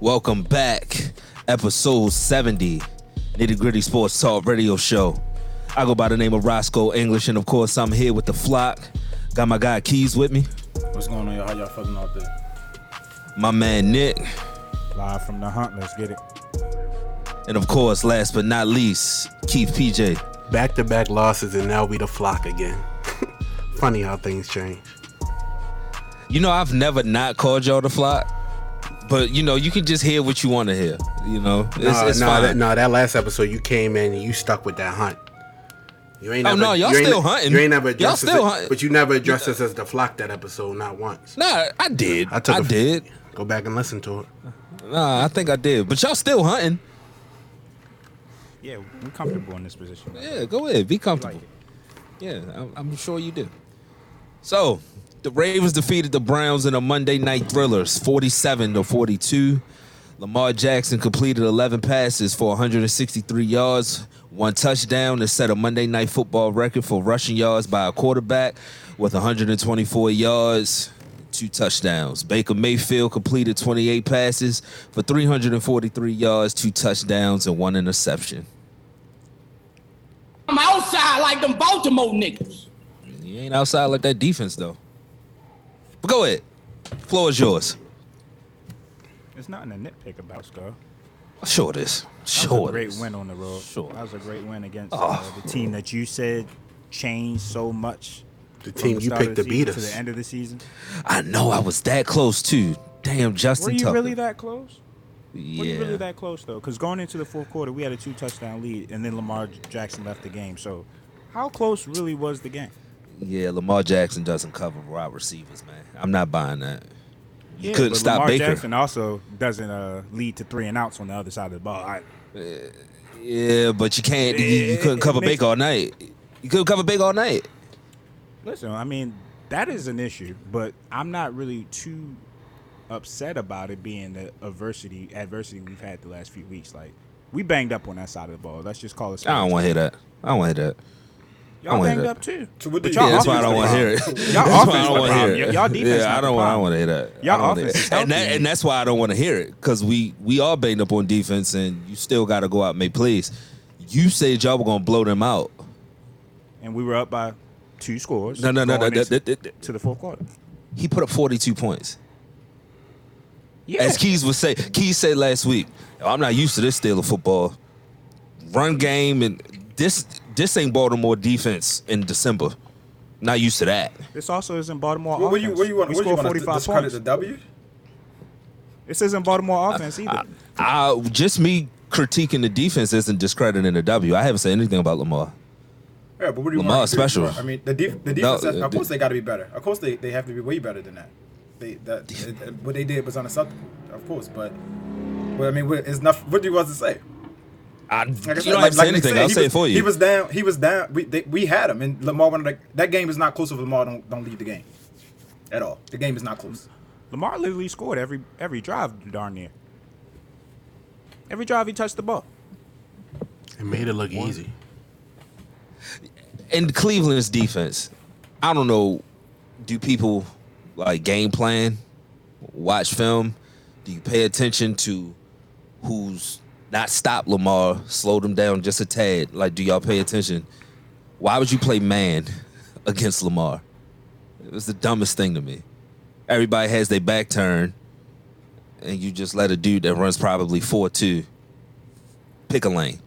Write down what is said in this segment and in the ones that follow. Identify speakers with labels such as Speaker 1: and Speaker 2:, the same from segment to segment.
Speaker 1: Welcome back, episode 70, Nitty Gritty Sports Talk Radio Show. I go by the name of Roscoe English, and of course, I'm here with the flock. Got my guy Keys with me,
Speaker 2: What's going on, y'all? How y'all feeling out there?
Speaker 1: my man Nick,
Speaker 2: Live from the hunt. Let's get it.
Speaker 1: and of course, last but not least, Keith PJ.
Speaker 3: Back to back losses, and now we the flock again. Funny how things change.
Speaker 1: You know, I've never not called y'all the flock, but you know, you can just hear what you want to hear. You know, it's,
Speaker 3: Nah,
Speaker 1: it's
Speaker 3: nah,
Speaker 1: fine.
Speaker 3: That, nah, that last episode you came in and you stuck with that hunt. You ain't
Speaker 1: Oh, no, y'all
Speaker 3: you ain't-
Speaker 1: still hunting.
Speaker 3: You ain't never
Speaker 1: Y'all
Speaker 3: addressed
Speaker 1: still
Speaker 3: us,
Speaker 1: hunting.
Speaker 3: but you never addressed us as the flock that episode, not once.
Speaker 1: Nah, I did. I,
Speaker 3: I took a-
Speaker 1: did.
Speaker 3: Go back and listen to it.
Speaker 1: Nah, I think I did. But y'all still hunting.
Speaker 2: Yeah, we're comfortable in this position.
Speaker 1: Yeah, go ahead. Be comfortable. Yeah, I'm, I'm sure you do. So, the Ravens defeated the Browns in a Monday night thrillers, 47 to 42. Lamar Jackson completed 11 passes for 163 yards, one touchdown, and set a Monday night football record for rushing yards by a quarterback with 124 yards, two touchdowns. Baker Mayfield completed 28 passes for 343 yards, two touchdowns, and one interception.
Speaker 4: I'm outside like them Baltimore niggas.
Speaker 1: You ain't outside like that defense though. But go ahead. Floor is yours.
Speaker 2: It's nothing to nitpick about, Skull.
Speaker 1: Sure it is.
Speaker 2: That
Speaker 1: Sure.
Speaker 2: was a
Speaker 1: it
Speaker 2: great
Speaker 1: is.
Speaker 2: win on the road.
Speaker 1: Sure.
Speaker 2: That was a great win against uh, the team that you said changed so much.
Speaker 3: The
Speaker 2: from
Speaker 3: team
Speaker 2: the
Speaker 3: you
Speaker 2: start of
Speaker 3: picked
Speaker 2: the
Speaker 3: to beat
Speaker 2: season To
Speaker 3: us.
Speaker 2: the end of the season.
Speaker 1: I know I was that close too. Damn,
Speaker 2: Were
Speaker 1: Justin
Speaker 2: you
Speaker 1: Tucker.
Speaker 2: really that close?
Speaker 1: yeah.
Speaker 2: Were you really that close though? Because going into the fourth quarter, we had a two touchdown lead, and then Lamar J- Jackson left the game. So, how close really was the game?
Speaker 1: Yeah, Lamar Jackson doesn't cover wide receivers, man. I'm not buying that. You couldn't
Speaker 2: but
Speaker 1: stop
Speaker 2: Lamar
Speaker 1: Baker.
Speaker 2: Jackson also doesn't uh, lead to three and outs on the other side of the ball. I,
Speaker 1: Yeah, but you can't. You, you
Speaker 2: It-
Speaker 1: couldn't
Speaker 2: it
Speaker 1: cover
Speaker 2: makes-
Speaker 1: Baker all night. You couldn't cover Baker all night.
Speaker 2: Listen, I mean, that is an issue, but I'm not really too upset about it being the adversity adversity we've had the last few weeks. Like we banged up on that side of the ball. Let's just call it.
Speaker 1: I don't want to hear that. I don't want to hear that.
Speaker 2: Y'all
Speaker 1: wanna
Speaker 2: banged
Speaker 1: hear
Speaker 2: up too.
Speaker 5: So what
Speaker 2: But
Speaker 5: did-
Speaker 1: Yeah,
Speaker 2: y'all
Speaker 1: that's why I
Speaker 2: offense
Speaker 1: don't
Speaker 2: was
Speaker 1: want to
Speaker 2: the
Speaker 1: hear it.
Speaker 2: problem.
Speaker 1: That's
Speaker 2: Y'all
Speaker 1: why
Speaker 2: offense
Speaker 1: I
Speaker 2: was
Speaker 1: don't
Speaker 2: the
Speaker 1: want to hear
Speaker 2: problem.
Speaker 1: it.
Speaker 2: Y'all defense
Speaker 1: Yeah, I
Speaker 2: not the
Speaker 1: don't want. I
Speaker 2: problem.
Speaker 1: don't want to hear that. I
Speaker 2: Y'all
Speaker 1: don't wanna hear
Speaker 2: offense
Speaker 1: it.
Speaker 2: is
Speaker 1: and that,
Speaker 2: healthy.
Speaker 1: and that's why I don't want to hear it because we we are banged up on defense, and you still got to go out and make plays. You said y'all were gonna blow them out.
Speaker 2: And we were up by two scores.
Speaker 1: No, no, no,
Speaker 2: going
Speaker 1: no,
Speaker 2: into-
Speaker 1: that- that- that-
Speaker 2: to the fourth quarter.
Speaker 1: He put up forty two points.
Speaker 2: Yeah.
Speaker 1: As Keys would say, Keys said last week, "Oh, I'm not used to this style of football. Run game and this this ain't Baltimore defense in December. Not used to that.
Speaker 2: this also isn't Baltimore
Speaker 5: What, what
Speaker 2: offense.
Speaker 5: you what you want?
Speaker 2: we
Speaker 5: What you
Speaker 2: scored
Speaker 5: want to
Speaker 2: 45
Speaker 5: discredit
Speaker 2: points.
Speaker 5: the W?
Speaker 2: This isn't Baltimore offense either.
Speaker 1: I, just me critiquing the defense isn't discrediting the W. I haven't said anything about Lamar.
Speaker 5: Yeah, but what do you
Speaker 1: Lamar
Speaker 5: want? to do?
Speaker 1: special.
Speaker 5: I mean, the def- the defense.
Speaker 1: uh,
Speaker 5: has- of
Speaker 1: the-
Speaker 5: course, they got to be better. Of course, they, they have to be way better than that. They that it- it- what they did was unacceptable, of course. But, but I mean, what, it's not. What do you want to say?
Speaker 1: I, you
Speaker 5: Like I
Speaker 1: don't have
Speaker 5: said,
Speaker 1: to
Speaker 5: like
Speaker 1: say
Speaker 5: Nick
Speaker 1: anything.
Speaker 5: said,
Speaker 1: I'll
Speaker 5: he
Speaker 1: say it
Speaker 5: was-
Speaker 1: for you.
Speaker 5: He was down. He was down. We they, we had him, and Lamar wanted to, that game is not close. If Lamar don't don't leave the game, at all, the game is not close.
Speaker 2: Lamar literally scored every every drive darn near. Every drive he touched the ball.
Speaker 3: It made it look easy.
Speaker 1: in Cleveland's defense, I don't know. Do people like game plan, watch film? Do you pay attention to who's not stopped Lamar, slowed him down just a tad? Like, do y'all pay attention? Why would you play man against Lamar? It was the dumbest thing to me. Everybody has their back turned, and you just let a dude that runs probably four two pick a lane.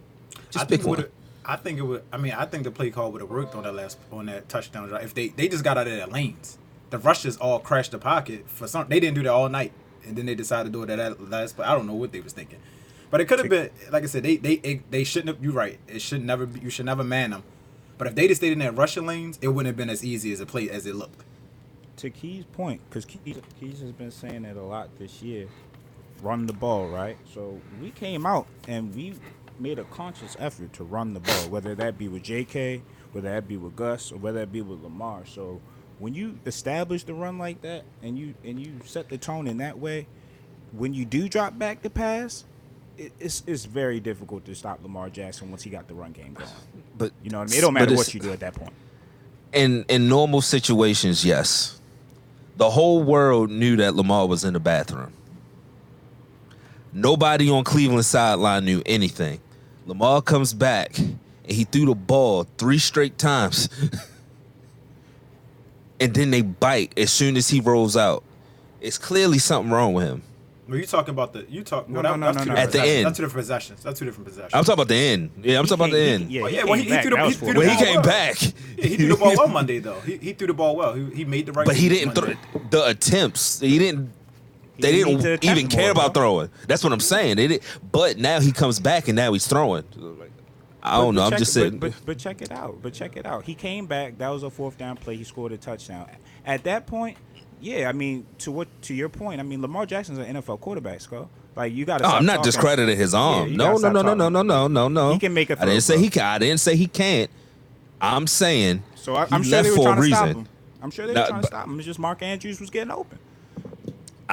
Speaker 1: Just
Speaker 5: I
Speaker 1: pick
Speaker 5: think it
Speaker 1: one.
Speaker 5: would've- I think it would. I mean, I think the play call would have worked on that last on that touchdown drive if they they just got out of their lanes. The rushes all crashed the pocket for some. They didn't do that all night, and then they decided to do it at that last. But I don't know what they was thinking. But it could have been like I said. They they it, they shouldn't have. You're right. It should never. be You should never man them. But if they just stayed in their rushing lanes, it wouldn't have been as easy as it played as it looked.
Speaker 2: To Key's point, because Keys, Keys has been saying it a lot this year, run the ball, right? So we came out and we made a conscious effort to run the ball, whether that be with JK, whether that be with Gus, or whether that be with Lamar. So when you establish the run like that and you and you set the tone in that way, when you do drop back the pass, it, it's it's very difficult to stop Lamar Jackson once he got the run game going.
Speaker 1: But
Speaker 2: You know what I mean? It don't
Speaker 1: but
Speaker 2: matter
Speaker 1: it's-
Speaker 2: what you do at that point.
Speaker 1: in in normal situations, yes. The whole world knew that Lamar was in the bathroom. Nobody on Cleveland sideline knew anything. Lamar comes back and he threw the ball three straight times. and then they bite as soon as he rolls out. It's clearly something wrong with him.
Speaker 5: Well, you talking about the you talk?
Speaker 2: No,
Speaker 5: well, that-
Speaker 2: no, no,
Speaker 5: that's
Speaker 2: no,
Speaker 5: two
Speaker 2: no.
Speaker 5: different
Speaker 1: At the
Speaker 5: possessions.
Speaker 1: end.
Speaker 5: That's two different possessions. That's two different possessions.
Speaker 1: I'm talking about the end. Yeah, I'm talking about the end.
Speaker 2: Yeah,
Speaker 5: Oh, yeah,
Speaker 2: he
Speaker 5: when
Speaker 2: came
Speaker 5: he,
Speaker 2: back,
Speaker 5: threw the,
Speaker 2: that
Speaker 5: he
Speaker 2: was
Speaker 5: threw the
Speaker 1: When he
Speaker 5: ball
Speaker 1: came
Speaker 5: well.
Speaker 1: back,
Speaker 5: Yeah, he threw the ball well Monday though. He, he threw the ball well. He, he made the right.
Speaker 1: but he
Speaker 5: read
Speaker 1: didn't
Speaker 5: Monday.
Speaker 1: throw the attempts. He didn't. They
Speaker 2: didn't need to
Speaker 1: didn't
Speaker 2: attempt
Speaker 1: even care
Speaker 2: more,
Speaker 1: about
Speaker 2: bro.
Speaker 1: throwing. That's what I'm saying. They did, but now he comes back and now he's throwing. I
Speaker 2: But-
Speaker 1: don't know.
Speaker 2: but
Speaker 1: Oh, I'm
Speaker 2: check-
Speaker 1: just saying.
Speaker 2: But, but, but check it out. But check it out. He came back. That was a fourth down play. He scored a touchdown. At that point, yeah. I mean, to what to your point. I mean, Lamar Jackson's an NFL quarterback, Skull. Like you got to.
Speaker 1: No, oh, I'm not discrediting his arm.
Speaker 2: you
Speaker 1: no,
Speaker 2: gotta
Speaker 1: no,
Speaker 2: stop
Speaker 1: no, no, no,
Speaker 2: talking.
Speaker 1: no, no, no, no.
Speaker 2: He can make a
Speaker 1: I
Speaker 2: throw,
Speaker 1: didn't say
Speaker 2: bro.
Speaker 1: he can. I didn't say he can't. I'm saying.
Speaker 2: So I,
Speaker 1: he
Speaker 2: I'm sure they
Speaker 1: left for
Speaker 2: were
Speaker 1: a
Speaker 2: trying to stop
Speaker 1: reason.
Speaker 2: him. I'm sure they were
Speaker 1: Nah, but-
Speaker 2: trying to stop him. It's just Mark Andrews was getting open.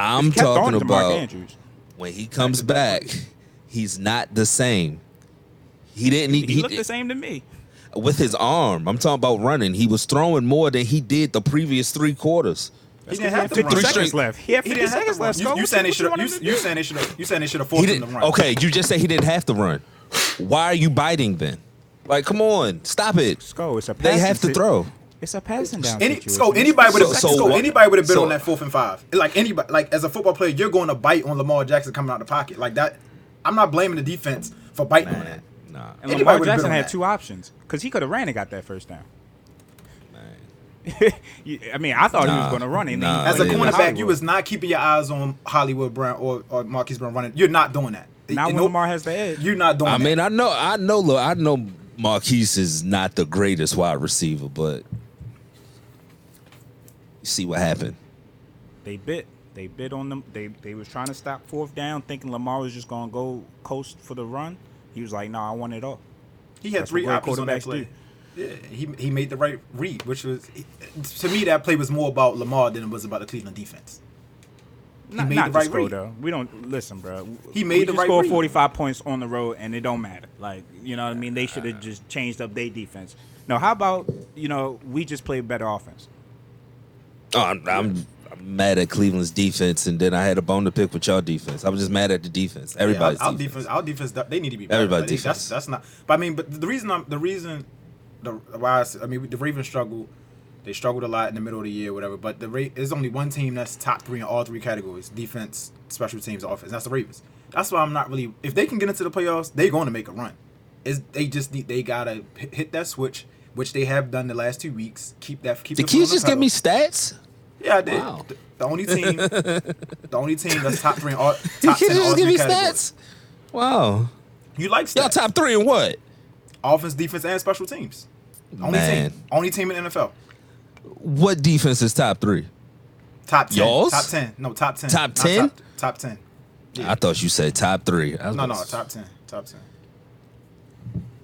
Speaker 1: I'm
Speaker 2: Kept on
Speaker 1: talking
Speaker 2: to Mark
Speaker 1: about
Speaker 2: Andrews.
Speaker 1: when he comes back. He's not the same. He didn't.
Speaker 2: He,
Speaker 1: He, he-
Speaker 2: looked the same to me.
Speaker 1: with his arm. I'm talking about running. He was throwing more than he did the previous three quarters.
Speaker 5: He
Speaker 2: He
Speaker 5: didn't
Speaker 2: had
Speaker 5: have to
Speaker 2: 50
Speaker 5: run.
Speaker 1: three
Speaker 2: seconds
Speaker 1: straight-
Speaker 2: left. He had
Speaker 5: He
Speaker 2: 50
Speaker 5: didn't have
Speaker 2: seconds
Speaker 5: to run.
Speaker 2: left.
Speaker 5: You,
Speaker 2: Skull.
Speaker 5: you
Speaker 2: What
Speaker 5: saying they
Speaker 2: what
Speaker 5: should have.
Speaker 2: want
Speaker 5: You,
Speaker 2: him to
Speaker 5: you
Speaker 2: do?
Speaker 5: saying they should have. You saying they should have
Speaker 1: He
Speaker 5: forced him to
Speaker 1: didn't.
Speaker 5: run.
Speaker 1: Okay, you just said he didn't have to run. Why are you biting then? Like, come on, stop it.
Speaker 2: Skull, it's a
Speaker 1: They
Speaker 2: passing
Speaker 1: have to
Speaker 2: sit-
Speaker 1: throw.
Speaker 2: It's a passing down.
Speaker 5: Any,
Speaker 2: situation.
Speaker 5: so anybody would have
Speaker 1: So-
Speaker 5: so,
Speaker 1: so what-
Speaker 5: anybody would have bid
Speaker 1: so-
Speaker 5: on that fourth and five. Like anybody, like as a football player, you're going to bite on Lamar Jackson coming out of the pocket like that. I'm not blaming the defense for biting on that.
Speaker 1: Nah,
Speaker 2: And
Speaker 5: Anybody
Speaker 2: Lamar
Speaker 5: would've been
Speaker 2: Jackson
Speaker 5: on
Speaker 2: had
Speaker 5: that.
Speaker 2: two options because he could have ran and got that first down. You- I mean, I thought he was
Speaker 1: Nah,
Speaker 2: going to run. And
Speaker 1: nah,
Speaker 2: then
Speaker 5: As
Speaker 2: he
Speaker 5: a
Speaker 1: Yeah.
Speaker 5: cornerback, you was not keeping your eyes on Hollywood Brown or, or Marquise Brown running. You're not doing that.
Speaker 2: Now
Speaker 5: You
Speaker 2: when
Speaker 5: know-
Speaker 2: Lamar has the edge.
Speaker 5: you're not doing.
Speaker 1: I
Speaker 5: that.
Speaker 1: mean, I know, I know, look, I know Marquise is not the greatest wide receiver, but you see what happened.
Speaker 2: they bit. They bit on them. They they was trying to stop fourth down, thinking Lamar was just going to go coast for the run. He was like, "No, I want it all."
Speaker 5: He had
Speaker 2: That's
Speaker 5: three
Speaker 2: what great
Speaker 5: options on that
Speaker 2: quarterbacks
Speaker 5: play. Yeah, he he made the right read, which was to me that play was more about Lamar than it was about the Cleveland defense.
Speaker 2: Not,
Speaker 5: made
Speaker 2: not
Speaker 5: the
Speaker 2: just
Speaker 5: right
Speaker 2: go,
Speaker 5: read.
Speaker 2: though. We don't listen, bro.
Speaker 5: He made
Speaker 2: we
Speaker 5: the
Speaker 2: just
Speaker 5: right
Speaker 2: scored
Speaker 5: read.
Speaker 2: 45 points on the road, and it don't matter. Like you know what I mean? They should have just changed up their defense. Now, how about you know we just played better offense?
Speaker 1: Oh, I'm, I'm, I'm mad at Cleveland's defense, and then I had a bone to pick with y'all defense. I was just mad at the defense. Everybody's
Speaker 5: yeah, our, our
Speaker 1: defense.
Speaker 5: defense. Our defense, they need to be better.
Speaker 1: Everybody's
Speaker 5: Like, they-
Speaker 1: defense.
Speaker 5: That's that's not. But I mean, but the reason I'm the reason the why I, s- I mean the Ravens struggle. They struggled a lot in the middle of the year, whatever. But the rate there's only one team that's top three in all three categories: defense, special teams, offense. That's the Ravens. That's why I'm not really. If they can get into the playoffs, they're going to make a run. Is they just need they gotta h- hit that switch, which they have done the last two weeks. Keep that. Keep
Speaker 1: The
Speaker 5: the foot on
Speaker 1: kids
Speaker 5: the
Speaker 1: just give
Speaker 5: pedal.
Speaker 1: me stats.
Speaker 5: Yeah, I did.
Speaker 1: Wow.
Speaker 5: The, the only team, the only team that's top three in all
Speaker 1: The
Speaker 5: top ten
Speaker 1: kids
Speaker 5: in all
Speaker 1: just give
Speaker 5: three
Speaker 1: me
Speaker 5: categories.
Speaker 1: stats. Wow,
Speaker 5: You like stats?
Speaker 1: y'all top three in what?
Speaker 5: offense, defense, and special teams. Only
Speaker 1: Man.
Speaker 5: team. Only team in NFL.
Speaker 1: What defense is top three?
Speaker 5: Top ten.
Speaker 1: Yours?
Speaker 5: Top ten. No, top ten.
Speaker 1: Top
Speaker 5: Not
Speaker 1: 10?
Speaker 5: Top, top ten.
Speaker 1: I thought you said top three. I was
Speaker 5: No,
Speaker 1: about
Speaker 5: no,
Speaker 1: to-
Speaker 5: top ten. Top ten.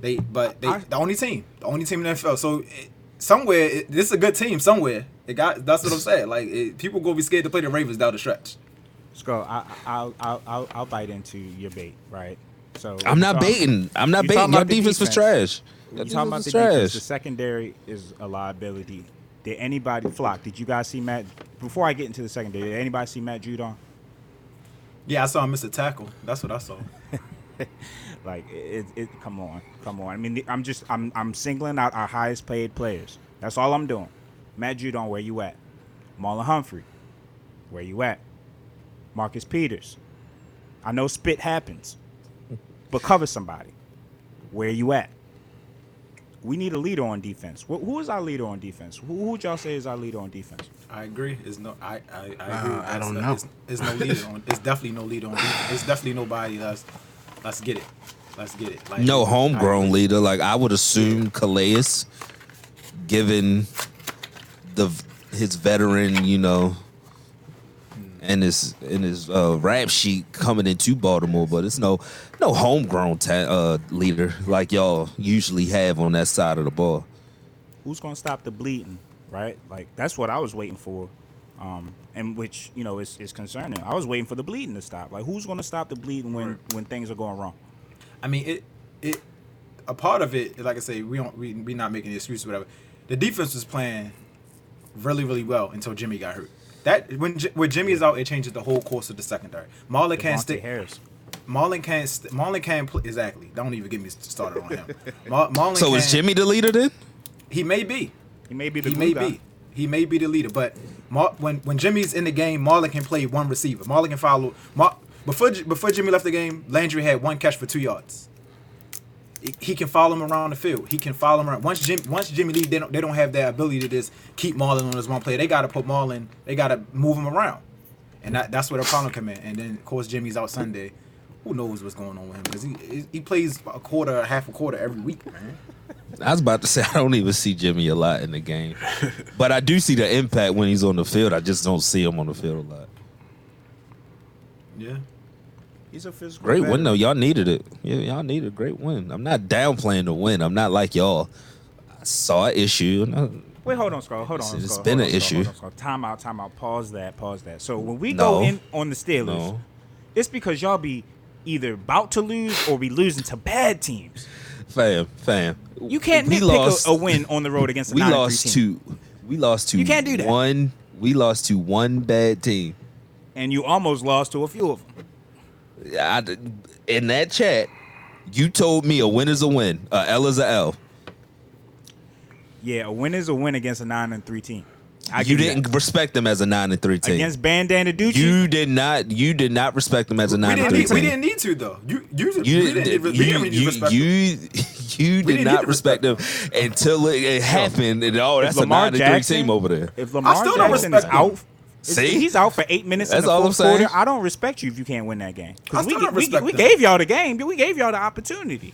Speaker 5: They, but they,
Speaker 2: I-
Speaker 5: the only team, the only team in the NFL. So it, somewhere, it, this is a good team. Somewhere, it got. That's what I'm saying. Like it, people gonna be scared to play the Ravens down the stretch.
Speaker 2: Skull, I, I'll, I'll, I'll, I'll bite into your bait, right? So
Speaker 1: I'm not
Speaker 2: so-
Speaker 1: baiting. I'm not
Speaker 2: you
Speaker 1: baiting.
Speaker 2: talking
Speaker 1: Your
Speaker 2: about the
Speaker 1: defense, was
Speaker 2: defense.
Speaker 1: trash. Your
Speaker 2: You talking about
Speaker 1: defense
Speaker 2: the
Speaker 1: was
Speaker 2: defense? The
Speaker 1: trash.
Speaker 2: secondary is a liability. Did anybody flock? Did you guys see Matt? Before I get into the secondary, did anybody see Matt Judon?
Speaker 5: Yeah, I saw him miss a tackle. That's what I saw.
Speaker 2: Like it, it, come on, come on. I mean, I'm just, I'm, I'm singling out our highest paid players. That's all I'm doing. Matt Judon, where you at? Marlon Humphrey, where you at? Marcus Peters. I know spit happens, but cover somebody. Where you at? We need a leader on defense. Wh- who is our leader on defense? Who, who would y'all say is our leader on defense?
Speaker 5: I agree. It's no. I. I, I agree.
Speaker 3: I don't know.
Speaker 5: It's, it's no leader on. It's definitely no leader on. defense. It's definitely nobody. Let's let's get it. Let's get it. Like,
Speaker 1: No
Speaker 5: I-
Speaker 1: homegrown leader. Like I would assume Calais, given the his veteran, you know, and his and his uh, rap sheet coming into Baltimore, but it's no no homegrown ta- uh, leader like y'all usually have on that side of the ball.
Speaker 2: who's gonna stop the bleeding, right? Like that's what I was waiting for, um, and which you know is, is concerning. I was waiting for the bleeding to stop. Like who's gonna stop the bleeding when when things are going wrong?
Speaker 5: I mean, it it a part of it. Like I say, we don't we we not making excuses, whatever. The defense was playing really really well until Jimmy got hurt. That when J- when Jimmy is out, it changes the whole course of the secondary. Marla can't
Speaker 2: Devontae
Speaker 5: stick.
Speaker 2: Harris.
Speaker 5: Marlon can't. St- Marlon can't play. Exactly. Don't even get me started on him. Mar- Marlon
Speaker 1: So is
Speaker 5: can't-
Speaker 1: Jimmy the leader then?
Speaker 5: He may be.
Speaker 2: He may be the
Speaker 5: He
Speaker 2: glue
Speaker 5: may
Speaker 2: guy.
Speaker 5: be. He may be the leader, but Mar- when when Jimmy's in the game, Marlon can play one receiver. Marlon can follow. Mar- before J- before Jimmy left the game, Landry had one catch for two yards. He- He can follow him around the field. He can follow him around. Once Jim, once Jimmy leaves, they don't they don't have that ability to just keep Marlon on this one play. They gotta put Marlon. They gotta move him around, and that, that's where the problem come in. And then of course Jimmy's out Sunday. Who knows what's going on with him? Because he he- he plays a quarter, half a quarter every week, man.
Speaker 1: I was about to say I don't even see Jimmy a lot in the game, but I do see the impact when he's on the field. I just don't see him on the field a lot.
Speaker 5: Yeah.
Speaker 2: He's a physical.
Speaker 1: Great
Speaker 2: veteran.
Speaker 1: win though. Y'all needed it. Yeah, y'all needed a great win. I'm not downplaying the win. I'm not like y'all. I saw an issue. and I-
Speaker 2: Wait, hold on, Skull. Hold on.
Speaker 1: It's- it's
Speaker 2: Skull.
Speaker 1: been
Speaker 2: Hold
Speaker 1: an
Speaker 2: on, Skull.
Speaker 1: issue.
Speaker 2: Hold on, Skull. Time out. Time out. Pause that. Pause that. So when we
Speaker 1: No.
Speaker 2: go in on the Steelers,
Speaker 1: No.
Speaker 2: it's because y'all be either about to lose or be losing to bad teams.
Speaker 1: Fam, fam.
Speaker 2: You can't
Speaker 1: We
Speaker 2: nitpick
Speaker 1: lost-
Speaker 2: a, a win on the road against a
Speaker 1: We
Speaker 2: 9 and
Speaker 1: lost
Speaker 2: three team.
Speaker 1: to. We lost to.
Speaker 2: You can't do that.
Speaker 1: One. We lost to one bad team.
Speaker 2: and you almost lost to a few of them.
Speaker 1: I, in that chat, you told me a win is a win. A L is a L.
Speaker 2: Yeah, a win is a win against a nine and three team. I
Speaker 1: you
Speaker 2: give that.
Speaker 1: didn't respect them as a nine and three team.
Speaker 2: against Bandana Ducci.
Speaker 1: you did not. You did not respect them as a
Speaker 5: We
Speaker 1: nine and
Speaker 5: didn't,
Speaker 1: three
Speaker 5: need,
Speaker 1: team.
Speaker 5: we didn't need to though. You you,
Speaker 1: You
Speaker 5: we
Speaker 1: didn't.
Speaker 5: didn't,
Speaker 1: You
Speaker 5: we didn't need to
Speaker 1: you
Speaker 5: respect them.
Speaker 1: you, you did
Speaker 5: didn't need
Speaker 1: not
Speaker 5: to
Speaker 1: respect
Speaker 5: respect
Speaker 1: them until it, it happened. And oh, that's a nine to three team over there.
Speaker 2: If Lamar
Speaker 5: I still don't
Speaker 2: Jackson is
Speaker 5: respect him.
Speaker 2: out, is-
Speaker 1: See?
Speaker 2: he's out for eight minutes.
Speaker 1: That's
Speaker 2: in the
Speaker 1: all
Speaker 2: fourth
Speaker 1: I'm saying.
Speaker 2: Quarter, I don't respect you if you can't win that game. 'Cause
Speaker 5: I still
Speaker 2: we,
Speaker 5: don't
Speaker 2: we-
Speaker 5: respect
Speaker 2: we
Speaker 5: them.
Speaker 2: gave y'all the game. We gave y'all the opportunity.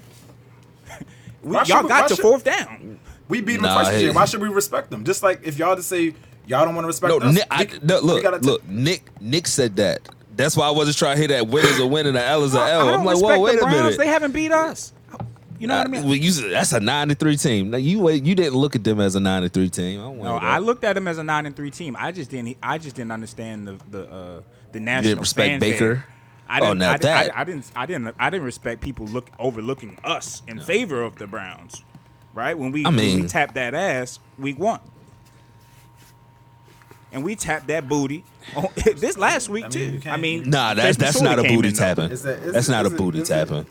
Speaker 2: We,
Speaker 5: Why should
Speaker 2: y'all
Speaker 5: we-
Speaker 2: got
Speaker 5: why
Speaker 2: to
Speaker 5: should-
Speaker 2: fourth down.
Speaker 5: We beat them
Speaker 1: Nah,
Speaker 5: twice this year.
Speaker 1: hey.
Speaker 5: Why should we respect them? Just like if y'all just say y'all don't want to respect
Speaker 1: No,
Speaker 5: us.
Speaker 1: Nick, I,
Speaker 5: we-
Speaker 1: no
Speaker 5: we
Speaker 1: look,
Speaker 5: gotta t-
Speaker 1: look, Nick, Nick said that. That's why I wasn't trying to hear that win is a win and a L is a
Speaker 2: I- I
Speaker 1: L.
Speaker 2: don't
Speaker 1: I'm like,
Speaker 2: respect
Speaker 1: whoa,
Speaker 2: the
Speaker 1: wait a
Speaker 2: Browns.
Speaker 1: minute.
Speaker 2: They haven't beat us. You know what I
Speaker 1: Uh,
Speaker 2: mean?
Speaker 1: well, you said that's a nine to three team. Now, you wait- you didn't look at them as a nine to three team. I don't
Speaker 2: No,
Speaker 1: want
Speaker 2: I looked at him as a nine and three team. I just didn't. I just didn't understand the the uh, the national.
Speaker 1: respect
Speaker 2: fanfare.
Speaker 1: Baker?
Speaker 2: I
Speaker 1: Oh,
Speaker 2: didn't,
Speaker 1: now
Speaker 2: I, didn't- I-
Speaker 1: that-
Speaker 2: I, didn't. I didn't. I didn't respect people look overlooking us in favor of the Browns, right? When we
Speaker 1: I
Speaker 2: when
Speaker 1: mean-
Speaker 2: we tapped that ass week one, and we tapped that booty on, this last week
Speaker 5: I mean, you
Speaker 2: too.
Speaker 5: can't-
Speaker 2: I mean,
Speaker 1: Nah, that's
Speaker 2: Mason
Speaker 1: that's not a
Speaker 2: Sule came
Speaker 1: booty
Speaker 2: in, though.
Speaker 1: tapping.
Speaker 5: Is that- is
Speaker 1: that's
Speaker 5: it-
Speaker 1: not a
Speaker 5: is it-
Speaker 1: booty
Speaker 5: is it-
Speaker 1: tapping.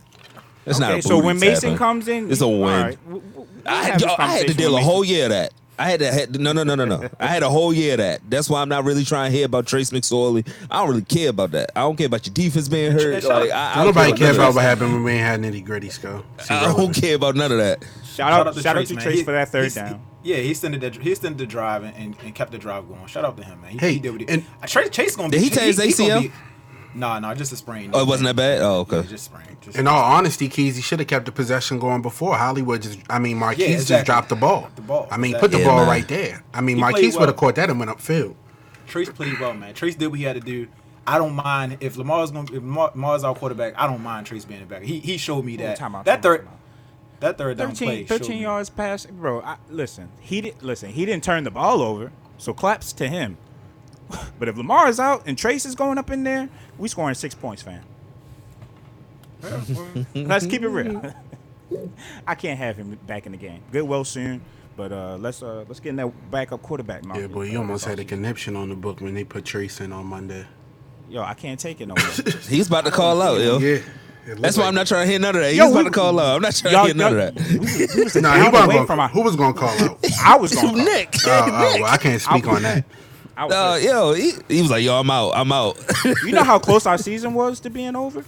Speaker 1: That's not a
Speaker 2: Okay,
Speaker 1: booty
Speaker 2: so when Mason
Speaker 1: tapping.
Speaker 2: comes in,
Speaker 1: it's a
Speaker 2: all
Speaker 1: win.
Speaker 2: right, we- we- we
Speaker 1: I
Speaker 2: have
Speaker 1: had,
Speaker 2: this
Speaker 1: yo, I had to
Speaker 2: conversation
Speaker 1: deal
Speaker 2: with
Speaker 1: a
Speaker 2: Mason.
Speaker 1: whole year of that. I had to had, no no no no no. I had a whole year of that. That's why I'm not really trying to hear about Trace McSorley. I don't really care about that. I don't care about your defense being hurt.
Speaker 5: shut up.
Speaker 1: Like, I, I
Speaker 3: Don't
Speaker 1: don't
Speaker 3: nobody
Speaker 1: care
Speaker 3: care about what happened when we ain't had nitty gritty, Skull. It's
Speaker 1: I don't
Speaker 3: irrelevant.
Speaker 1: care about none of that.
Speaker 2: Shout out, shout out to
Speaker 5: man.
Speaker 2: Trace
Speaker 5: He-
Speaker 2: for that third
Speaker 5: he's-
Speaker 2: down.
Speaker 5: He, yeah, he extended that. He extended the drive and, and, and kept the drive going. Shout out to him, man. He,
Speaker 3: Hey,
Speaker 5: he did what he,
Speaker 3: and-
Speaker 5: Uh, Trace, Chase gonna be.
Speaker 1: Did he tear his
Speaker 5: he gonna
Speaker 1: ACL?
Speaker 5: be- Nah, nah, just a sprain.
Speaker 1: Oh, it wasn't that bad. Oh,
Speaker 5: Yeah,
Speaker 1: okay.
Speaker 5: just sprain. Just,
Speaker 3: In all honesty, Keys, he should have kept the possession going before Hollywood just. I mean, Marquise
Speaker 5: Yeah,
Speaker 3: just
Speaker 5: exactly.
Speaker 3: dropped the ball.
Speaker 5: The ball,
Speaker 3: I mean,
Speaker 5: exactly.
Speaker 3: put the
Speaker 1: Yeah,
Speaker 3: ball
Speaker 1: man.
Speaker 3: right there. I mean,
Speaker 5: He played
Speaker 3: Marquise would
Speaker 5: well.
Speaker 3: have caught that and went upfield.
Speaker 5: Trace played well, man. Trace did what he had to do. I don't mind if Lamar's gonna if Lamar, Lamar's our quarterback. I don't mind Trace being the back. He he showed me that.
Speaker 2: time out,
Speaker 5: that
Speaker 2: time out,
Speaker 5: third,
Speaker 2: time out.
Speaker 5: that third down
Speaker 2: 13,
Speaker 5: play.
Speaker 2: 13
Speaker 5: showed me.
Speaker 2: yards pass, bro. I, listen, he didn't listen. He didn't turn the ball over, so claps to him. But if Lamar is out and Trace is going up in there, we scoring six points, fam. let's keep it real. I can't have him back in the game. Good well soon, but uh, let's uh, let's get in that backup quarterback.
Speaker 3: Yeah,
Speaker 2: market.
Speaker 3: boy, you almost had a conniption on the book when they put Trace in on Monday.
Speaker 2: Yo, I can't take it no more.
Speaker 1: He's about to call out, yo.
Speaker 3: Yeah.
Speaker 1: That's why I'm not trying to hear none of that. He's
Speaker 2: Yo,
Speaker 1: about
Speaker 2: we-
Speaker 1: to call out. I'm not trying
Speaker 2: y'all-
Speaker 1: to hear none
Speaker 2: y'all-
Speaker 1: of that.
Speaker 2: He was a
Speaker 3: Nah, he
Speaker 2: down away from
Speaker 3: wasn't gonna,
Speaker 2: our.
Speaker 3: who was going to call out? oh,
Speaker 2: I was going.
Speaker 1: Nick,
Speaker 3: oh, well, I can't speak on that.
Speaker 2: I was
Speaker 1: Uh, yo, he, he was like, yo, I'm out. I'm out.
Speaker 2: You know how close our season was to being over?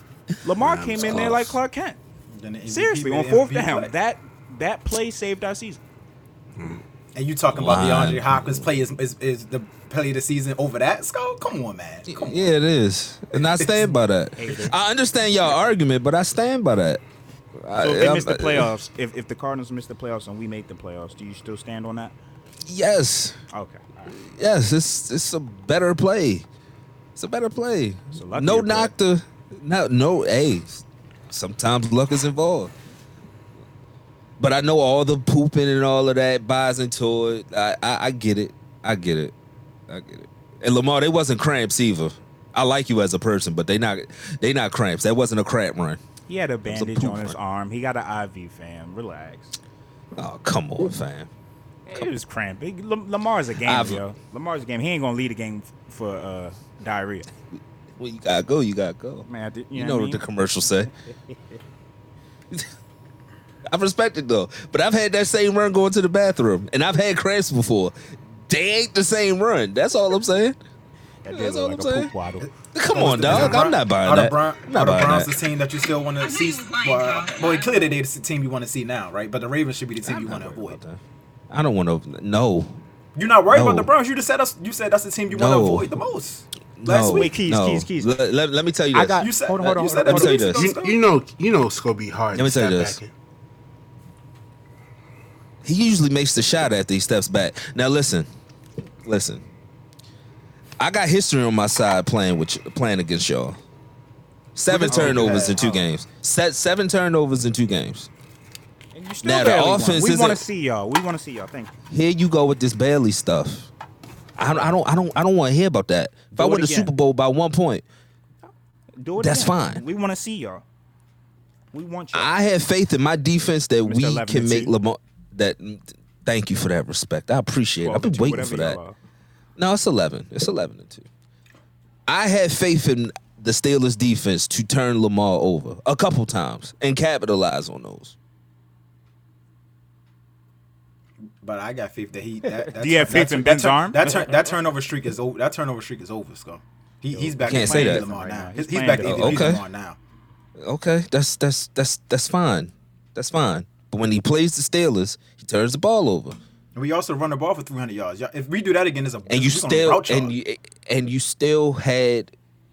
Speaker 2: Lamar
Speaker 3: Nah, it
Speaker 2: came in
Speaker 3: was
Speaker 2: there
Speaker 3: close.
Speaker 2: like Clark Kent.
Speaker 5: Then the MVP
Speaker 2: Seriously,
Speaker 5: made
Speaker 2: on
Speaker 5: the
Speaker 2: fourth
Speaker 5: MVP
Speaker 2: down,
Speaker 5: play.
Speaker 2: that that play saved our season.
Speaker 5: and you talking about
Speaker 1: Line.
Speaker 5: DeAndre Hopkins play is, is, is the play of the season over that? Skull, come on, man. Come on.
Speaker 1: yeah, it is. And I stand by that. I understand y'all argument, but I stand by that. I-
Speaker 2: So if
Speaker 1: Uh,
Speaker 2: they
Speaker 1: I'm-
Speaker 2: missed the playoffs, if, if the Cardinals missed the playoffs and we made the playoffs, do you still stand on that?
Speaker 1: Yes.
Speaker 2: Okay. all right.
Speaker 1: Yes, it's it's a better play. It's a better play.
Speaker 2: a luckier
Speaker 1: No
Speaker 2: play.
Speaker 1: knock the no no a. Sometimes luck is involved. But I know all the pooping and all of that buys into it. I, I, I get it. I get it. I get it. And Lamar, they wasn't cramps either. I like you as a person, but they not they not cramps. That wasn't a cramp run.
Speaker 2: He had a bandage
Speaker 1: poop
Speaker 2: on his
Speaker 1: run.
Speaker 2: arm. He got an IV, fam. Relax.
Speaker 1: Oh come on, fam.
Speaker 2: It was cramped. It- Lam- Lamar's a game,
Speaker 1: I've-
Speaker 2: yo. Lamar's a game. He ain't gonna lead a game f- for uh, diarrhea.
Speaker 1: When you gotta go, you gotta go.
Speaker 2: Man, I did-
Speaker 1: you,
Speaker 2: you know
Speaker 1: know
Speaker 2: what I
Speaker 1: what the
Speaker 2: mean?
Speaker 1: commercial say. I respect it though, but I've had that same run going to the bathroom, and I've had cramps before. They ain't the same run. That's all I'm saying.
Speaker 2: That
Speaker 1: That's
Speaker 2: did look
Speaker 1: all
Speaker 2: like
Speaker 1: I'm
Speaker 2: a
Speaker 1: saying.
Speaker 2: poop waddle.
Speaker 1: Come on, dog. I'm not buying
Speaker 5: are
Speaker 1: that.
Speaker 5: The Bron-
Speaker 1: I'm not
Speaker 5: are the
Speaker 1: buying
Speaker 5: Browns
Speaker 1: that.
Speaker 5: the team that you still want to see? Well, well, clearly they're the team you want to see now, right? But the Ravens should be the team you want to avoid.
Speaker 1: I don't want to. No,
Speaker 5: You're not worried
Speaker 1: No.
Speaker 5: about the Browns. You just said us. You said that's the team you
Speaker 1: No.
Speaker 5: want to avoid the most. Last
Speaker 1: no,
Speaker 5: week,
Speaker 2: Keys,
Speaker 1: no.
Speaker 2: Keys, Keys.
Speaker 1: Le- le- let me tell you. This.
Speaker 2: I got.
Speaker 5: You said
Speaker 2: hold on, hold
Speaker 5: that-
Speaker 2: on,
Speaker 5: you
Speaker 2: hold
Speaker 5: said
Speaker 2: on,
Speaker 5: that
Speaker 2: hold on.
Speaker 1: two weeks
Speaker 3: You,
Speaker 5: ago.
Speaker 3: you know, you know, it's gonna be hard.
Speaker 1: Let me
Speaker 3: to
Speaker 1: tell you
Speaker 3: step
Speaker 1: this.
Speaker 3: back in.
Speaker 1: he usually makes the shot after he steps back. Now listen, listen. I got history on my side playing with y- playing against y'all. Seven
Speaker 5: Oh,
Speaker 1: turnovers in
Speaker 5: yeah.
Speaker 1: two
Speaker 5: Oh.
Speaker 1: games. Set seven turnovers in two games.
Speaker 2: And you still
Speaker 1: Now, the
Speaker 2: barely won.
Speaker 1: offense
Speaker 2: We want
Speaker 1: isn't-
Speaker 2: to see y'all. We want to see y'all. Thank you.
Speaker 1: Here you go with this Bailey stuff. I don't, I don't, I don't, I don't want to hear about that. If I
Speaker 2: Do it
Speaker 1: win the
Speaker 2: again.
Speaker 1: Super Bowl by one point,
Speaker 2: Do it.
Speaker 1: That's
Speaker 2: again.
Speaker 1: fine.
Speaker 2: We want to see y'all. We want y'all.
Speaker 1: I have faith in my defense that we
Speaker 2: 11
Speaker 1: can
Speaker 2: and
Speaker 1: make
Speaker 2: two.
Speaker 1: Lamar. That thank you for that respect. I appreciate. it.
Speaker 2: Well,
Speaker 1: I've been
Speaker 2: to
Speaker 1: waiting
Speaker 2: whatever
Speaker 1: for that.
Speaker 2: y'all are.
Speaker 1: No, it's eleven. It's eleven and two. I had faith in the Steelers defense to turn Lamar over a couple times and capitalize on those.
Speaker 5: but I got faith that he. That, that
Speaker 2: Do you have
Speaker 5: that-
Speaker 2: faith in
Speaker 5: that-
Speaker 2: Ben's
Speaker 5: that-
Speaker 2: arm?
Speaker 5: That, turn, that turnover streak is over. That turnover streak is over, Scum. He, he's back.
Speaker 1: can't
Speaker 5: to
Speaker 1: say
Speaker 5: MVP
Speaker 1: that.
Speaker 5: Lamar now.
Speaker 2: He's
Speaker 5: He's,
Speaker 2: playing
Speaker 5: back to
Speaker 2: different
Speaker 1: right
Speaker 5: MVP
Speaker 1: now.
Speaker 5: Lamar now.
Speaker 1: Okay, that's that's that's that's fine. That's fine. But when he plays the Steelers, he turns the ball over,
Speaker 5: And we also run the ball for 300 yards. Y'all- If we do that again, it's a
Speaker 1: and you
Speaker 5: we're gonna
Speaker 1: still
Speaker 5: rout y'all.
Speaker 1: and you and you still had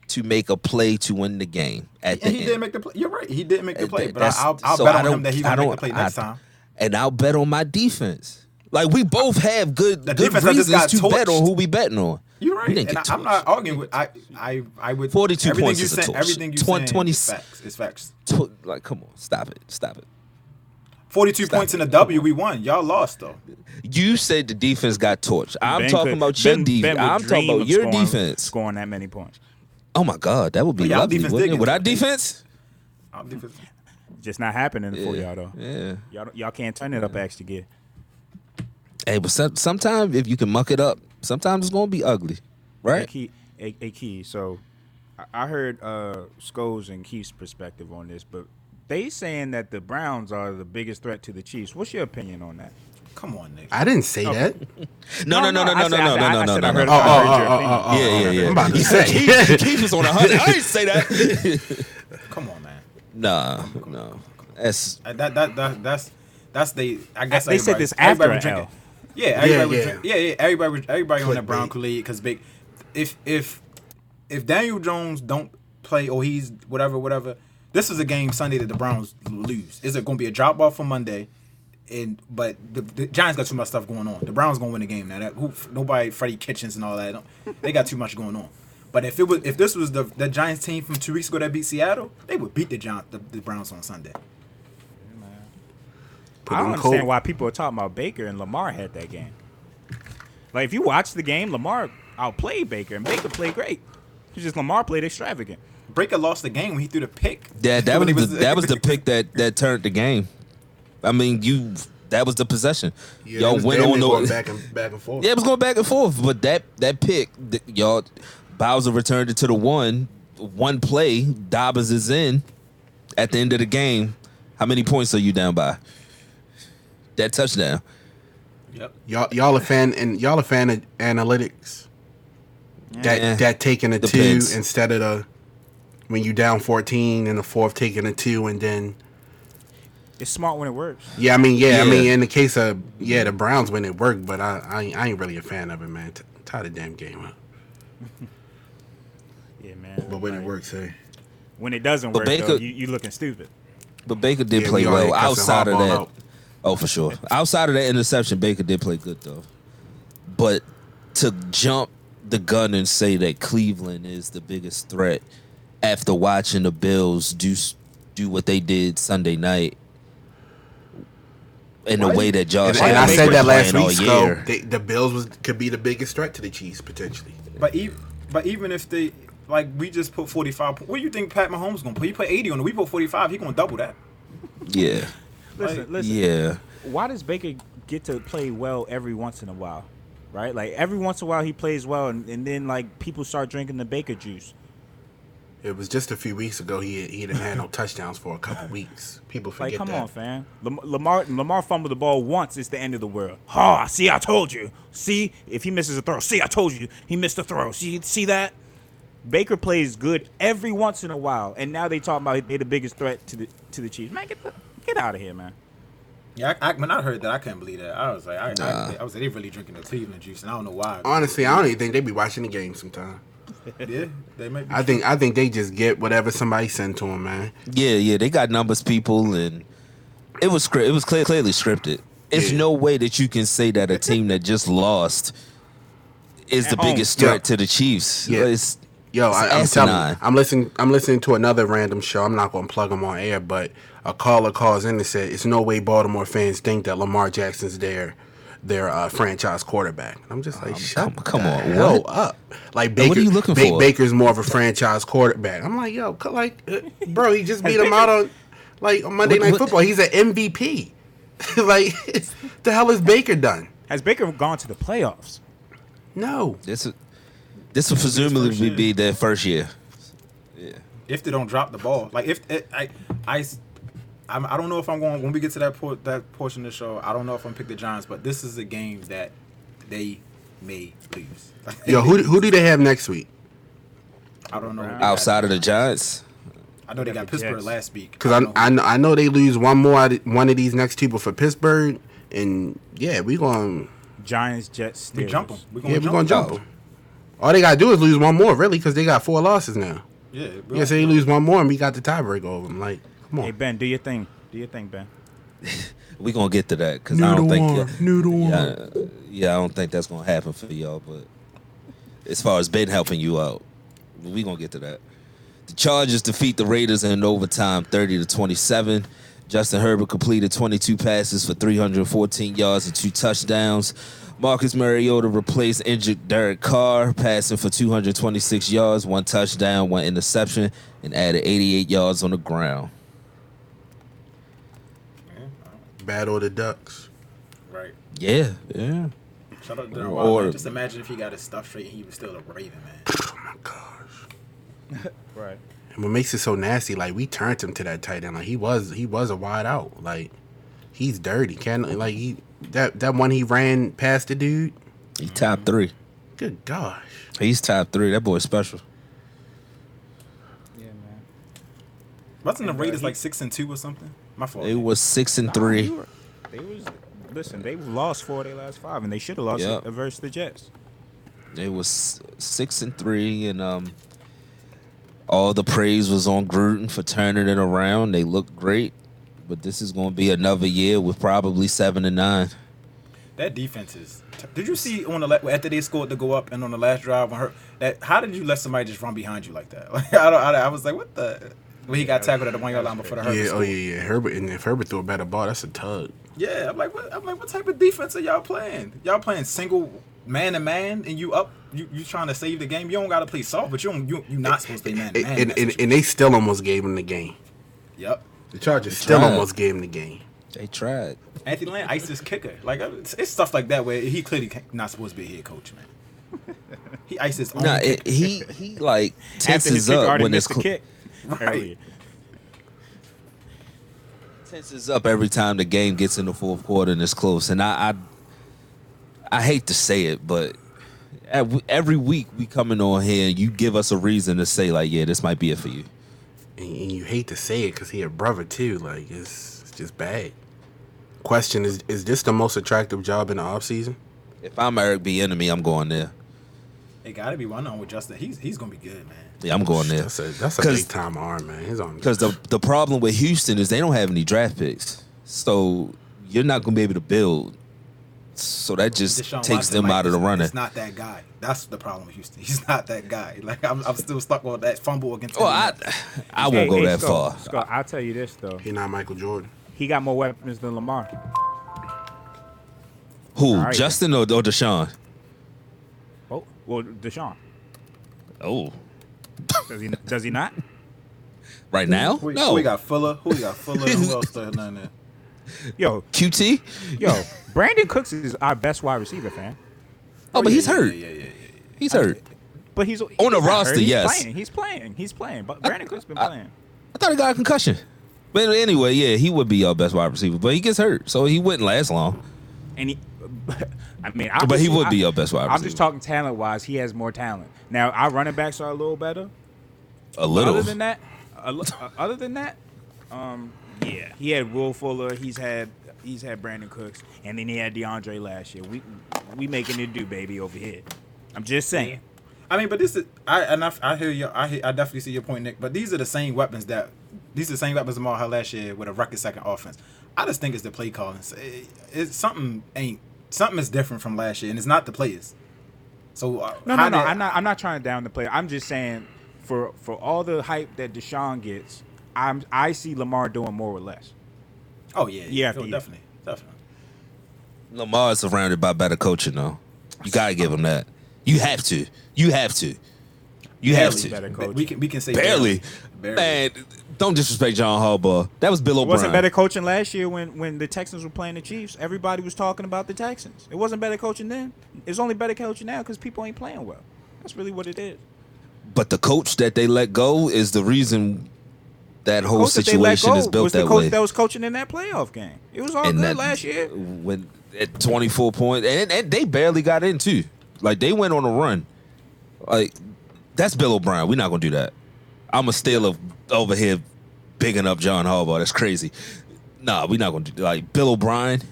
Speaker 1: to make a play to win the game at
Speaker 5: And
Speaker 1: the
Speaker 5: he
Speaker 1: end.
Speaker 5: didn't make the play. You're right. He didn't make the
Speaker 1: Uh,
Speaker 5: play.
Speaker 1: th-
Speaker 5: But I,
Speaker 1: that's-
Speaker 5: I'll, I'll
Speaker 1: so
Speaker 5: bet
Speaker 1: I
Speaker 5: on him
Speaker 1: don't-
Speaker 5: that he
Speaker 1: I
Speaker 5: will make the
Speaker 1: don't-
Speaker 5: play next
Speaker 1: I-
Speaker 5: time.
Speaker 1: And I'll bet on my defense. Like we both have good,
Speaker 5: The
Speaker 1: good
Speaker 5: defense that just
Speaker 1: reasons
Speaker 5: got
Speaker 1: to bet on
Speaker 5: torched.
Speaker 1: who we betting on.
Speaker 5: You're
Speaker 1: We
Speaker 5: right.
Speaker 1: didn't
Speaker 5: And I,
Speaker 1: get
Speaker 5: I'm
Speaker 1: torched.
Speaker 5: not arguing with. I I I would.
Speaker 1: 42
Speaker 5: everything
Speaker 1: points
Speaker 5: you
Speaker 1: is a
Speaker 5: said-
Speaker 1: torch.
Speaker 5: Everything you
Speaker 1: Twen-
Speaker 5: said
Speaker 1: 20
Speaker 5: is facts. Is facts.
Speaker 1: To- like, come on, stop it, stop it.
Speaker 5: 42
Speaker 1: Stop
Speaker 5: points in
Speaker 1: it.
Speaker 5: a W. We won. Y'all lost though.
Speaker 1: You said the defense got torched. I'm
Speaker 2: Ben
Speaker 1: talking
Speaker 2: could-
Speaker 1: about your
Speaker 2: Ben-
Speaker 1: defense.
Speaker 2: Ben would
Speaker 1: I'm talking
Speaker 2: dream
Speaker 1: about
Speaker 2: of
Speaker 1: your
Speaker 2: scoring-
Speaker 1: defense.
Speaker 2: Scoring that many points.
Speaker 1: Oh my God, that would be
Speaker 5: But y'all
Speaker 1: lovely,
Speaker 5: defense
Speaker 1: wouldn't
Speaker 5: did
Speaker 1: it?
Speaker 5: get
Speaker 1: With our
Speaker 5: torched.
Speaker 1: defense,
Speaker 5: I'll defense-
Speaker 2: Just not happening for y'all though.
Speaker 1: yeah.
Speaker 2: Y'all don't- y'all can't turn it up extra gear.
Speaker 1: Hey, but some, sometimes if you can muck it up, sometimes it's gonna be ugly,
Speaker 2: A
Speaker 1: right?
Speaker 2: key, a, a key. So, I, I heard uh, Scholes and Keith's perspective on this, but they saying that the Browns are the biggest threat to the Chiefs. What's your opinion on that?
Speaker 5: Come on, Nick.
Speaker 3: I didn't say that.
Speaker 1: No, no, no, no, no, no,
Speaker 2: I said- I
Speaker 1: no,
Speaker 2: said- I
Speaker 1: no, no,
Speaker 2: said I
Speaker 1: no,
Speaker 2: heard-
Speaker 1: no.
Speaker 3: Oh,
Speaker 2: I heard
Speaker 3: oh,
Speaker 2: your
Speaker 3: oh,
Speaker 2: opinion.
Speaker 3: oh, oh, oh,
Speaker 1: Yeah, yeah,
Speaker 3: oh.
Speaker 1: yeah.
Speaker 3: I'm about to
Speaker 1: He
Speaker 3: say.
Speaker 1: Keith was on a hundred. I didn't say that.
Speaker 5: Come on, man.
Speaker 1: Nah, no. That's
Speaker 5: Uh, That that that that's that's they. I guess
Speaker 2: They said
Speaker 5: everybody-
Speaker 2: this after
Speaker 5: everybody was
Speaker 2: an
Speaker 5: drinking. Yeah, everybody
Speaker 3: yeah.
Speaker 5: was drink- yeah. yeah, Everybody was, everybody on that
Speaker 3: Clickbait.
Speaker 5: brown Kool Aid because big. If if if Daniel Jones don't play or he's whatever whatever, this is a game Sunday that the Browns lose. Is it going to be a drop off for Monday? And but the, the Giants got too much stuff going on. The Browns gonna win the game now. That who, nobody, Freddie Kitchens and all that. don't- They got too much going on. But if it was if this was the the Giants team from two weeks ago that beat Seattle, they would beat the Giants the, the Browns on Sunday.
Speaker 3: Put
Speaker 2: I
Speaker 3: on
Speaker 2: don't
Speaker 3: cold.
Speaker 2: understand why people are talking about Baker and Lamar had that game. Like if you watch the game, Lamar outplayed Baker, and Baker played great. It's just Lamar played extravagant.
Speaker 5: Breaker lost the game when he threw the pick.
Speaker 1: that. That
Speaker 5: When
Speaker 1: was
Speaker 5: he
Speaker 1: the, that was the pick that that turned the game. I mean, you. That was the possession.
Speaker 3: Yeah, it
Speaker 1: y'all
Speaker 3: was
Speaker 1: went
Speaker 3: damn
Speaker 1: on the
Speaker 3: near going back and back and forth.
Speaker 1: Yeah, it was going back and forth, but that that pick, th- y'all, Bowser returned it to the one, one play. Dobbins is in. At the end of the game, how many points are you down by? That touchdown.
Speaker 5: Yep.
Speaker 3: Y'all, y'all a fan and y'all a fan of analytics. That
Speaker 1: Yeah.
Speaker 3: that taking a
Speaker 1: Depends.
Speaker 3: two instead of the when you down fourteen and the fourth taking a two and then
Speaker 2: It's smart when it works.
Speaker 3: yeah I mean yeah, I
Speaker 1: Yeah.
Speaker 3: mean in the case of yeah the Browns when it worked but I I, ain't- I ain't really a fan of it man T- tie the damn game up
Speaker 2: Yeah, man.
Speaker 3: but when it
Speaker 2: Like,
Speaker 3: works hey
Speaker 2: when it doesn't
Speaker 1: But
Speaker 2: work,
Speaker 1: Baker-
Speaker 2: though, you, you looking stupid.
Speaker 1: But Baker did
Speaker 3: Yeah,
Speaker 1: play
Speaker 3: we already
Speaker 1: well
Speaker 3: cussing
Speaker 1: outside of
Speaker 3: Harbaugh
Speaker 1: that.
Speaker 3: out.
Speaker 1: Oh, for sure. Outside of that interception, Baker did play good though. But to jump the gun and say that Cleveland is the biggest threat after watching the Bills do s- do what they did Sunday night in the way that
Speaker 3: and,
Speaker 1: Josh
Speaker 3: and I
Speaker 1: Allen
Speaker 3: said
Speaker 1: been
Speaker 3: that last
Speaker 1: playing
Speaker 3: week
Speaker 1: all
Speaker 3: so
Speaker 1: year.
Speaker 3: they, the Bills was could be the biggest threat to the Chiefs potentially
Speaker 5: But even but even if they like we just put forty five. po- What do you think Pat Mahomes gonna put? He put eighty on it. We put forty five. He gonna double that.
Speaker 1: Yeah,
Speaker 2: Listen, listen.
Speaker 1: yeah.
Speaker 2: Why does Baker get to play well every once in a while? Right? Like every once in a while he plays well and, and then like people start drinking the Baker juice.
Speaker 3: It was just a few weeks ago. He he didn't have no touchdowns for a couple weeks. People
Speaker 2: Like,
Speaker 3: forget
Speaker 2: come
Speaker 3: that.
Speaker 2: on, fam. Lam- Lamar Lamar fumbled the ball once. It's the end of the world. Ha! see, I told you. See, if he misses a throw, see, I told you he missed a throw. See, see that. Baker plays good every once in a while, and now they talking about they're the biggest threat to the to the Chiefs. Man, get the, get out of here, man.
Speaker 5: Yeah, I, I, when I heard that, I couldn't believe that. I was like, I, I, I was like, they really drinking the Cleveland juice, and I don't know why.
Speaker 3: Honestly, I don't even think they be watching the game sometime.
Speaker 5: yeah, they might be.
Speaker 3: I think I think they just get whatever somebody sent to them, man.
Speaker 1: Yeah, yeah, they got numbers, people, and it was script. It was clear, clearly scripted. It's
Speaker 3: Yeah.
Speaker 1: no way that you can say that a team that just lost is
Speaker 2: At
Speaker 1: the
Speaker 2: home.
Speaker 1: biggest threat
Speaker 3: Yeah.
Speaker 1: to the Chiefs.
Speaker 3: Yeah.
Speaker 1: It's,
Speaker 3: Yo,
Speaker 1: it's
Speaker 3: I, I'm
Speaker 1: asinine.
Speaker 3: telling you, I'm listening. I'm listening to another random show. I'm not gonna plug them on air, but a caller calls in and said, "It's no way Baltimore fans think that Lamar Jackson's their their uh, franchise quarterback." I'm just like, shut
Speaker 1: Um, come- come
Speaker 3: the
Speaker 1: on,
Speaker 3: hell
Speaker 1: what?
Speaker 3: up! Like,
Speaker 1: Like,
Speaker 3: Baker,
Speaker 1: what are you looking
Speaker 3: Ba-
Speaker 1: for?
Speaker 3: Baker's more of a franchise quarterback. I'm like, yo, c- like, uh, bro, he just beat him out on like on Monday
Speaker 1: What-
Speaker 3: Night
Speaker 1: what-
Speaker 3: Football. He's an MVP. like, the hell is Baker done?
Speaker 2: Has Baker gone to the playoffs?
Speaker 3: No,
Speaker 1: This would- this would presumably
Speaker 5: year.
Speaker 1: be their first year.
Speaker 5: if they don't drop the ball. Like if it, I, I, s- I'm, I don't know if I'm going when we get to that por- that portion of the show. I don't know if I'm pick the Giants, but this is a game that they may lose.
Speaker 3: yo, who who do they have next week?
Speaker 5: I don't know. what they got.
Speaker 1: Outside of the Giants,
Speaker 5: I know they got Pittsburgh
Speaker 2: Jets.
Speaker 5: last week.
Speaker 3: Because I, I, kn- I know they lose one more out of, one of these next two, but for Pittsburgh, and yeah, we going
Speaker 2: Giants, Jets, Steelers.
Speaker 5: we jump them. We gonna
Speaker 3: yeah we
Speaker 5: jump
Speaker 3: going to
Speaker 5: 'em.
Speaker 3: jump them. All they gotta do is lose one more, really, because they got four losses now.
Speaker 5: Yeah, we
Speaker 3: Yeah, so they lose one more, and we got the tiebreaker over them. Like, come on,
Speaker 2: Hey Ben, do your thing. Do your thing, Ben.
Speaker 1: we're gonna get to that because I don't
Speaker 3: Noodle
Speaker 1: think
Speaker 3: arm, noodle
Speaker 1: yeah, yeah, I don't think that's gonna happen for y'all. But as far as Ben helping you out, we gonna get to that. The Chargers defeat the Raiders in overtime, thirty to twenty-seven. Justin Herbert completed twenty-two passes for three hundred fourteen yards and two touchdowns. Marcus Mariota replaced injured Derek Carr, passing for 226 yards, one touchdown, one interception, and added 88 yards on the ground.
Speaker 3: battle the Ducks.
Speaker 5: right.
Speaker 1: Yeah, yeah.
Speaker 5: Shout out to the
Speaker 1: Or-
Speaker 5: Wild. man. Just imagine if he got his stuff straight and he was still a Raven man.
Speaker 2: Right.
Speaker 3: And what makes it so nasty, like we turned him to that tight end. Like he was he was a wide out. Like he's dirty. Can like he that that one he ran past the dude.
Speaker 1: He top three.
Speaker 3: Good gosh.
Speaker 1: He's top three. That boy's special.
Speaker 2: Yeah, man.
Speaker 5: Wasn't the Raiders like six and two or something? My fault.
Speaker 1: It was six and three.
Speaker 2: They, were, they was listen. They lost four of their last five, and they should have lost
Speaker 1: Yep.
Speaker 2: it versus the Jets.
Speaker 1: It was six and three, and um, all the praise was on Gruden for turning it around. They looked great, but this is going to be another year with probably seven and nine.
Speaker 5: That defense is. Did you see on the la- after they scored to go up and on the last drive when her that how did you let somebody just run behind you like that? Like I don't, I, don't- I was like what the when he got tackled at the one yard line before the hurt.
Speaker 3: Yeah,
Speaker 5: Yeah,
Speaker 3: oh yeah, yeah. Herbert and if Herbert threw a better ball, that's a tug.
Speaker 5: yeah, I'm like what I'm like what type of defense are y'all playing? Y'all playing single man to man and you up you you trying to save the game. You don't got to play soft, but you don't you you not supposed to be man to
Speaker 3: And,
Speaker 5: man.
Speaker 3: and, and, and they still almost gave him the game.
Speaker 5: Yep.
Speaker 3: The Chargers still
Speaker 1: tried.
Speaker 3: almost gave him the game.
Speaker 1: They tried.
Speaker 5: Anthony Lynn iced his kicker. Like uh, it's, it's stuff like that where he clearly can't- not supposed to be a head coach, man. He iced his own.
Speaker 1: No,
Speaker 5: kicker.
Speaker 1: it, he he like
Speaker 2: After his
Speaker 1: tenses
Speaker 2: kicker
Speaker 1: up
Speaker 2: already
Speaker 1: when it's
Speaker 2: missed the
Speaker 1: cl-
Speaker 2: kick earlier.
Speaker 1: tenses up every time the game gets in the fourth quarter and it's close. And I, I, I hate to say it, but ev- every week we coming on here and you give us a reason to say like, yeah, this might be it for you.
Speaker 3: And, and you hate to say it because he a brother too. Like it's, it's just bad. Question is: Is this the most attractive job in the offseason?
Speaker 1: If I'm Eric B. Enemy, I'm going there.
Speaker 5: It gotta be one on with Justin. He's he's gonna be good, man.
Speaker 1: Yeah, I'm going there.
Speaker 3: That's a that's a
Speaker 1: 'Cause-
Speaker 3: big time arm, man. His arm.
Speaker 1: Because the the problem with Houston is they don't have any draft picks, so you're not going to be able to build. So that just
Speaker 5: Deshaun
Speaker 1: takes
Speaker 5: Watson,
Speaker 1: them
Speaker 5: like,
Speaker 1: out of the
Speaker 5: it's-
Speaker 1: running.
Speaker 5: It's not that guy. That's the problem with Houston. He's not that guy. Like I'm, I'm still stuck on that fumble against.
Speaker 1: Well, Oh, I,
Speaker 5: Indiana.
Speaker 1: I won't
Speaker 2: Hey,
Speaker 1: go
Speaker 2: hey,
Speaker 1: that
Speaker 2: Scott,
Speaker 1: far.
Speaker 2: Scott, I'll tell you this though.
Speaker 3: he not Michael Jordan.
Speaker 2: He got more weapons than Lamar.
Speaker 1: Who,
Speaker 2: All right.
Speaker 1: Justin or, or Deshaun?
Speaker 2: Oh, well, Deshaun.
Speaker 1: Oh,
Speaker 2: Does he? Does he not?
Speaker 1: right now?
Speaker 5: Who-
Speaker 1: no.
Speaker 5: Who we got Fuller? Who we got Fuller? and who else there? None there.
Speaker 2: Yo,
Speaker 1: QT?
Speaker 5: Oh,
Speaker 2: yo, Brandon Cooks is our best wide receiver, fan.
Speaker 1: Oh, but
Speaker 5: yeah,
Speaker 1: he's
Speaker 5: yeah,
Speaker 1: hurt.
Speaker 5: Yeah, yeah, yeah.
Speaker 1: He's hurt.
Speaker 2: but he's on
Speaker 1: the roster,
Speaker 2: He's
Speaker 1: yes.
Speaker 2: playing. He's playing. He's playing. But Brandon Cook's been playing.
Speaker 1: I thought he got a concussion. But anyway, yeah, he would be our best wide receiver, but he gets hurt, so he wouldn't last long.
Speaker 2: and he, I mean,
Speaker 1: But he
Speaker 2: obviously,
Speaker 1: would be
Speaker 2: I-
Speaker 1: your best wide
Speaker 2: I'm just
Speaker 1: receiver.
Speaker 2: talking talent wise. He has more talent. Now our running backs are a little better.
Speaker 1: A little.
Speaker 2: Other than that, a li- uh, other than that, um, yeah, he had Will Fuller. He's had he's had Brandon Cooks, and then he had DeAndre last year. We we making it do, baby, over here. I'm just saying.
Speaker 5: I mean, but this is I and I, I hear you. I hear, I definitely see your point, Nick. But these are the same weapons that these are the same weapons Lamar had last year with a record second offense. I just think it's the play calling. It's, it's something ain't something is different from last year, and it's not the players. So uh,
Speaker 2: No,
Speaker 5: how
Speaker 2: no, no.
Speaker 5: did-
Speaker 2: I'm not. I'm not trying to down the player. I'm just saying for for all the hype that Deshaun gets, I'm I see Lamar doing more or less.
Speaker 5: Oh yeah,
Speaker 2: Yeah,
Speaker 5: yeah, no,
Speaker 2: yeah.
Speaker 5: definitely, definitely.
Speaker 1: Lamar is surrounded by better coaching, though. You gotta give him that. You have to. You have to. You have
Speaker 5: Barely
Speaker 1: to.
Speaker 2: better
Speaker 5: But
Speaker 2: coach.
Speaker 5: We can we can say
Speaker 1: Barely.
Speaker 5: barely.
Speaker 1: Man, don't disrespect John Harbaugh. That was Bill
Speaker 2: It wasn't
Speaker 1: O'Brien.
Speaker 2: better coaching last year when, when the Texans were playing the Chiefs. Everybody was talking about the Texans. It wasn't better coaching then. It's only better coaching now because people ain't playing well. That's really what it is.
Speaker 1: But the coach that they let go is the reason that whole
Speaker 2: Coach that they let
Speaker 1: situation
Speaker 2: go
Speaker 1: is built
Speaker 2: was
Speaker 1: that
Speaker 2: the coach
Speaker 1: way.
Speaker 2: that was coaching in that playoff game. It was all Oh, good
Speaker 1: that
Speaker 2: last year.
Speaker 1: when at 24 points, and, and they barely got in too. Like they went on a run. Like that's Bill O'Brien. We're not gonna do that. I'm a steal of over here, bigging up John Harbaugh. That's crazy. Nah, we're not gonna do like Bill O'Brien.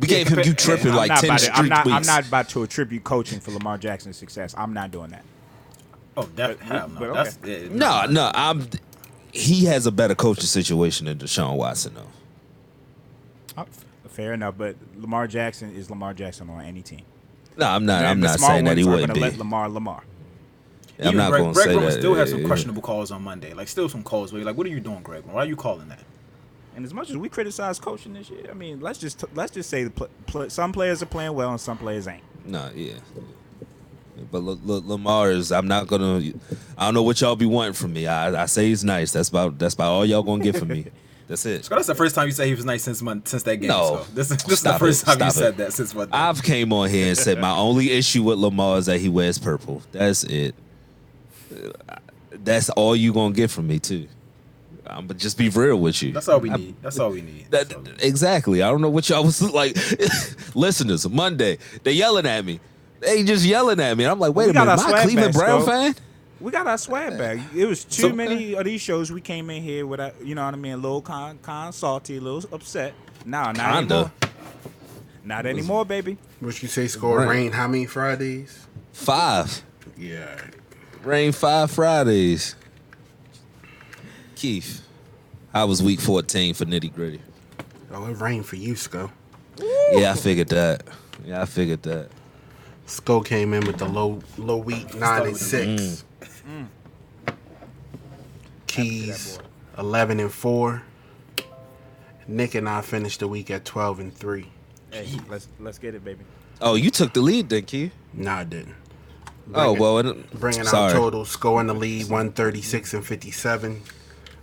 Speaker 1: We
Speaker 5: Yeah,
Speaker 1: gave him
Speaker 5: compa-
Speaker 1: you tripping
Speaker 5: yeah,
Speaker 1: like
Speaker 2: I'm, not
Speaker 1: ten
Speaker 2: about to, I'm,
Speaker 1: streak
Speaker 2: not,
Speaker 1: weeks.
Speaker 2: I'm not about to attribute coaching for Lamar Jackson's success. I'm not doing that.
Speaker 5: Oh, definitely.
Speaker 2: But-
Speaker 5: hell no.
Speaker 2: but
Speaker 5: That's, yeah,
Speaker 1: No, no, I'm. He has a better coaching situation than Deshaun Watson though.
Speaker 2: Uh, Fair enough, but Lamar Jackson is Lamar Jackson on any team.
Speaker 1: No, I'm not. I'm
Speaker 2: And the
Speaker 1: not
Speaker 2: smart
Speaker 1: saying that he
Speaker 2: ones are
Speaker 1: wouldn't
Speaker 2: gonna
Speaker 1: be.
Speaker 2: let Lamar Lamar.
Speaker 1: I'm not
Speaker 5: Greg,
Speaker 1: gonna
Speaker 5: Greg
Speaker 1: say
Speaker 5: Roman
Speaker 1: that.
Speaker 5: still had some
Speaker 1: Yeah.
Speaker 5: questionable calls on Monday. Like still some calls where you're like, what are you doing, Greg? Why are you calling that?
Speaker 2: And as much as we criticize coaching this year, I mean, let's just let's just say the pl- pl- some players are playing well and some players ain't.
Speaker 1: No, yeah. But look, look, Lamar is. I'm not gonna. I don't know what y'all be wanting from me. I, I say he's nice. That's about. That's about all y'all gonna get from me. That's it.
Speaker 5: So that's the first time you say he was nice since month, since that game.
Speaker 1: No.
Speaker 5: so this is this is the
Speaker 1: Stop
Speaker 5: first
Speaker 1: it.
Speaker 5: time
Speaker 1: Stop
Speaker 5: you
Speaker 1: it.
Speaker 5: said that since what?
Speaker 1: I've came on here and said my only issue with Lamar is that he wears purple. That's it. Uh, That's all you gonna get from me too. I'm gonna just be real with you.
Speaker 5: That's all we need. That's all we need.
Speaker 1: That,
Speaker 5: That's all we need.
Speaker 1: exactly. I don't know what y'all was like. listeners, Monday they yelling at me. They just yelling at me. I'm like, wait
Speaker 2: We
Speaker 1: a
Speaker 2: got
Speaker 1: minute, am
Speaker 2: our
Speaker 1: I a
Speaker 2: swag
Speaker 1: Cleveland
Speaker 2: backs,
Speaker 1: Brown
Speaker 2: though.
Speaker 1: fan?
Speaker 2: We got our swag back. It was too
Speaker 1: So-
Speaker 2: many of these shows we came in here with, our, you know what I mean, a little con, con salty, a little upset. Nah, not
Speaker 1: Kinda.
Speaker 2: anymore. Not anymore, baby.
Speaker 3: What you say? Score
Speaker 1: Right.
Speaker 3: rain. How many Fridays?
Speaker 1: Five.
Speaker 3: Yeah.
Speaker 1: Rain Five Fridays. Keith, I was week 14 for nitty gritty.
Speaker 3: Oh, it rained for you, Sko.
Speaker 1: Yeah, I figured that. Yeah, I figured that.
Speaker 3: Sko came in with the low low week nine and
Speaker 5: with him.
Speaker 3: six. Keys eleven and four. Nick and I finished the week at twelve and three.
Speaker 2: Hey, let's let's get it, baby.
Speaker 1: Oh, you took the lead then, Keith.
Speaker 3: No, I didn't.
Speaker 1: oh,
Speaker 3: it-
Speaker 1: well, it,
Speaker 3: Bringing
Speaker 1: sorry.
Speaker 3: our total score in the lead one thirty six and fifty seven.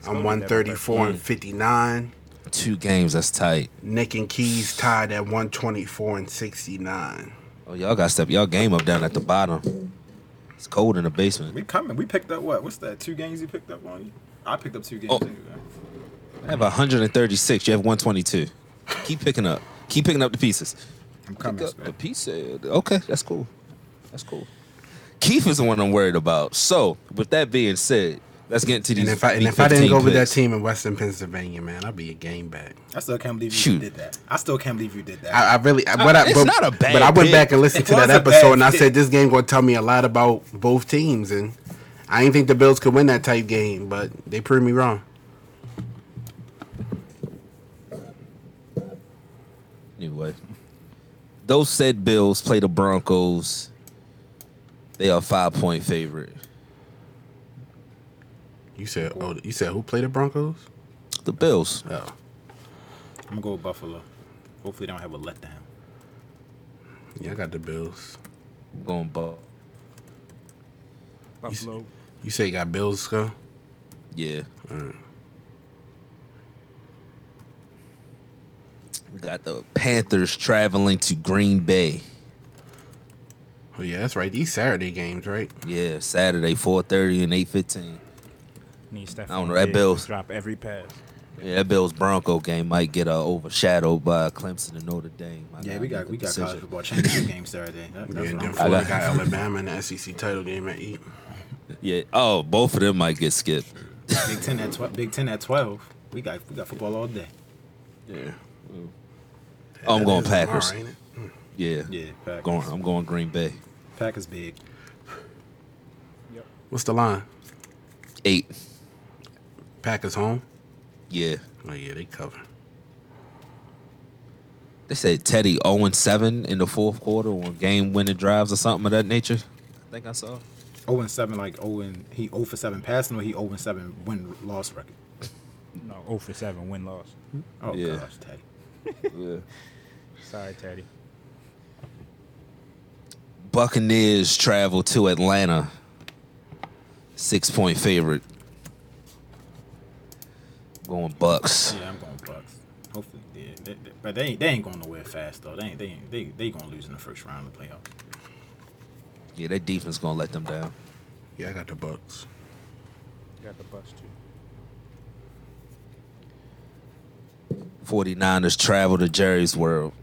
Speaker 3: I'm one thirty four
Speaker 1: Mm.
Speaker 3: and fifty nine.
Speaker 1: Two games, that's tight.
Speaker 3: Nick and Keys tied at one twenty four and sixty nine.
Speaker 1: Oh, y'all got to step y'all game up down at the bottom. It's cold in the basement.
Speaker 5: We coming. We picked up what? What's that? Two games you picked up on? I picked up two games.
Speaker 1: Oh.
Speaker 5: Anyway.
Speaker 1: I have 136. You have 122. Keep picking up. Keep picking up the pieces.
Speaker 5: I'm
Speaker 1: Pick
Speaker 5: coming.
Speaker 1: up the
Speaker 5: Scott.
Speaker 1: pieces. Okay, that's cool. That's cool. Keith is the one I'm worried about. So, with that being said, let's get into these.
Speaker 3: And if I and
Speaker 1: week
Speaker 3: if I didn't
Speaker 1: 15
Speaker 3: go with that
Speaker 1: picks.
Speaker 3: team in Western Pennsylvania, man, I'd be a game back.
Speaker 5: I still can't believe you
Speaker 1: Shoot.
Speaker 5: did that. I still can't believe you did that.
Speaker 3: I, I really,
Speaker 5: Uh,
Speaker 3: I, but I,
Speaker 1: it's
Speaker 3: but,
Speaker 1: not a bad
Speaker 3: but I went
Speaker 1: pick.
Speaker 3: back and listened
Speaker 5: It
Speaker 3: to that
Speaker 5: was a bad
Speaker 3: episode, and I
Speaker 5: pick.
Speaker 3: said this game gonna tell me a lot about both teams, and I didn't think the Bills could win that type game, but they proved me wrong.
Speaker 1: Anyway, those said Bills play the Broncos. They are five point favorite.
Speaker 3: You said, oh, you said who played the Broncos?
Speaker 1: The Bills.
Speaker 3: Oh,
Speaker 5: I'm gonna go with Buffalo. Hopefully, they don't have a letdown.
Speaker 3: yeah, I got the Bills.
Speaker 1: going ball.
Speaker 2: Buffalo.
Speaker 3: You say you got Bills, Sco?
Speaker 1: Yeah. We got the Panthers traveling to Green Bay.
Speaker 3: Oh, yeah, that's right. These Saturday games, right?
Speaker 1: Yeah, Saturday, 4:30 and 8:15.
Speaker 2: Need Stephon
Speaker 1: I don't know, that
Speaker 2: Diggs to
Speaker 1: Bills-
Speaker 2: drop every pass.
Speaker 1: Yeah, that Bills Bronco game might get uh, overshadowed by Clemson and Notre Dame. I
Speaker 5: Yeah,
Speaker 1: gotta
Speaker 5: we
Speaker 1: make
Speaker 5: got
Speaker 1: a
Speaker 5: we got
Speaker 1: decision.
Speaker 5: college football championship games Saturday. That,
Speaker 3: Yeah, and
Speaker 5: that's what
Speaker 3: then
Speaker 5: I'm
Speaker 1: I
Speaker 3: Florida
Speaker 1: got-
Speaker 3: got Alabama in the SEC title game at eight.
Speaker 1: Yeah. Oh, both of them might get skipped.
Speaker 5: Big Ten at twelve. Big Ten at twelve. We got we got football all day.
Speaker 1: Yeah. I'm going Packers.
Speaker 3: Tomorrow, ain't it?
Speaker 1: Yeah.
Speaker 5: Yeah, Packers.
Speaker 1: Going. I'm going Green Bay.
Speaker 5: Packers big.
Speaker 3: What's the line?
Speaker 1: Eight.
Speaker 3: Packers home.
Speaker 1: Yeah.
Speaker 3: Oh yeah, they cover.
Speaker 1: They said Teddy 0 7 in the fourth quarter on game winning drives or something of that nature. I think I saw.
Speaker 5: Zero oh and seven, like zero and he zero for seven passing, or he zero and seven win loss record.
Speaker 2: No, 0 for 7, win loss.
Speaker 5: Oh
Speaker 1: Yeah.
Speaker 5: gosh, Teddy.
Speaker 1: Yeah.
Speaker 2: Sorry, Teddy.
Speaker 1: Buccaneers travel to Atlanta. Six point favorite. Going Bucks.
Speaker 5: Yeah, I'm going Bucks. Hopefully, yeah. They, they- but they ain't they ain't going nowhere fast though. They ain't they ain't, they they gonna lose in the first round of the playoffs.
Speaker 1: Yeah, that defense gonna let them down.
Speaker 3: Yeah, I got the Bucks.
Speaker 2: Got the bus too.
Speaker 1: 49ers travel to Jerry's World.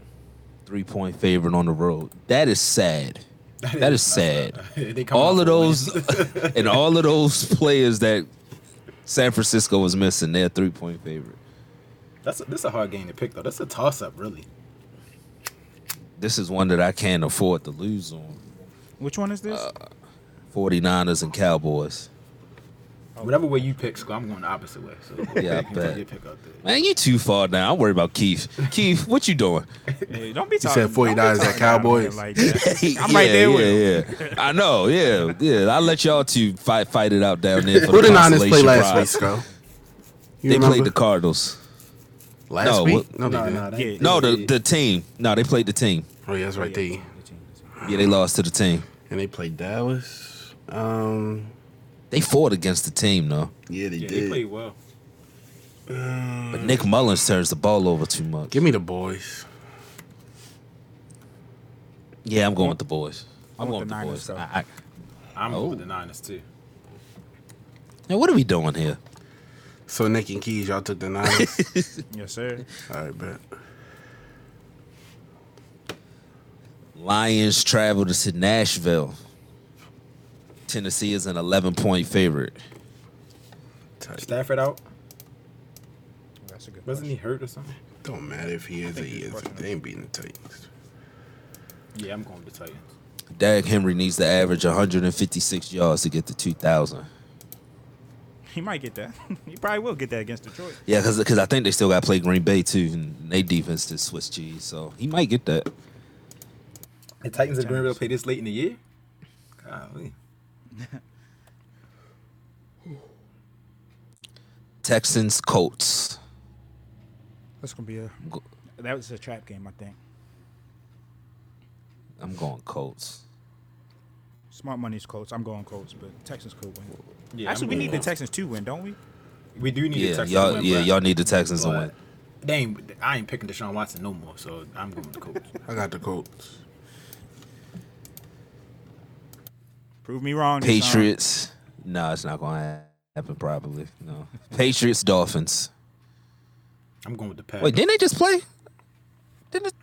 Speaker 1: Three point favorite on the road. That is sad. That is sad.
Speaker 5: They come
Speaker 1: All of
Speaker 5: out for a win.
Speaker 1: those and all of those players that San Francisco was missing, they're three point favorite.
Speaker 5: That's a, that's a hard game to pick though. That's a toss up really.
Speaker 1: This is one that I can't afford to lose on.
Speaker 2: Which one is this?
Speaker 1: Uh, 49ers and Cowboys.
Speaker 5: Whatever way you pick, Sco, I'm going the opposite way. So
Speaker 1: Yeah, I
Speaker 5: you
Speaker 1: bet.
Speaker 5: you pick up there.
Speaker 1: Man, you too far down. I'm worried about Keith. Keith, what you doing?
Speaker 2: Hey, don't be
Speaker 3: said
Speaker 2: talking. don't be
Speaker 3: 49ers at
Speaker 2: talking down on me
Speaker 3: Cowboys.
Speaker 2: Like that.
Speaker 1: I'm
Speaker 2: right there with
Speaker 1: with yeah, yeah. I know, yeah, yeah. I'll let y'all two fight fight it out down there. For
Speaker 3: Who
Speaker 1: the
Speaker 3: the Niners play
Speaker 1: consolation
Speaker 3: last week,
Speaker 1: prize.
Speaker 3: Scro? You
Speaker 1: They
Speaker 3: remember?
Speaker 1: played the Cardinals.
Speaker 3: last
Speaker 1: no,
Speaker 3: week.
Speaker 1: what-
Speaker 3: No, they didn't.
Speaker 5: they-
Speaker 2: Yeah.
Speaker 1: No,
Speaker 5: they-
Speaker 1: the the team. No, they played the team.
Speaker 3: Oh yeah, that's right. They
Speaker 1: Yeah, they lost to the team.
Speaker 3: and they played Dallas. Um,
Speaker 1: They fought against the team though.
Speaker 3: yeah, they
Speaker 5: yeah,
Speaker 3: did.
Speaker 5: they played well.
Speaker 1: But Nick Mullins turns the ball over too much.
Speaker 3: Give me the boys.
Speaker 1: yeah, I'm going with the boys.
Speaker 2: I
Speaker 1: I'm going with
Speaker 2: want the
Speaker 1: the
Speaker 2: Niners,
Speaker 1: boys.
Speaker 2: though.
Speaker 1: I, I,
Speaker 5: I'm
Speaker 1: Oh.
Speaker 5: going with the Niners too.
Speaker 1: now, what are we doing here?
Speaker 3: So Nick and Keys, y'all took the Niners.
Speaker 2: Yes, sir.
Speaker 3: All right, bet.
Speaker 1: Lions travel to Nashville. Tennessee is an 11 point favorite.
Speaker 3: Tight.
Speaker 5: Stafford out.
Speaker 2: That's a good
Speaker 5: Wasn't he
Speaker 2: question.
Speaker 5: hurt or something?
Speaker 3: Don't matter if he is or
Speaker 2: think
Speaker 3: he
Speaker 2: he's
Speaker 3: isn't.
Speaker 2: questionable.
Speaker 3: They ain't beating the Titans.
Speaker 5: Yeah, I'm going with the Titans.
Speaker 1: Derrick Henry needs to average 156 yards to get to 2,000.
Speaker 2: He might get that. he probably will get that against Detroit.
Speaker 1: Yeah, because I think they still got to play Green Bay too, and they defense is Swiss cheese, so he might get that.
Speaker 5: The Titans and Greenville play this late in the year. Golly.
Speaker 1: Texans Colts.
Speaker 2: That's gonna be a.
Speaker 1: I'm, go-
Speaker 2: That was a trap game, I think.
Speaker 1: I'm going Colts.
Speaker 2: Smart money's Colts. I'm going Colts, but Texans could win.
Speaker 5: Yeah,
Speaker 2: Actually,
Speaker 5: I'm
Speaker 2: we
Speaker 5: going
Speaker 2: need the
Speaker 5: with-
Speaker 2: Texans to win, don't we?
Speaker 5: We do need the
Speaker 1: Yeah,
Speaker 5: Texans.
Speaker 1: y'all.
Speaker 5: to win,
Speaker 1: yeah,
Speaker 5: but-
Speaker 1: y'all need the Texans to
Speaker 5: but
Speaker 1: win.
Speaker 5: They ain't. I ain't picking Deshaun Watson no more. So I'm going with the Colts.
Speaker 3: I got the Colts.
Speaker 2: Prove me wrong. Deshaun.
Speaker 1: Patriots. No, it's not going to happen. Probably no. Patriots Dolphins.
Speaker 5: I'm going with the Packers.
Speaker 1: Wait, didn't they just play? Didn't it?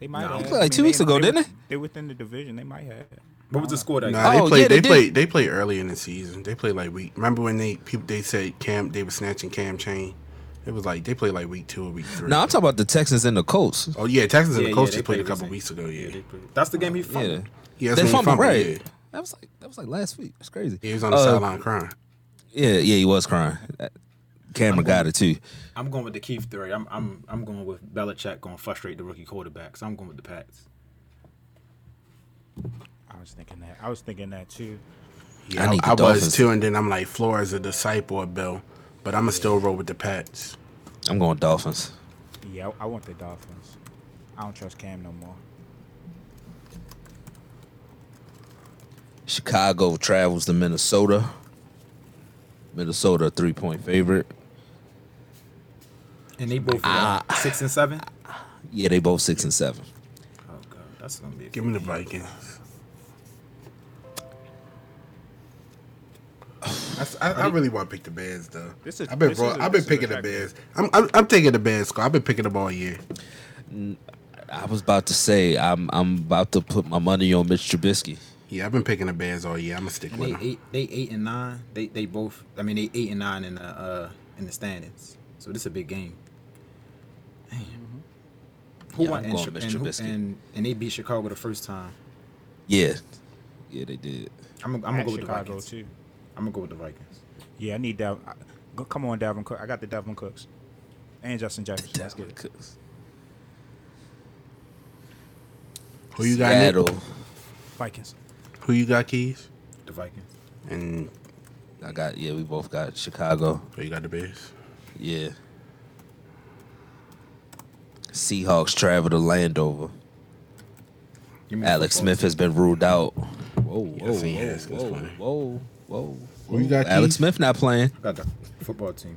Speaker 2: They might.
Speaker 5: No.
Speaker 2: have.
Speaker 5: They
Speaker 1: played like two weeks ago,
Speaker 2: they
Speaker 1: didn't
Speaker 2: were-
Speaker 1: they?
Speaker 2: They within the division. They might have.
Speaker 5: what was the score that
Speaker 3: Nah,
Speaker 1: Oh,
Speaker 3: they played.
Speaker 1: yeah, they
Speaker 3: they,
Speaker 1: did.
Speaker 3: played. They played early in the season. They played like week. Remember when they people they said Cam they was snatching Cam chain. It was like they played like week two or week three.
Speaker 1: No, I'm talking about the Texans and the Colts.
Speaker 3: Oh yeah, Texans and
Speaker 5: Yeah,
Speaker 3: the
Speaker 5: yeah,
Speaker 3: Colts
Speaker 5: they
Speaker 3: just played a
Speaker 5: played
Speaker 3: couple
Speaker 5: recent.
Speaker 3: weeks ago. Yeah,
Speaker 5: Yeah, they played- that's the game he
Speaker 1: Yeah,
Speaker 5: fumbled.
Speaker 3: yeah that's
Speaker 1: they
Speaker 3: when he
Speaker 1: fumbled
Speaker 3: fumbled,
Speaker 1: right.
Speaker 3: yeah.
Speaker 1: That was like that was like last week. That's crazy.
Speaker 3: He was on the
Speaker 1: Uh,
Speaker 3: sideline crying.
Speaker 1: Yeah, yeah, he was crying. That- Cameron got it too.
Speaker 5: I'm going with the Keith theory. I'm I'm I'm going with Belichick going to frustrate the rookie quarterbacks. I'm going with the Pats.
Speaker 2: I was thinking that. I was thinking that too.
Speaker 3: Yeah,
Speaker 1: I
Speaker 3: I,
Speaker 1: need the
Speaker 3: I was
Speaker 1: Dolphins.
Speaker 3: too, and then I'm like, Flores a disciple of Bill, but I'm gonna still roll with the Pats.
Speaker 1: I'm going Dolphins.
Speaker 2: Yeah, I, I want the Dolphins. I don't trust Cam no more.
Speaker 1: Chicago travels to Minnesota. Minnesota a three point favorite.
Speaker 5: And they both
Speaker 1: Ah.
Speaker 5: uh, six and seven.
Speaker 1: Yeah, they both six and seven.
Speaker 5: Oh god, that's gonna be. A
Speaker 3: Give me the Vikings. I, I, I really want to pick the Bears though.
Speaker 2: This is-
Speaker 3: I've been
Speaker 2: this
Speaker 3: raw-
Speaker 2: is a-
Speaker 3: I've been
Speaker 2: this is
Speaker 3: picking the
Speaker 2: attractive.
Speaker 3: Bears. I'm, I'm I'm taking the Bears score. I've been picking them all year.
Speaker 1: I was about to say I'm I'm about to put my money on Mitch Trubisky.
Speaker 3: Yeah, I've been picking the Bears all year. I'm gonna stick with
Speaker 5: They
Speaker 3: them.
Speaker 5: eight, they eight and nine. They they both. I mean, they eight and nine in the uh, in the standings. So this is a big game. Damn. Who
Speaker 1: Yeah,
Speaker 5: won?
Speaker 1: I'm
Speaker 5: And,
Speaker 1: going
Speaker 5: Chi-
Speaker 1: Mitch
Speaker 5: and, who-
Speaker 1: Trubisky.
Speaker 5: and and they beat Chicago the first time.
Speaker 1: Yeah, yeah, they did.
Speaker 5: I'm, I'm gonna
Speaker 2: At
Speaker 5: go with the
Speaker 2: Chicago
Speaker 5: Vikings.
Speaker 2: too.
Speaker 5: I'm gonna go with the Vikings.
Speaker 2: Yeah, I need Dalvin. I, go- come on, Dalvin Cook. I got the Dalvin Cooks and Justin Jefferson. Let's
Speaker 3: Oh,
Speaker 2: get
Speaker 1: Dalvin
Speaker 2: it.
Speaker 1: Cooks.
Speaker 3: Who you got? Nick?
Speaker 1: Seattle.
Speaker 2: Vikings.
Speaker 3: Who you got? Keys
Speaker 5: The Vikings.
Speaker 3: and
Speaker 1: I got yeah. We both got Chicago.
Speaker 3: who you got the Bears?
Speaker 1: Yeah. Seahawks travel to Landover.
Speaker 5: Give me the
Speaker 1: Alex
Speaker 5: football.
Speaker 1: Smith has been ruled out. Whoa, whoa,
Speaker 3: Yes, he has. That's
Speaker 1: whoa,
Speaker 3: funny.
Speaker 1: whoa, whoa,
Speaker 3: Who you got,
Speaker 1: Alex
Speaker 3: Keith?
Speaker 1: Smith not playing.
Speaker 5: I got the football team.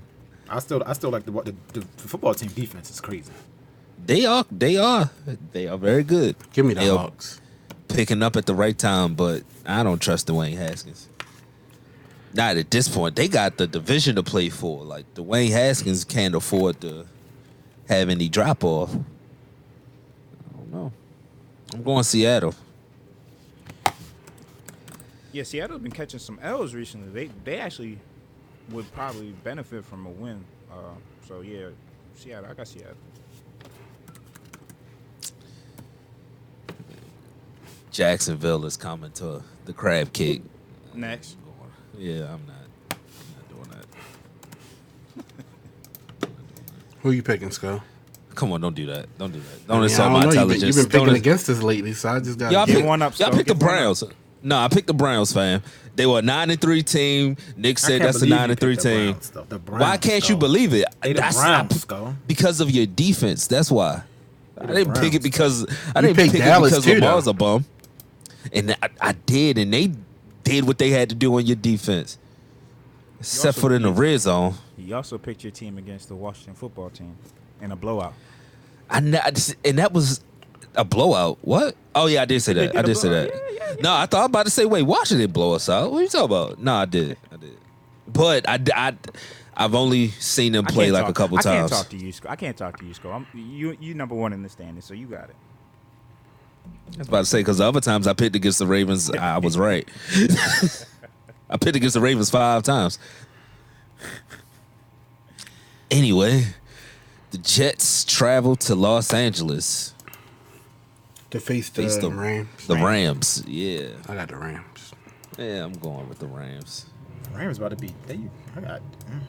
Speaker 5: I still I still like the the, the football team defense is crazy.
Speaker 1: They are, they are, they are very good.
Speaker 3: Give me the
Speaker 1: They are
Speaker 3: Hawks.
Speaker 1: picking up at the right time, but I don't trust Dwayne Haskins. Not at this point. They got the division to play for. Like Dwayne Haskins can't afford to have any drop off. I don't know. I'm going Seattle.
Speaker 2: Yeah, Seattle's been catching some L's recently. They they actually would probably benefit from a win. Uh, so yeah, Seattle. I got Seattle.
Speaker 1: Jacksonville is coming to the crab cake.
Speaker 2: Next.
Speaker 1: Yeah, I'm not. I'm not doing that.
Speaker 3: Who you picking, Skull?
Speaker 1: Come on, don't do that. Don't do that. Don't
Speaker 3: Yeah,
Speaker 1: insult my
Speaker 3: I don't know. You've been,
Speaker 1: intelligence.
Speaker 3: you've been
Speaker 1: Don't
Speaker 3: picking
Speaker 1: ins-
Speaker 3: against us lately, so I just got.
Speaker 1: Y'all
Speaker 2: Get
Speaker 1: pick,
Speaker 2: one up,
Speaker 1: y'all
Speaker 2: Stone.
Speaker 1: pick the
Speaker 2: Get one up.
Speaker 1: Browns. No, I picked the Browns, fam. They were a nine and three team. Nick
Speaker 5: I
Speaker 1: said
Speaker 5: can't
Speaker 1: that's a
Speaker 5: believe
Speaker 1: nine
Speaker 5: you
Speaker 1: and three
Speaker 5: picked the
Speaker 1: team.
Speaker 5: Browns, though. The
Speaker 1: Why
Speaker 5: Browns,
Speaker 1: can't you
Speaker 5: though.
Speaker 1: believe it?
Speaker 5: They the
Speaker 1: That's- I
Speaker 5: Browns,
Speaker 1: p-
Speaker 5: go.
Speaker 1: because of your defense. That's why. I
Speaker 5: the
Speaker 1: didn't pick
Speaker 5: Browns,
Speaker 1: it because I
Speaker 3: You
Speaker 1: didn't
Speaker 3: picked
Speaker 1: pick
Speaker 3: Dallas
Speaker 1: it because
Speaker 3: too,
Speaker 1: Lamar's
Speaker 3: though.
Speaker 1: a bum, and I, I did, and they did what they had to do on your defense, except
Speaker 2: also
Speaker 1: for in the red zone.
Speaker 2: You also picked your team against the Washington football team in a blowout.
Speaker 1: I, ne- I just, and that was a blowout. What? Oh yeah, I did say
Speaker 2: They
Speaker 1: that.
Speaker 2: did
Speaker 1: I
Speaker 2: a
Speaker 1: did say
Speaker 2: blowout.
Speaker 1: that. No, I thought I was about to say, wait, Washington blow us out. What are you talking about? No, I did. I did. But I, d- I, have only seen them
Speaker 2: I
Speaker 1: play
Speaker 2: can't
Speaker 1: like a
Speaker 2: talk-
Speaker 1: couple
Speaker 2: I
Speaker 1: times.
Speaker 2: can't talk to you, Sco. I can't talk to you, Sco. I'm, you you number one in the standings, so you got it.
Speaker 1: I was about to say because the other times I picked against the Ravens, I was right. I picked against the Ravens five times. Anyway, the Jets travel to Los Angeles.
Speaker 3: to face the,
Speaker 1: Face the
Speaker 3: Rams.
Speaker 1: The Rams, yeah,
Speaker 3: I got the Rams.
Speaker 1: yeah, I'm going with the Rams.
Speaker 5: Rams about to be they. I got. mm,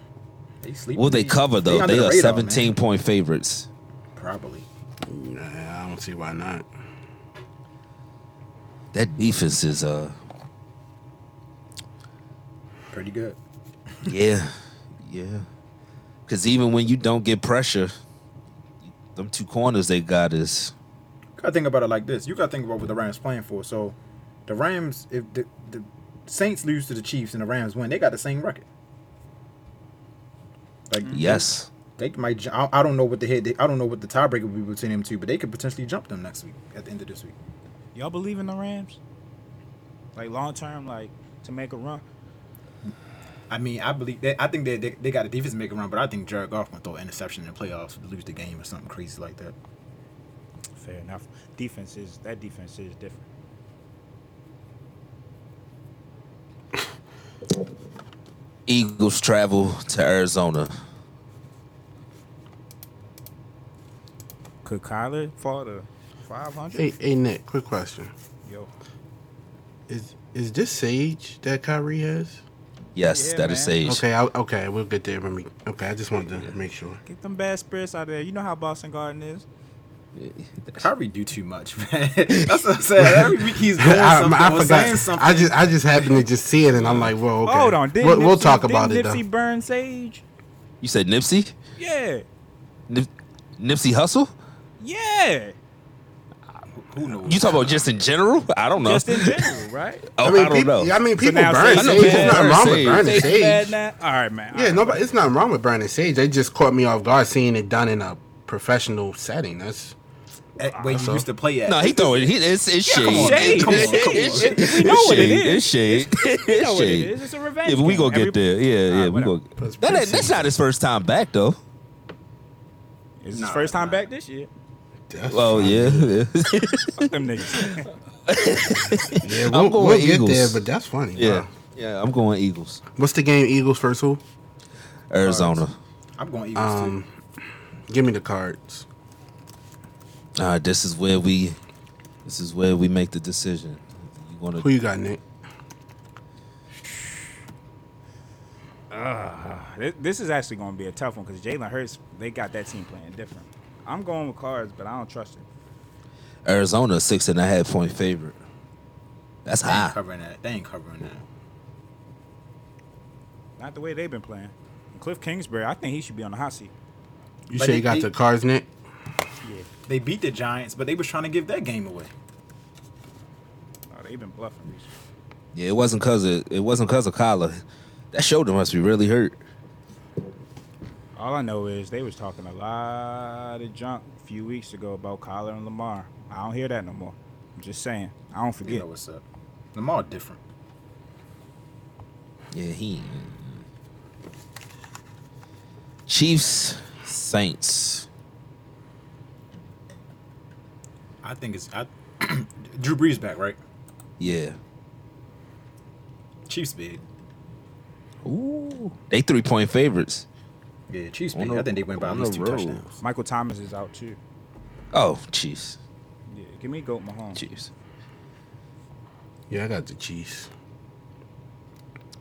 Speaker 5: They sleep.
Speaker 1: Will they cover though?
Speaker 5: under
Speaker 1: They,
Speaker 5: the
Speaker 1: are
Speaker 5: radar,
Speaker 1: 17
Speaker 5: man.
Speaker 1: point favorites.
Speaker 5: Probably.
Speaker 3: Nah, I don't see why not.
Speaker 1: That defense is uh,
Speaker 5: Pretty good.
Speaker 1: yeah, yeah. Because even when you don't get pressure, them two corners they got is
Speaker 5: Gotta think about it like this. You gotta think about what the Rams playing for. So, the Rams, if the, the Saints lose to the Chiefs and the Rams win, they got the same record. Like
Speaker 1: yes.
Speaker 5: they might. ju- I I don't know what the head. They, I don't know what the tiebreaker would be between them two, but they could potentially jump them next week at the end of this week.
Speaker 2: Y'all believe in the Rams? Like long term, like to make a run.
Speaker 5: I mean, I believe that. I think they, they they got a defense make a run, but I think Jared Goff gonna throw an interception in the playoffs, lose the game, or something crazy like that.
Speaker 2: Fair enough. Defense is that defense is different.
Speaker 1: Eagles travel to Arizona.
Speaker 2: Could Kyler fall to five hundred?
Speaker 3: Hey, hey, Nick. Quick question:
Speaker 2: Yo.
Speaker 3: Is is this Sage that Kyrie has?
Speaker 1: Yes,
Speaker 2: Yeah,
Speaker 1: that is Sage.
Speaker 2: man.
Speaker 3: Okay, I, okay, we'll get there when we. Okay, I just wanted to make sure.
Speaker 2: Get them bad spirits out there. You know how Boston Garden is.
Speaker 5: Kyrie do too much, man. That's what I'm saying. Every week he's doing
Speaker 3: I,
Speaker 5: something
Speaker 3: I
Speaker 5: or saying
Speaker 3: forgot.
Speaker 5: something.
Speaker 3: I just I just happened to just see it, and I'm like, well, okay.
Speaker 2: Hold on. Didn't
Speaker 3: we'll, we'll
Speaker 2: Nipsey-
Speaker 3: talk about
Speaker 2: didn't
Speaker 3: it
Speaker 2: Nipsey
Speaker 3: though.
Speaker 2: burn sage?
Speaker 1: You said Nipsey?
Speaker 2: Yeah.
Speaker 1: Nip- Nipsey Hustle?
Speaker 2: Yeah.
Speaker 5: Who knows?
Speaker 1: You talking about just in general? I don't know.
Speaker 2: Just in general, right?
Speaker 1: oh, I,
Speaker 3: mean,
Speaker 1: don't
Speaker 3: people,
Speaker 1: know.
Speaker 3: I mean, people
Speaker 2: now
Speaker 3: burn
Speaker 2: Sage-
Speaker 3: sage. It's
Speaker 1: Yeah,
Speaker 3: nothing
Speaker 1: burn
Speaker 3: wrong with
Speaker 1: sage.
Speaker 3: burning
Speaker 1: Sage
Speaker 2: Sage bad
Speaker 3: sage.
Speaker 2: now? All right, man. All
Speaker 3: Yeah,
Speaker 2: right.
Speaker 3: nobody. It's nothing wrong with burning sage. They just caught me off guard seeing it done in a professional setting. That's
Speaker 5: at where you
Speaker 3: So?
Speaker 5: used to play at.
Speaker 1: No, he throwing. He, it's it's
Speaker 5: Yeah, come
Speaker 1: shade.
Speaker 5: on, man. Come on,
Speaker 1: It's-
Speaker 5: come on.
Speaker 1: it's shade.
Speaker 2: We know
Speaker 1: It's shade. It's shade.
Speaker 2: what it is. You
Speaker 1: It's
Speaker 2: know what it
Speaker 1: shade.
Speaker 2: is. It's a revenge.
Speaker 1: If we
Speaker 2: game.
Speaker 1: gonna get
Speaker 2: Every-
Speaker 1: there, yeah,
Speaker 2: Nah,
Speaker 1: yeah, we
Speaker 2: whatever.
Speaker 1: gonna.
Speaker 3: That's
Speaker 1: That, ain't- that's
Speaker 3: preseason.
Speaker 1: not his first time back though.
Speaker 2: It's his
Speaker 5: Nah,
Speaker 2: first time
Speaker 5: nah.
Speaker 2: back this year.
Speaker 1: Well, Oh, yeah, yeah.
Speaker 2: Fuck them niggas.
Speaker 3: Yeah,
Speaker 1: I'm
Speaker 3: we'll,
Speaker 1: going
Speaker 3: we'll get
Speaker 1: Eagles.
Speaker 3: there, but that's funny.
Speaker 1: yeah,
Speaker 3: Wow.
Speaker 1: yeah. I'm going Eagles,
Speaker 3: What's the game? Eagles first. Who?
Speaker 1: Arizona.
Speaker 5: I'm going Eagles
Speaker 3: Um, give me the cards.
Speaker 1: Uh, this is where we, this is where we make the decision. You want
Speaker 3: Who
Speaker 1: to?
Speaker 3: you got, Nick?
Speaker 2: Thi- This is actually going to be a tough one because Jalen Hurts, they got that team playing different. I'm going with cards, but I don't trust it.
Speaker 1: Arizona six and a half point favorite. That's
Speaker 5: too. They ain't
Speaker 1: high.
Speaker 5: covering that. They ain't covering that.
Speaker 2: Not the way they've been playing. And Cliff Kingsbury, I think he should be on the hot seat.
Speaker 3: You
Speaker 5: But
Speaker 3: say you
Speaker 5: they-
Speaker 3: got
Speaker 5: they-
Speaker 3: the cards, Nick?
Speaker 2: Yeah.
Speaker 5: They beat the Giants, but they was trying to give that game away.
Speaker 2: Oh, they've been bluffing recently.
Speaker 1: Yeah, it wasn't cause of it wasn't cause of Kyler. That shoulder must be really hurt.
Speaker 2: All I know is they was talking a lot of junk a few weeks ago about Kyler and Lamar. I don't hear that no more. I'm just saying. I don't
Speaker 5: You
Speaker 2: forget.
Speaker 5: know what's up? Lamar different.
Speaker 1: Yeah, he. Chiefs, Saints.
Speaker 5: I think it's I, Drew Brees back, right?
Speaker 1: Yeah.
Speaker 5: Chiefs big.
Speaker 1: Ooh. They three point favorites.
Speaker 5: Yeah, Chiefs
Speaker 1: On
Speaker 5: big.
Speaker 1: the-
Speaker 5: I think they went by at
Speaker 1: on
Speaker 5: least
Speaker 1: the
Speaker 5: two
Speaker 1: road.
Speaker 5: touchdowns.
Speaker 2: Michael Thomas is out too.
Speaker 1: Oh, Chiefs.
Speaker 2: Yeah, give me Goat Mahomes.
Speaker 1: Chiefs.
Speaker 3: Yeah, I got the Chiefs.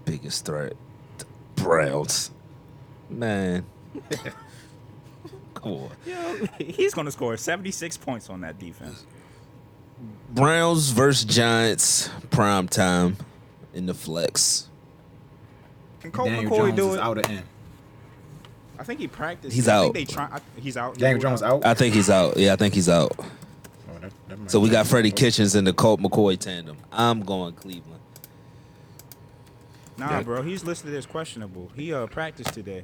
Speaker 1: Biggest threat. Browns. Man. Come on.
Speaker 2: Yo, he's gonna score 76 points on that defense.
Speaker 1: Browns versus Giants. Prime time. In the flex.
Speaker 2: Can Colt
Speaker 5: Daniel
Speaker 2: McCoy
Speaker 5: Jones
Speaker 2: do
Speaker 5: is
Speaker 2: it?
Speaker 5: out of end.
Speaker 2: I think he practiced.
Speaker 1: He's
Speaker 2: I
Speaker 1: out.
Speaker 2: Think they try, I- he's out.
Speaker 5: Daniel Jones out.
Speaker 1: I think he's out. Yeah, I think he's out.
Speaker 5: Oh, that- that might
Speaker 1: So we
Speaker 5: be-
Speaker 1: got Freddie Kitchens and the Colt McCoy tandem. I'm going Cleveland.
Speaker 2: Nah, bro, he's listed as questionable. He uh, practiced today.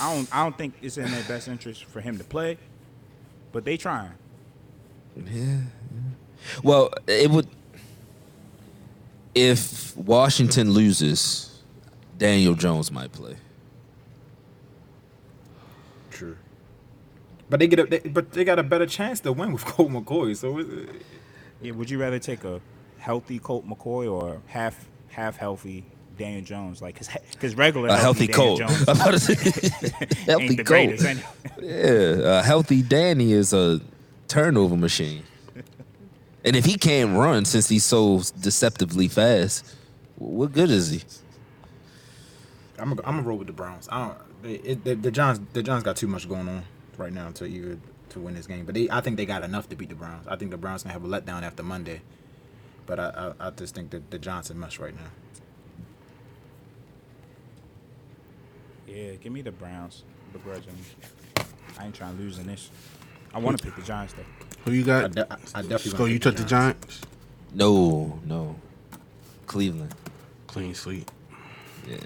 Speaker 2: I don't. I don't think it's in their best interest for him to play. But they trying.
Speaker 1: Well, it would if Washington loses, Daniel Jones might play.
Speaker 5: True. But they get a they, but they got a better chance to win with Colt McCoy. So it's,
Speaker 2: Yeah, would you rather take a healthy Colt McCoy or half half healthy Daniel Jones? Like, cause, cause regular
Speaker 1: A healthy
Speaker 2: Daniel
Speaker 1: Colt.
Speaker 2: Jones
Speaker 1: healthy
Speaker 2: ain't the
Speaker 1: Colt.
Speaker 2: greatest. ain't-
Speaker 1: Yeah, a healthy Danny is a turnover machine. And if he can't run since he's so deceptively fast, what good is he?
Speaker 5: I'm gonna, I'm gonna roll with the Browns. I don't. They, it, the, the Johns the Johns got too much going on right now to even to win this game. But they I think they got enough to beat the Browns. I think the Browns gonna have a letdown after Monday. But I I, I just think that the Johnson mess right now.
Speaker 2: Yeah, give me the Browns. Begrudgingly, I ain't trying to lose in this. I want to pick the Giants though.
Speaker 3: Who you
Speaker 5: I,
Speaker 3: got?
Speaker 5: de- I, I definitely.
Speaker 3: So
Speaker 5: gonna
Speaker 3: you
Speaker 5: pick
Speaker 3: took the Giants.
Speaker 1: No, no. Cleveland.
Speaker 3: Clean sweep.
Speaker 1: Yeah.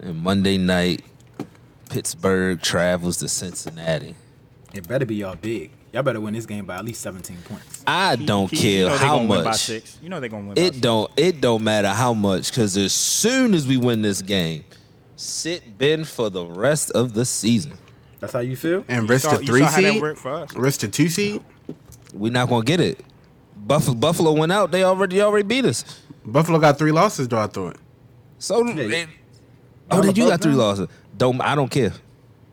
Speaker 1: And Monday night, Pittsburgh travels to Cincinnati.
Speaker 5: It better be y'all big. Y'all better win this game by at least 17 points.
Speaker 1: I don't
Speaker 2: He-
Speaker 1: care
Speaker 2: you know they
Speaker 1: how
Speaker 2: gonna Win by
Speaker 1: much.
Speaker 2: six. You know they're gonna win. by
Speaker 1: It
Speaker 2: six.
Speaker 1: don't it don't matter how much because as soon as we win this game, sit Ben for the rest of the season.
Speaker 5: That's how you feel?
Speaker 3: And
Speaker 2: You
Speaker 3: risk
Speaker 2: saw,
Speaker 3: the three
Speaker 2: you saw how that
Speaker 3: seed.
Speaker 2: worked for us.
Speaker 3: Risk the two seed.
Speaker 1: We're not gonna get it. Buffalo Buffalo went out. They already they already beat us.
Speaker 3: Buffalo got three losses. though, I thought?
Speaker 1: So
Speaker 5: Yeah.
Speaker 1: it- oh, did you got three losses? Don't I don't care.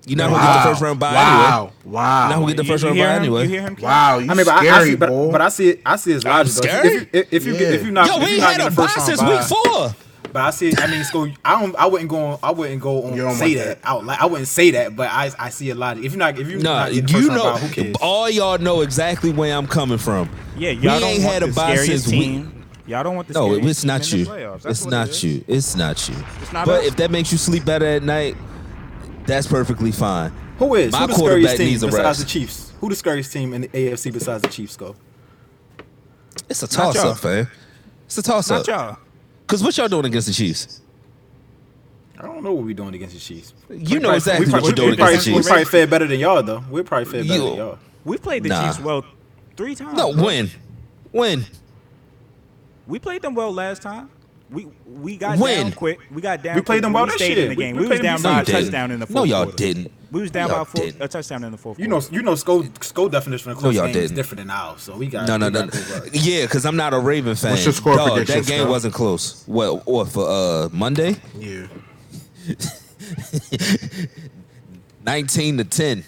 Speaker 1: You're not gonna get the first round by
Speaker 3: Wow.
Speaker 1: anyway.
Speaker 3: Wow.
Speaker 1: Now we get the
Speaker 2: You-
Speaker 1: first
Speaker 2: you
Speaker 1: round
Speaker 2: hear
Speaker 1: by
Speaker 2: him?
Speaker 1: anyway.
Speaker 2: You hear him? Keith?
Speaker 3: Wow. You
Speaker 5: I mean, but
Speaker 3: scary,
Speaker 5: I, I see, but,
Speaker 3: boy.
Speaker 5: but I see it. I see it's logical. If you-
Speaker 1: scary?
Speaker 5: If, if, you get, if you
Speaker 3: Yeah.
Speaker 5: not,
Speaker 1: Yo,
Speaker 5: if you
Speaker 1: we ain't
Speaker 5: not
Speaker 1: had
Speaker 5: getting
Speaker 1: a
Speaker 5: the first
Speaker 1: bye
Speaker 5: round
Speaker 1: since
Speaker 5: bye-
Speaker 1: week four.
Speaker 5: But I see. I mean, so I don't. I wouldn't go on. I wouldn't go on
Speaker 3: You don't
Speaker 5: say
Speaker 3: want
Speaker 5: that
Speaker 3: that.
Speaker 5: out loud. I wouldn't say that. But I I see a logic. If you're not, if you
Speaker 1: Nah,
Speaker 5: not getting the first
Speaker 1: you
Speaker 5: round
Speaker 1: know,
Speaker 5: bye, who cares?
Speaker 1: all y'all know exactly where I'm coming from.
Speaker 2: Yeah,
Speaker 1: we
Speaker 2: y'all don't
Speaker 1: ain't
Speaker 2: want
Speaker 1: had a
Speaker 2: the
Speaker 1: bye
Speaker 2: scariest
Speaker 1: since week.
Speaker 2: team. Y'all don't want the
Speaker 1: No,
Speaker 2: scariest
Speaker 1: it's not you.
Speaker 2: team in the playoffs. That's
Speaker 1: It's
Speaker 2: what it
Speaker 1: not
Speaker 2: is.
Speaker 1: you. It's not you.
Speaker 2: It's not
Speaker 1: but
Speaker 2: us.
Speaker 1: if that makes you sleep better at night, that's perfectly fine.
Speaker 5: Who is
Speaker 1: My
Speaker 5: who the
Speaker 1: quarterback
Speaker 5: scariest team
Speaker 1: needs a
Speaker 5: besides
Speaker 1: rest.
Speaker 5: the Chiefs? Who the scariest team in the AFC besides the Chiefs? Go.
Speaker 1: It's a toss
Speaker 2: y'all.
Speaker 1: up, fam. It's a toss
Speaker 2: Not
Speaker 1: up.
Speaker 2: y'all.
Speaker 1: Cause what y'all doing against the Chiefs?
Speaker 5: I don't know what we're doing against the Chiefs.
Speaker 1: You know exactly what
Speaker 5: probably-
Speaker 1: you're doing
Speaker 5: we probably,
Speaker 1: against the
Speaker 5: We
Speaker 1: Chiefs.
Speaker 5: probably fared better than y'all though. We probably fared better
Speaker 1: You-
Speaker 5: than y'all.
Speaker 2: We played the
Speaker 1: Nah.
Speaker 2: Chiefs well three times.
Speaker 1: No,
Speaker 2: bro.
Speaker 1: when? When?
Speaker 2: We played them well last time. We we got
Speaker 1: When?
Speaker 2: down quick. We got down.
Speaker 5: We played
Speaker 2: quick,
Speaker 5: them
Speaker 2: but
Speaker 5: well
Speaker 2: we
Speaker 5: this
Speaker 2: stayed
Speaker 5: year.
Speaker 2: In the
Speaker 5: We-
Speaker 2: game.
Speaker 5: we
Speaker 2: We, was
Speaker 5: played them
Speaker 2: down
Speaker 5: decent.
Speaker 2: by
Speaker 1: No,
Speaker 2: a
Speaker 1: you didn't.
Speaker 2: touchdown in the fourth
Speaker 1: No, y'all
Speaker 2: quarter.
Speaker 1: didn't.
Speaker 2: We was down
Speaker 1: Y'all
Speaker 2: by a, four,
Speaker 1: didn't.
Speaker 2: a touchdown in the fourth.
Speaker 5: You know,
Speaker 2: quarter.
Speaker 5: you know, score score definition of close
Speaker 1: y'all
Speaker 5: game is
Speaker 1: didn't.
Speaker 5: different than ours, so we got
Speaker 1: No, no,
Speaker 5: we
Speaker 1: no.
Speaker 5: got to, uh,
Speaker 1: Yeah, because I'm not a Raven fan.
Speaker 3: your score
Speaker 1: Dog,
Speaker 3: prediction,
Speaker 1: That game
Speaker 3: Scott?
Speaker 1: wasn't close. What? Or for uh, Monday,
Speaker 3: Yeah.
Speaker 1: nineteen to ten.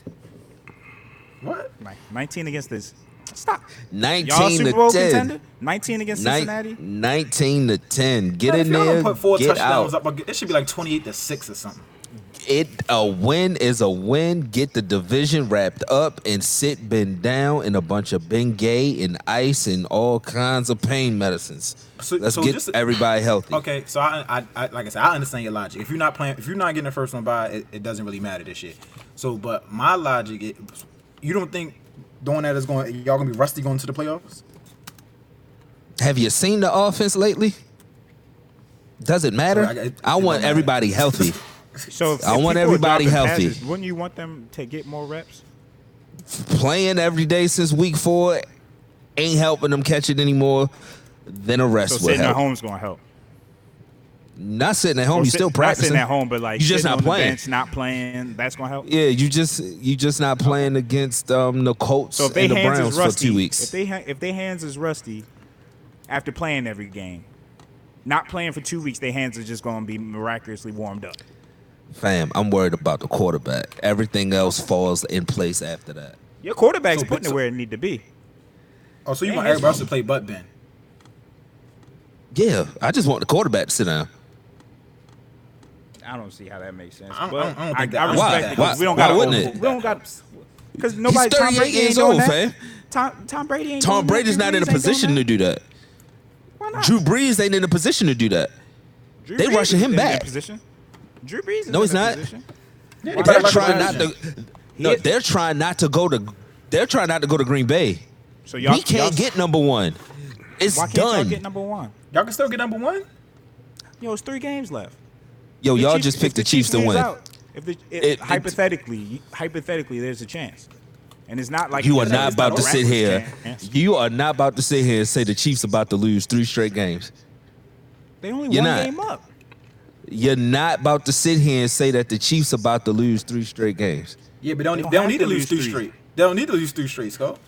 Speaker 5: What?
Speaker 2: Ni- Nineteen against this. Stop. Y'all
Speaker 1: Nineteen
Speaker 2: Super
Speaker 1: to
Speaker 2: Bowl
Speaker 1: ten.
Speaker 2: contender. Nineteen against
Speaker 1: Nin-
Speaker 2: Cincinnati.
Speaker 1: Nineteen to ten. Get
Speaker 5: Man, if
Speaker 1: in
Speaker 5: y'all
Speaker 1: there.
Speaker 5: don't put four
Speaker 1: get
Speaker 5: touchdowns
Speaker 1: out.
Speaker 5: up, it should be like twenty-eight to six or something.
Speaker 1: It a win is a win. Get the division wrapped up and sit bend down in a bunch of Bengay and ice and all kinds of pain medicines.
Speaker 5: So-
Speaker 1: Let's
Speaker 5: so
Speaker 1: get
Speaker 5: just-
Speaker 1: everybody healthy.
Speaker 5: Okay, so I, I, I, like I said, I understand your logic. If you're not playing, if you're not getting the first one by, it, it doesn't really matter this shit. So, but my logic, is, you don't think doing that is going, y'all gonna be rusty going to the playoffs?
Speaker 1: Have you seen the offense lately? Does it matter?
Speaker 5: Bro, I- it-
Speaker 1: I want
Speaker 5: it don't matter.
Speaker 1: everybody healthy.
Speaker 2: So if,
Speaker 1: I
Speaker 2: if
Speaker 1: want
Speaker 2: people are
Speaker 1: everybody
Speaker 2: dropping
Speaker 1: healthy.
Speaker 2: passes, wouldn't you want them to get more reps?
Speaker 1: Playing every day since week four ain't helping them catch it anymore. Then a
Speaker 2: So
Speaker 1: rest will
Speaker 2: sitting
Speaker 1: help.
Speaker 2: at home's gonna help.
Speaker 1: Not sitting at home,
Speaker 2: Or
Speaker 1: you
Speaker 2: sit-
Speaker 1: still practicing
Speaker 2: Not sitting at home, but like
Speaker 1: you just
Speaker 2: sitting
Speaker 1: not
Speaker 2: on the
Speaker 1: playing.
Speaker 2: bench, not playing. That's gonna help.
Speaker 1: Yeah, you just you just not playing against um, the Colts
Speaker 2: So if they
Speaker 1: and the
Speaker 2: hands
Speaker 1: Browns
Speaker 2: is rusty,
Speaker 1: for two weeks.
Speaker 2: if they ha- if they hands is rusty, after playing every game, not playing for two weeks, their hands are just gonna be miraculously warmed up.
Speaker 1: Fam, I'm worried about the quarterback. Everything else falls in place after that.
Speaker 2: Your quarterback's
Speaker 5: So-
Speaker 2: putting
Speaker 5: so-
Speaker 2: it where it need to be.
Speaker 5: Oh, so you
Speaker 2: Yeah,
Speaker 5: want
Speaker 2: he's
Speaker 5: everybody else to play butt Ben?
Speaker 1: Yeah, I just want the quarterback to sit down.
Speaker 2: I don't see how that makes sense.
Speaker 5: I don't-
Speaker 2: but
Speaker 5: I don't- I don't think
Speaker 2: I,
Speaker 5: that-
Speaker 2: I
Speaker 1: Why?
Speaker 2: respect it 'cause
Speaker 1: Why-
Speaker 2: we don't
Speaker 1: why
Speaker 2: got
Speaker 1: wouldn't it?
Speaker 2: We don't got because nobody. Tom
Speaker 1: 38
Speaker 2: Brady
Speaker 1: years
Speaker 2: ain't doing
Speaker 1: old,
Speaker 2: that.
Speaker 1: fam.
Speaker 2: Tom, Tom Brady ain't.
Speaker 1: Tom
Speaker 2: doing that.
Speaker 1: Brady's
Speaker 2: Drew
Speaker 1: not in a
Speaker 2: Brees ain't doing
Speaker 1: position to
Speaker 2: that.
Speaker 1: do that.
Speaker 2: Why not?
Speaker 1: Drew Brees ain't in a position to do that.
Speaker 2: Drew
Speaker 1: they
Speaker 2: Brees
Speaker 1: rushing him
Speaker 2: is in that
Speaker 1: back.
Speaker 2: Position. Drew Brees. Is
Speaker 1: No, he's
Speaker 2: in that
Speaker 1: not.
Speaker 2: Position.
Speaker 5: Why
Speaker 1: They're
Speaker 5: not?
Speaker 1: trying
Speaker 5: Why
Speaker 1: not to. No, they're trying not to go to. They're trying not to go to Green Bay.
Speaker 2: So y'all
Speaker 1: we can't
Speaker 2: y'all-
Speaker 1: get number one. It's
Speaker 2: Why can't y'all
Speaker 1: done.
Speaker 2: get number one?
Speaker 5: Y'all can still get number one.
Speaker 2: Yo, it's three games left.
Speaker 1: Yo,
Speaker 2: The
Speaker 1: y'all
Speaker 2: Chiefs-
Speaker 1: just
Speaker 2: if
Speaker 1: picked the Chiefs to
Speaker 2: wins
Speaker 1: win.
Speaker 2: out, if the, it,
Speaker 1: It-
Speaker 2: hypothetically, hypothetically, there's a chance, and it's not like
Speaker 1: You are
Speaker 2: it's
Speaker 1: not
Speaker 2: it's
Speaker 1: about
Speaker 2: a
Speaker 1: to sit
Speaker 2: reckless
Speaker 1: here.
Speaker 2: chance.
Speaker 1: You are not about to sit here and say the Chiefs about to lose three straight games.
Speaker 2: They only
Speaker 1: You're
Speaker 2: one
Speaker 1: not.
Speaker 2: game up.
Speaker 1: You're not about to sit here and say that the Chiefs about to lose three straight games.
Speaker 5: Yeah, but they don't,
Speaker 2: don't
Speaker 5: they don't
Speaker 2: have
Speaker 5: need
Speaker 2: to
Speaker 5: to lose
Speaker 2: lose
Speaker 5: three
Speaker 2: three.
Speaker 5: straight. They don't need to lose three straight, Scott.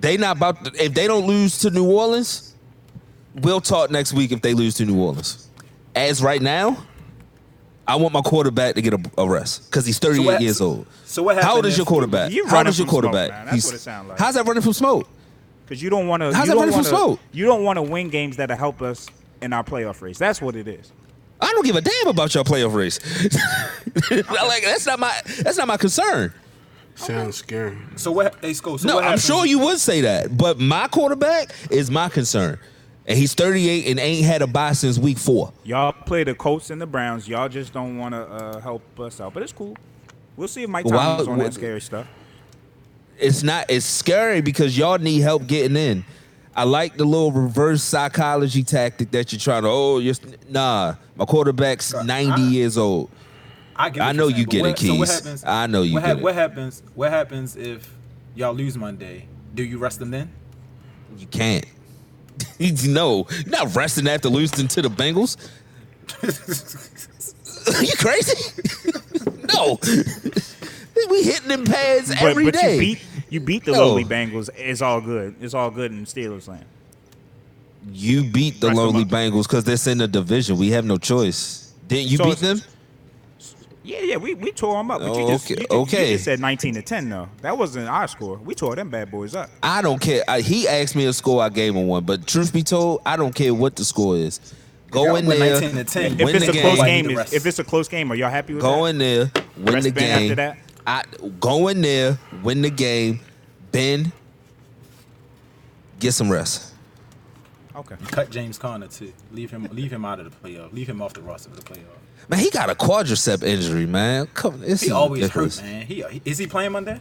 Speaker 1: They not about to, if they don't lose to New Orleans, we'll talk next week if they lose to New Orleans. As right now, I want my quarterback to get a, a rest because he's 38
Speaker 5: So what-
Speaker 1: years old.
Speaker 5: so what
Speaker 1: How old
Speaker 5: happened
Speaker 1: is
Speaker 5: if-
Speaker 1: your quarterback?
Speaker 2: You
Speaker 1: How old
Speaker 2: running
Speaker 1: is your
Speaker 2: from smoke,
Speaker 1: quarterback?
Speaker 2: man. That's
Speaker 1: He's-
Speaker 2: what it sound like.
Speaker 1: How's that running from smoke?
Speaker 2: Because you don't want to.
Speaker 1: How's
Speaker 2: you
Speaker 1: that
Speaker 2: don't
Speaker 1: running
Speaker 2: want
Speaker 1: from
Speaker 2: to.
Speaker 1: smoke?
Speaker 2: You don't want to win games that'll help us in our playoff race. That's what it is.
Speaker 1: I don't give a damn about your playoff race. like that's not my that's not my concern.
Speaker 3: Sounds scary.
Speaker 5: So what? Hey, Scott. So
Speaker 1: No,
Speaker 5: what
Speaker 1: I'm
Speaker 5: happens-
Speaker 1: sure you would say that, but my quarterback is my concern, and he's 38 and ain't had a bye since week four.
Speaker 2: Y'all play the Colts and the Browns. Y'all just don't want to uh, help us out, but it's cool. We'll see if Mike
Speaker 1: Well, why-
Speaker 2: Tomlin's on
Speaker 1: what-
Speaker 2: that scary stuff.
Speaker 1: It's not. It's scary because y'all need help getting in. I like the little reverse psychology tactic that you're trying to. Oh, you're, nah, my quarterback's 90
Speaker 5: I-
Speaker 1: years old.
Speaker 5: I, get what
Speaker 1: I
Speaker 5: you're
Speaker 1: know
Speaker 5: saying,
Speaker 1: you
Speaker 5: but
Speaker 1: get it,
Speaker 5: what- so what
Speaker 1: Keys.
Speaker 5: happens-
Speaker 1: I know you
Speaker 5: what
Speaker 1: get it.
Speaker 5: What happens? What happens if y'all lose Monday? Do you rest them then?
Speaker 1: You can't. no, you're not resting after losing to the Bengals. you crazy? no. we hitting them pads
Speaker 2: But,
Speaker 1: every day.
Speaker 2: but you beat you beat the
Speaker 1: No.
Speaker 2: lowly Bengals. It's all good. It's all good in Steelers land.
Speaker 1: You beat the
Speaker 2: Rest 'em
Speaker 1: lonely
Speaker 2: up.
Speaker 1: Bengals because they're in the division. We have no choice. Didn't you
Speaker 2: So
Speaker 1: beat
Speaker 2: it's-
Speaker 1: them?
Speaker 2: Yeah, yeah, we, we tore them up. But you
Speaker 1: Oh,
Speaker 2: just,
Speaker 1: okay,
Speaker 2: you, ju- you
Speaker 1: okay.
Speaker 2: just said 19 to 10, though. That wasn't our score. We tore them bad boys up.
Speaker 1: I don't care. I, he asked me a score. I gave him one. But truth be told, I don't care what the score is. Go
Speaker 5: Y'all
Speaker 1: in
Speaker 5: win
Speaker 1: there.
Speaker 5: 19 to 10.
Speaker 2: If
Speaker 1: Win
Speaker 2: it's
Speaker 1: the
Speaker 2: a close
Speaker 1: game.
Speaker 2: game,
Speaker 5: Like the
Speaker 2: is, if
Speaker 5: rest.
Speaker 2: it's a close game, are y'all happy with
Speaker 1: Go
Speaker 2: that?
Speaker 1: in there. Win
Speaker 2: Rest
Speaker 1: the
Speaker 2: band after
Speaker 1: game.
Speaker 2: that?
Speaker 1: I go in there. Win the game. Then get some rest.
Speaker 2: Okay.
Speaker 5: Cut James Conner too. Leave him. Leave him out of the playoff. Leave him off the roster of the playoff.
Speaker 1: Man, he got a quadricep injury, man. Come, this
Speaker 5: He
Speaker 1: is
Speaker 5: always
Speaker 1: ridiculous.
Speaker 5: hurt, man. He he- is he playing Monday?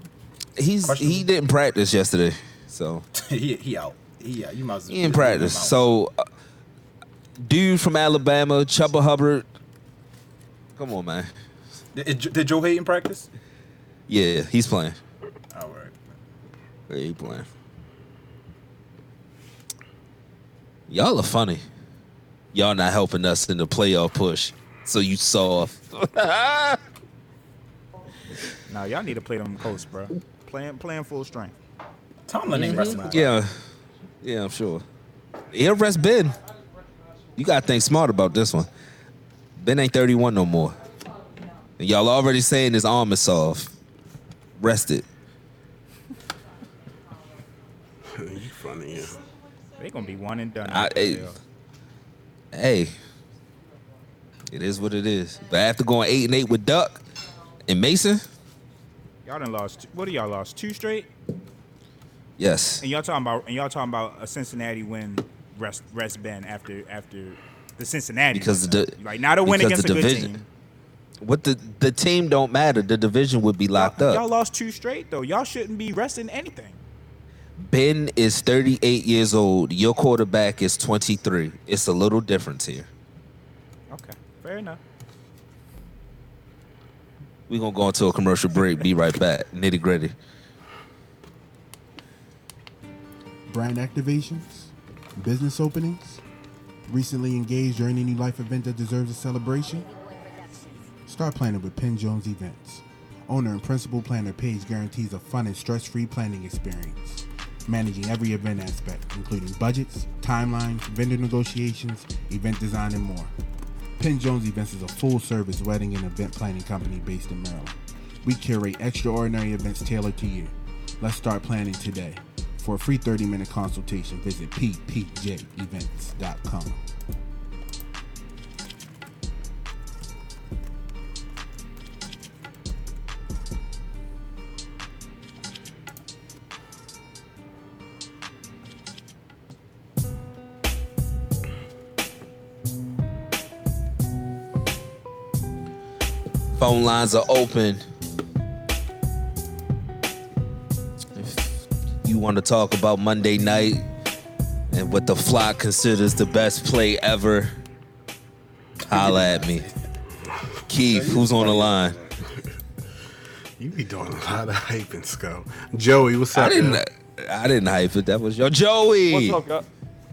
Speaker 1: He's he
Speaker 5: Questionable.
Speaker 1: didn't practice yesterday, so
Speaker 5: he he out. He out. You might as well
Speaker 1: he didn't
Speaker 5: just leave him
Speaker 1: practice.
Speaker 5: out.
Speaker 1: So, uh, dude from Alabama, Chuba Hubbard. Come on, man.
Speaker 5: did, did Joe Hayden practice?
Speaker 1: Yeah, he's playing.
Speaker 5: All right.
Speaker 1: They ain't playing. Y'all are funny. Y'all not helping us in the playoff push. So you soft.
Speaker 2: Now y'all need to play them close, bro. Playing playing full strength.
Speaker 5: Tomlin ain't wrestling.
Speaker 1: yeah. Yeah, I'm sure. He'll rest Ben. You gotta think smart about this one. Ben ain't 31 no more. And y'all already saying his arm is soft. Rest it.
Speaker 3: you funny. Yeah.
Speaker 2: They gonna be one and done.
Speaker 1: I- hey. hey, it is what it is. But after going eight and eight with Duck and Mason,
Speaker 2: y'all done lost. What do y'all lost? Two straight.
Speaker 1: yes,
Speaker 2: And y'all talking about and y'all talking about a Cincinnati win rest rest Ben after after the Cincinnati
Speaker 1: Because
Speaker 2: win,
Speaker 1: the-
Speaker 2: though. like not a win
Speaker 1: because
Speaker 2: against
Speaker 1: the
Speaker 2: a good
Speaker 1: division-
Speaker 2: team.
Speaker 1: what the the team don't matter. The division would be locked
Speaker 2: Y'all,
Speaker 1: up.
Speaker 2: y'all lost two straight though. Y'all shouldn't be resting anything.
Speaker 1: ben is 38 years old. Your quarterback is 23. It's a little difference here.
Speaker 2: Okay, fair enough.
Speaker 1: We're gonna go into a commercial break. Be right back. Nitty gritty.
Speaker 6: brand activations, business openings, recently engaged or any new life event that deserves a celebration? Start planning with Penn Jones Events. Owner and principal planner Paige guarantees a fun and stress free planning experience, managing every event aspect, including budgets, timelines, vendor negotiations, event design, and more. Penn Jones Events is a full service wedding and event planning company based in Maryland. We curate extraordinary events tailored to you. Let's start planning today. For a free 30 minute consultation, visit ppjevents.com.
Speaker 1: Phone lines are open. If you want to talk about Monday night and what the flock considers the best play ever, holla at me. Keith, who's on the line?
Speaker 3: You be doing a lot of hyping, Sco. Joey, what's up?
Speaker 1: I didn't.
Speaker 3: man?
Speaker 1: I didn't hype it. That was your Joey.
Speaker 7: What's up, guys?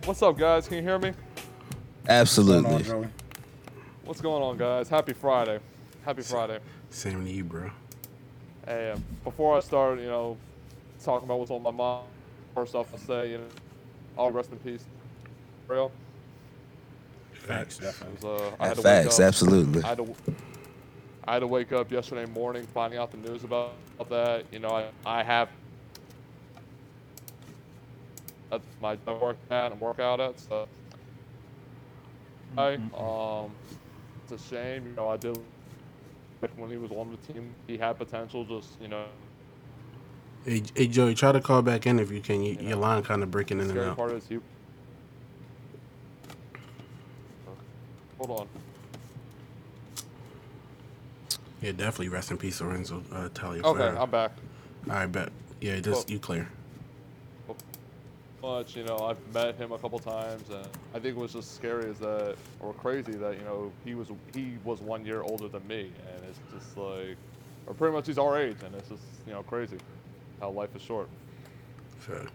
Speaker 7: What's up, guys? Can you hear me?
Speaker 5: Hold on,
Speaker 1: Absolutely.
Speaker 5: Joey.
Speaker 7: What's going on, guys? Happy Friday. Happy Friday.
Speaker 3: Same to you, bro.
Speaker 7: Hey, um, before I start, you know, talking about what's on my mind, first off, I'll say, you know, I'll rest in peace. For real.
Speaker 5: Facts, definitely.
Speaker 7: It was, uh, I had to wake
Speaker 1: Facts,
Speaker 7: up-
Speaker 1: absolutely.
Speaker 7: I had, to, I had to wake up yesterday morning finding out the news about that. You know, I, I have that's my I work at and work out at. So, I um, it's a shame. You know, I did like when he was on the team, he had potential. Just you know,
Speaker 3: Hey, hey, Joey, try to call back in if you can. You, your line kind of breaking in and
Speaker 7: scary
Speaker 3: out.
Speaker 7: part is he. Hold on.
Speaker 3: Yeah, definitely. Rest in peace, Lorenzo. Uh, Talia.
Speaker 7: Okay,
Speaker 3: Ferrero.
Speaker 7: I'm back.
Speaker 3: All right, bet. Yeah, just
Speaker 7: Cool.
Speaker 3: you clear.
Speaker 7: much. You know, I've met him a couple times, and I think what's just scary is that, or crazy that you know he was he was one year older than me, and it's just like, or pretty much he's our age, and it's just you know crazy how life is short.
Speaker 3: So,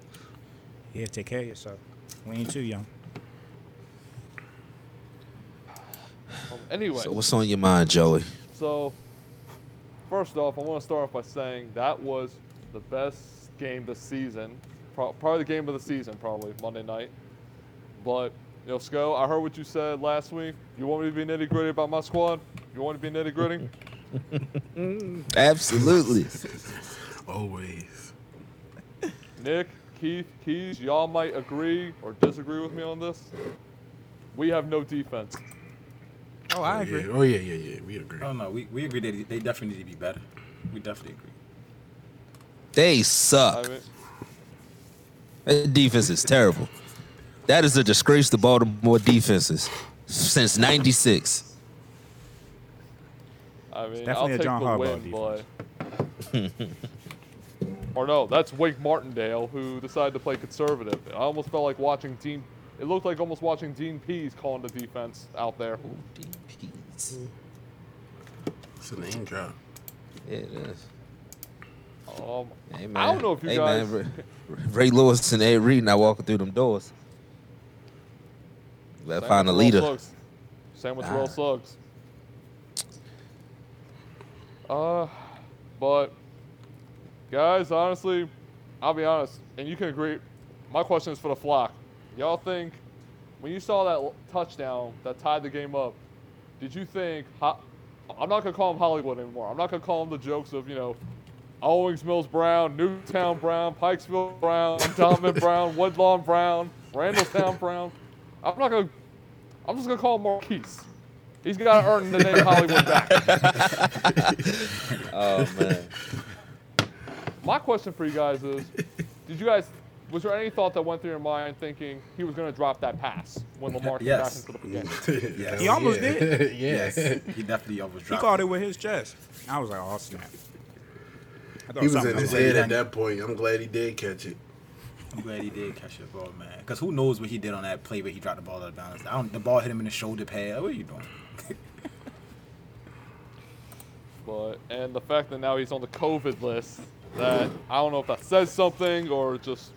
Speaker 2: Yeah, take care of yourself. We ain't too young.
Speaker 7: Um, anyway,
Speaker 1: So what's on your mind, Joey?
Speaker 7: So, first off, I want to start off by saying that was the best game this season, pro- probably the game of the season, probably Monday night. But you know, Sco, I heard what you said last week. You want me to be nitty gritty about my squad? You want me to be nitty gritty?
Speaker 1: Absolutely.
Speaker 3: always.
Speaker 7: Nick, Keith, Keys, y'all might agree or disagree with me on this. We have no defense.
Speaker 2: Oh, I
Speaker 3: Oh,
Speaker 2: agree.
Speaker 3: yeah. Oh, yeah, yeah, yeah. We agree.
Speaker 5: Oh no, we, we agree that they definitely need to be better. We definitely agree.
Speaker 1: they
Speaker 7: I
Speaker 1: suck.
Speaker 7: mean,
Speaker 1: That defense is terrible. That is a disgrace to Baltimore defenses since '96.
Speaker 7: I mean,
Speaker 2: definitely
Speaker 7: I'll
Speaker 2: a
Speaker 7: take
Speaker 2: John
Speaker 7: the
Speaker 2: Harbaugh
Speaker 7: win, but. or no, that's Wake Martindale who decided to play conservative. I almost felt like watching Dean. It looked like almost watching Dean Pease calling the defense out there.
Speaker 3: It's a name drop.
Speaker 1: Yeah, it is.
Speaker 7: Um,
Speaker 1: Hey, man.
Speaker 7: I don't know if you
Speaker 1: Hey,
Speaker 7: guys.
Speaker 1: man, Ray, Ray Lewis and Ed Reed not walking through them doors. Better
Speaker 7: Same
Speaker 1: find a
Speaker 7: with Terrell
Speaker 1: leader.
Speaker 7: Suggs. Same with Terrell
Speaker 1: Ah.
Speaker 7: Suggs. Uh, but guys, honestly, I'll be honest, and you can agree. My question is for the flock. Y'all think when you saw that l- touchdown that tied the game up, did you think? Ho- I'm not gonna call him Hollywood anymore. I'm not gonna call him the jokes of you know. Owings Mills Brown, Newtown Brown, Pikesville Brown, Donovan Brown, Woodlawn Brown, Randallstown Brown. I'm not gonna. I'm just gonna call him Marquise. He's gotta earn the name Hollywood back.
Speaker 1: Oh man.
Speaker 7: My question for you guys is: Did you guys? Was there any thought that went through your mind thinking he was gonna drop that pass when Lamar came
Speaker 5: Yes.
Speaker 7: back into the game?
Speaker 5: Yes.
Speaker 2: He
Speaker 3: Oh,
Speaker 2: almost did.
Speaker 5: Yes.
Speaker 3: yes.
Speaker 5: He definitely overdropped.
Speaker 2: He caught it with his chest. I was like, oh snap. I thought
Speaker 3: He was
Speaker 2: something
Speaker 3: in his
Speaker 2: was-
Speaker 5: glad he
Speaker 3: head at
Speaker 5: didn't-
Speaker 3: that point. I'm glad he did catch it.
Speaker 5: I'm glad he did catch the ball, man. Because who knows what he did on that play where he dropped the ball out of bounds. I don't, the ball hit him in the shoulder pad. Like, What are you doing?
Speaker 7: But and the fact that now he's on the COVID list, that I don't know if that says something or just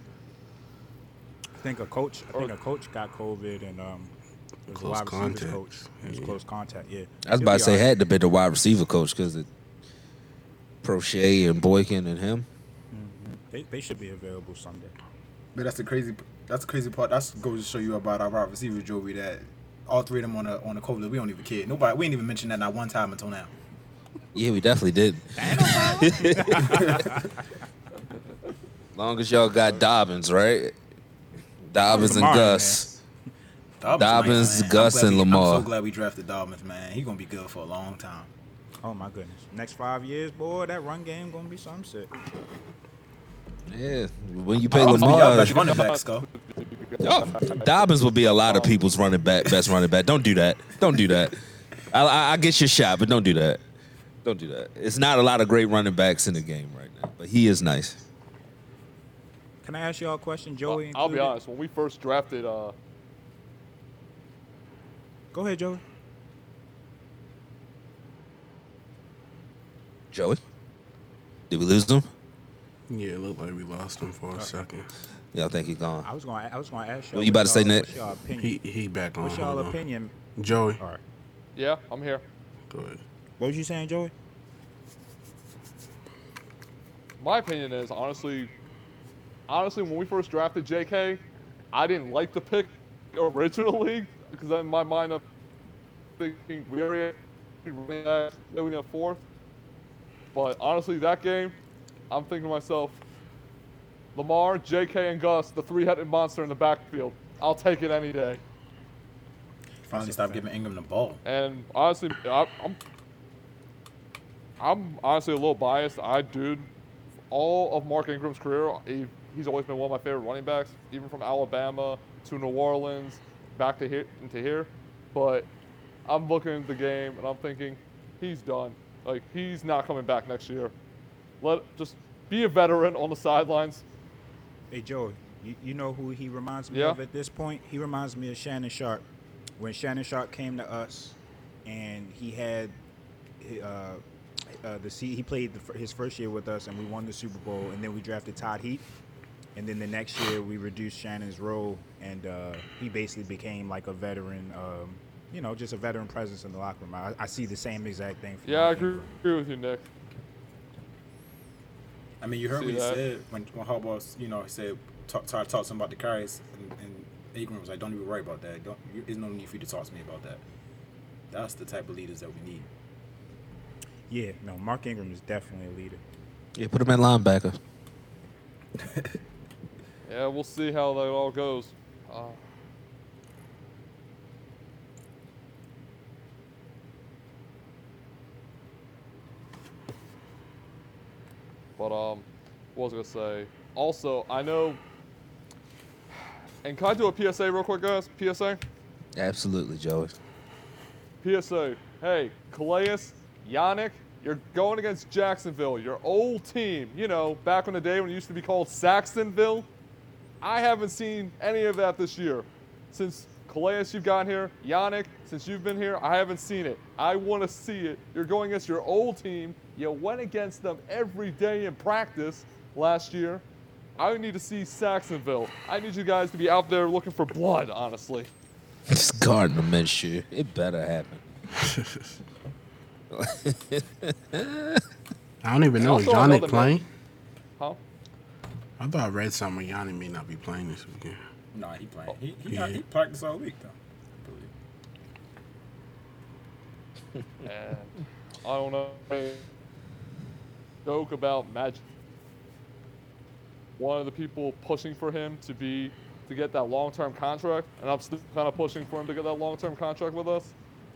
Speaker 2: I think a coach. I think a coach got COVID and um. It was
Speaker 3: Close
Speaker 2: a wide receivers
Speaker 3: contact.
Speaker 2: coach. It was close contact. Yeah.
Speaker 1: I was
Speaker 2: He'll
Speaker 1: about
Speaker 2: be
Speaker 1: to say
Speaker 2: all right.
Speaker 1: had to be the wide receiver coach because it Prochet and Boykin and him.
Speaker 2: They, they should be available someday.
Speaker 5: But that's the crazy. That's the crazy part. That's goes to show you about our wide receiver jewelry that all three of them on the on the COVID. We don't even care. Nobody. We ain't even mentioned that not one time until now.
Speaker 1: Yeah, we definitely did. Long as y'all got Dobbins, right? Dobbins and
Speaker 2: Lamar,
Speaker 1: Gus.
Speaker 5: Dobbins,
Speaker 1: Dobbins,
Speaker 5: man. I'm
Speaker 1: Gus,
Speaker 5: glad
Speaker 1: and
Speaker 5: we-
Speaker 1: Lamar.
Speaker 5: I'm so glad we drafted Dobbins, man. He gonna be good for a long time.
Speaker 2: Oh my goodness. Next five years, boy, that run game gonna be some shit.
Speaker 1: Yeah, when you pay
Speaker 5: Oh, I'm sorry, y'all
Speaker 1: Lamar,
Speaker 5: best running backs go.
Speaker 1: y'all- Dobbins will be a lot of people's running back, best running back. Don't do that. Don't do that. I, I, I get your shot, but don't do that. Don't do that. It's not a lot of great running backs in the game right now, but he is nice.
Speaker 2: Can I ask y'all a question,
Speaker 7: I'll,
Speaker 2: Joey?
Speaker 7: I'll be
Speaker 2: included?
Speaker 7: honest. When we first drafted, uh,
Speaker 2: Go ahead, Joey.
Speaker 1: Joey, did we lose him?
Speaker 3: Yeah, it looked like we lost him for a second.
Speaker 1: Yeah, I think he's gone.
Speaker 2: I was gonna I was gonna ask y'all.
Speaker 1: What you about to
Speaker 2: what's
Speaker 1: say,
Speaker 2: y'all-
Speaker 1: Nick?
Speaker 2: What's y'all opinion?
Speaker 3: He he back on.
Speaker 2: what's y'all
Speaker 3: Hold on.
Speaker 2: opinion?
Speaker 3: Joey,
Speaker 2: All right.
Speaker 7: yeah, I'm here.
Speaker 3: go ahead.
Speaker 2: What was you saying, Joey?
Speaker 7: my opinion is honestly, honestly, when we first drafted J.K., I didn't like the pick originally because in my mind I'm thinking we already ran that then we have fourth. But honestly, that game, I'm thinking to myself, Lamar, J.K., and Gus, the three-headed monster in the backfield. I'll take it any day.
Speaker 5: Finally, stop giving Ingram the ball.
Speaker 7: And honestly, I, I'm I'm honestly a little biased. I dude, all of Mark Ingram's career, he, he's always been one of my favorite running backs, even from Alabama to New Orleans, back to here into here. But I'm looking at the game and I'm thinking, he's done. Like he's not coming back next year. Let just be a veteran on the sidelines.
Speaker 2: Hey, Joey. You, you know who he reminds me
Speaker 7: Yeah.
Speaker 2: of at this point? He reminds me of Shannon Sharp. When Shannon Sharp came to us, and he had, uh, uh, the C, he played the, fir- his first year with us, and we won the Super Bowl, and then we drafted Todd Heap, and then the next year we reduced Shannon's role, and uh, he basically became like a veteran, um, you know, just a veteran presence in the locker room. I, I see the same exact thing. From
Speaker 7: Yeah, I
Speaker 2: Mark
Speaker 7: agree,
Speaker 2: Ingram.
Speaker 7: agree with you, Nick.
Speaker 5: I mean, you heard
Speaker 7: See
Speaker 5: what he
Speaker 7: that?
Speaker 5: said when when Harbaugh, you know, he said talk talk, talk to him about the carries, and, and Ingram was like, "Don't even worry about that. Don't. you- There's no need for you to talk to me about that." That's the type of leaders that we need.
Speaker 2: Yeah, no, Mark Ingram is definitely a leader.
Speaker 1: Yeah, put him at linebacker.
Speaker 7: Yeah, we'll see how that all goes. Uh, but um, what was I gonna say? Also, I know. And can I do a PSA real quick, guys? PSA.
Speaker 1: Absolutely, Joey.
Speaker 7: PSA. Hey, Calais, Yannick, you're going against Jacksonville, your old team. You know, back in the day when it used to be called Saxonville. I haven't seen any of that this year. Since Calais, you've got here. Yannick, since you've been here, I haven't seen it. I want to see it. You're going against your old team. You went against them every day in practice last year. I need to see Saxonville. I need you guys to be out there looking for blood, honestly.
Speaker 1: It's Gardner Minshew. It better happen.
Speaker 3: I don't even know. Is
Speaker 7: Also, I know
Speaker 3: Yannick
Speaker 7: the-
Speaker 3: playing?
Speaker 7: Huh?
Speaker 3: I thought I read somewhere Yannick may not be playing this weekend.
Speaker 5: Nah, he playing. He he,
Speaker 3: Yeah.
Speaker 5: he practiced all week though. I believe.
Speaker 7: And I don't know. Joke about Magic. One of the people pushing for him to be to get that long-term contract, and I'm still kind of pushing for him to get that long-term contract with us.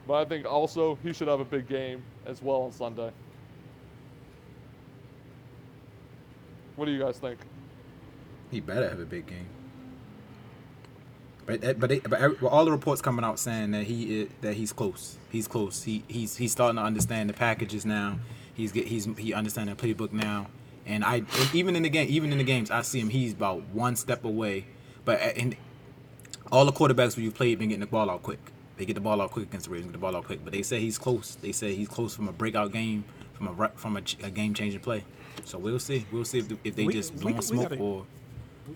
Speaker 7: But I think also he should have a big game as well on Sunday. What do you guys think?
Speaker 5: He better have a big game. But eh, but they, but every- well, all the reports coming out saying that he i- that he's close. He's close. He he's he's starting to understand the packages now. He's get he's he understand the playbook now. And I and even in the game even in the games I see him. He's about one step away. But eh, and all the quarterbacks we've played been getting the ball out quick. They get the ball out quick against the Ravens. Get the ball out quick. But they say he's close. They say he's close from a breakout game, from a re- from a, ch- a game changing play. So we'll see. We'll see if, the, if they
Speaker 2: We-
Speaker 5: just
Speaker 2: we-
Speaker 5: blowing
Speaker 2: we
Speaker 5: smoke
Speaker 2: gotta-
Speaker 5: or.